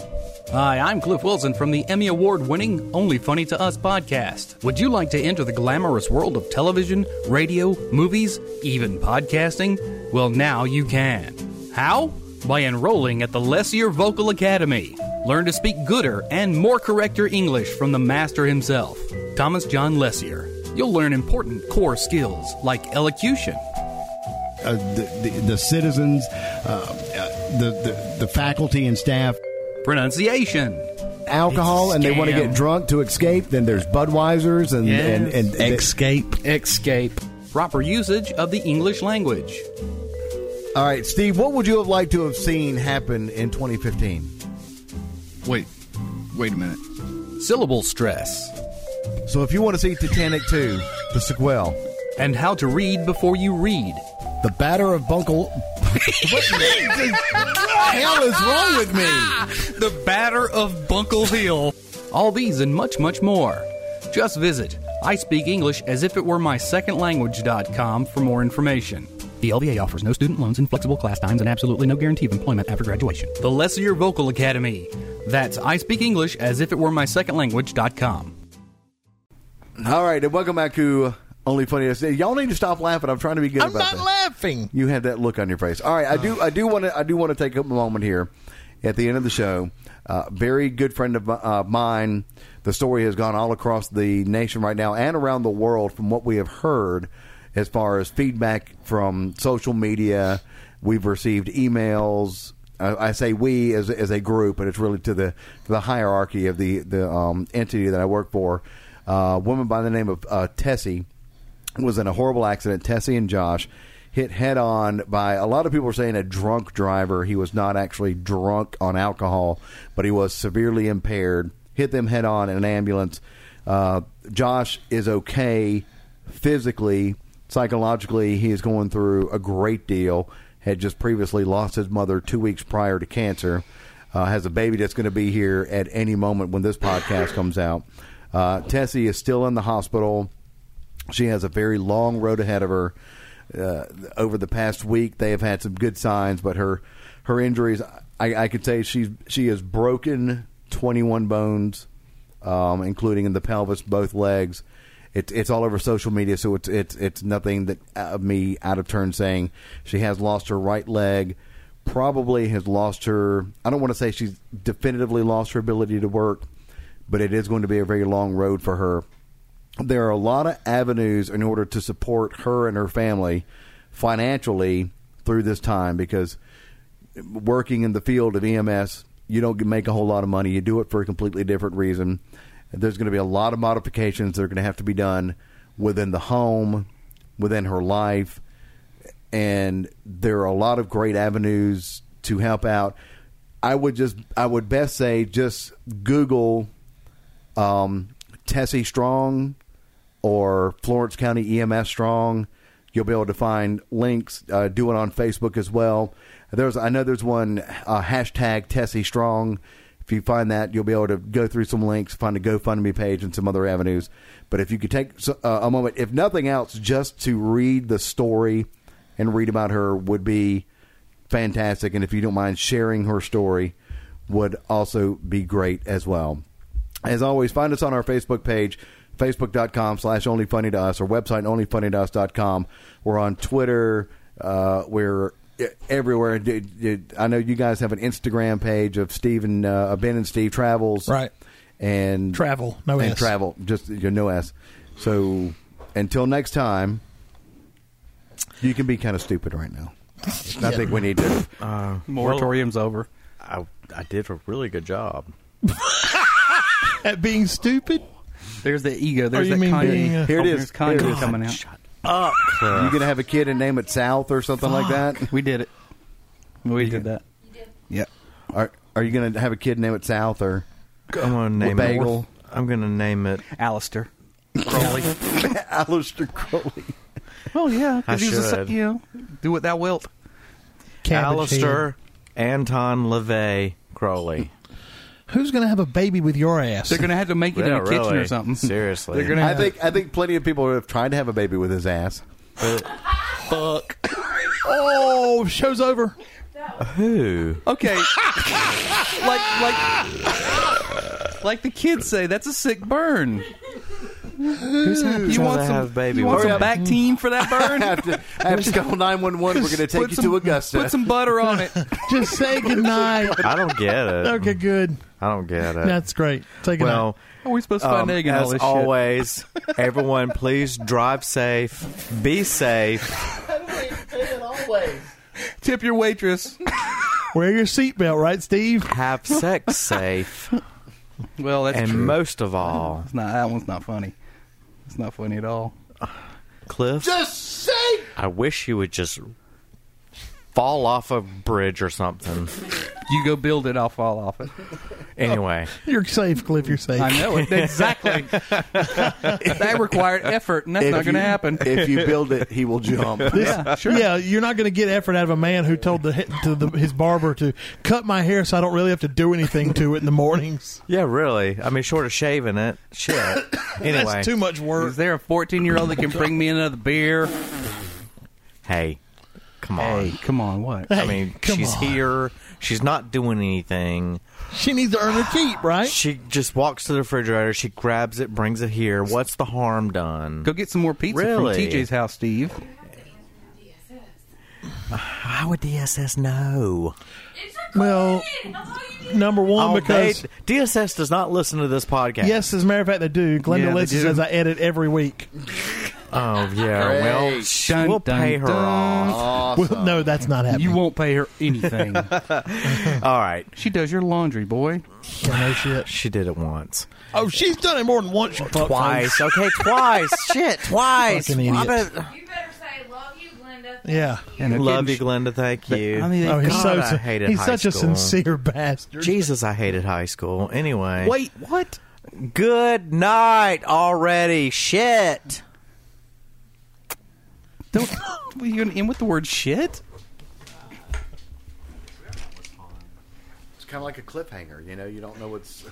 Hi, I'm Cliff Wilson from the Emmy Award winning Only Funny to Us podcast. Would you like to enter the glamorous world of television, radio, movies, even podcasting? Well, now you can. How? By enrolling at the Lessier Vocal Academy. Learn to speak gooder and more correcter English from the master himself, Thomas John Lessier. You'll learn important core skills like elocution. uh, the, the, the citizens, uh, uh, the, the the faculty and staff. Pronunciation. Alcohol, and they want to Scam. get drunk to escape. Then there's Budweisers and and, and Escape. escape. Proper usage of the English language. All right, Steve. What would you have liked to have seen happen in 2015? Wait, wait a minute. Syllable stress. So, if you want to see Titanic 2, the sequel, and how to read before you read. the batter of Bunkle. what the hell is wrong with me? The batter of Bunkle Hill. All these and much, much more. Just visit I speak English as if it were my second language.com for more information. The LVA offers no student loans, inflexible class times, and absolutely no guarantee of employment after graduation. The Lesser Vocal Academy. That's I speak English as if it were my second language.com. All right, and welcome back to Only Funny. Y'all need to stop laughing. I'm trying to be good I'm about not that. laughing. You have that look on your face. All right, I do. I do want to. I do want to take a moment here at the end of the show. Uh, very good friend of mi- uh, mine. The story has gone all across the nation right now and around the world from what we have heard as far as feedback from social media. We've received emails. I, I say we as as a group, but it's really to the to the hierarchy of the the um, entity that I work for. Uh, a woman by the name of uh, Tessie was in a horrible accident. Tessie and Josh hit head on by a lot of people are saying a drunk driver. He was not actually drunk on alcohol, but he was severely impaired. Hit them head on in an ambulance. Uh, Josh is okay physically, psychologically. He is going through a great deal. Had just previously lost his mother two weeks prior to cancer. Uh, has a baby that's going to be here at any moment when this podcast comes out. Uh, Tessie is still in the hospital. She has a very long road ahead of her. Uh, over the past week, they have had some good signs, but her her injuries, I, I could say she's she has broken twenty one bones, um, including in the pelvis, both legs. It's it's all over social media, so it's it's it's nothing that uh, me out of turn saying she has lost her right leg. Probably has lost her. I don't want to say she's definitively lost her ability to work, but it is going to be a very long road for her there are a lot of avenues in order to support her and her family financially through this time because working in the field of EMS, you don't make a whole lot of money. You do it for a completely different reason. There's going to be a lot of modifications that are going to have to be done within the home, within her life, and there are a lot of great avenues to help out. I would just, I would best say, just Google um, Tessie Strong or Florence County EMS Strong. You'll be able to find links. Uh, do it on Facebook as well. There's, I know there's one uh, hashtag Tessie Strong. If you find that, you'll be able to go through some links, find a GoFundMe page, and some other avenues. But if you could take so- uh, a moment, if nothing else, just to read the story and read about her would be fantastic. And if you don't mind sharing her story, would also be great as well. As always, find us on our Facebook page, facebook.com slash onlyfunny to us, or website onlyfunnytous.com. We're on Twitter. Uh, we're everywhere. D- d- I know you guys have an Instagram page of Steven, uh, Ben and Steve Travels. Right. And Travel, no and S. travel, just you know, no S. So until next time, you can be kind of stupid right now. I think we need to. Moratorium's over. I, I did a really good job. At being stupid? There's the ego. There's you that mean Kanye. being a- Here it There's is. Kanye Here it is. coming out. You gonna have a kid and name it South or something like that? We did it. We did that. Yeah. Are Are you gonna have a kid name it South or I'm gonna name bagel? it. I'm gonna name it. Alistair. Aleister Crowley? Well, yeah. I because he was a, should. you know, do what thou wilt. Cabbage Alistair Anton LaVey Crowley. Who's going to have a baby with your ass? They're going to have to make it Yeah, in the kitchen really. or something. Seriously. They're gonna I have- think I think plenty of people have tried to have a baby with his ass. Fuck. Oh, show's over. Who? Okay. like like like the kids say, that's a sick burn. Who's happy you to want some, have baby you want with some them? back team for that burn? I have to, I have to call nine one one. We're going to take Put you some- to Augusta. Put some butter on it. Just say goodnight. I don't get it. okay, good. I don't get it. That's great. Take it well, How are we supposed to find um, egg in as all this always, everyone, please drive safe, be safe. shit? Tip your waitress. out. Wear your seatbelt, right, Steve? have sex safe, Well, that's and true. most of all, It's not, that one's not funny. It's not funny at all. Cliff. Just say. I wish you would just fall off a bridge or something. You go build it, I'll fall off it. Anyway, You're safe, Cliff. You're safe. I know it exactly. that required effort, and that's If not going to you- happen. If you build it, he will jump. yeah, sure. Yeah, you're not going to get effort out of a man who told the to the, his barber to cut my hair so I don't really have to do anything to it in the mornings. yeah, really. I mean, short of shaving it, shit. Anyway, That's too much work. Is there a 14 year old that can bring me another beer? hey, come on. Hey, come on, what? I mean, come she's on. here. She's not doing anything. She needs to earn her keep, right? She just walks to the refrigerator. She grabs it, brings it here. What's the harm done? Go get some more pizza Really? from TJ's house, Steve. How would DSS know? It's recorded. Well, Hello, you Number one, Oh, because they- DSS does not listen to this podcast. yes, as a matter of fact, they do. Glenda Yeah, they listens do. as I edit every week. Oh yeah. Well, sh- Dun, we'll dun, pay her dun. off. Well, no, that's not happening. You won't pay her anything. All right. she does your laundry, boy. no shit. She did it once, Oh, she's done it more than once. You fuck twice. Okay, twice. Shit, twice. Fucking I idiots. bet- you better say love you, Glenda. Yeah. And again, Love you, she- Glenda. Thank you. I mean, Oh, he's God, so I hated he's high such a school. sincere bastard. Jesus, I hated high school. Anyway, Wait, what? Good night already. Shit. Don't, you're going to end with the word shit? It's kind of like a cliffhanger. You know, you don't know what's.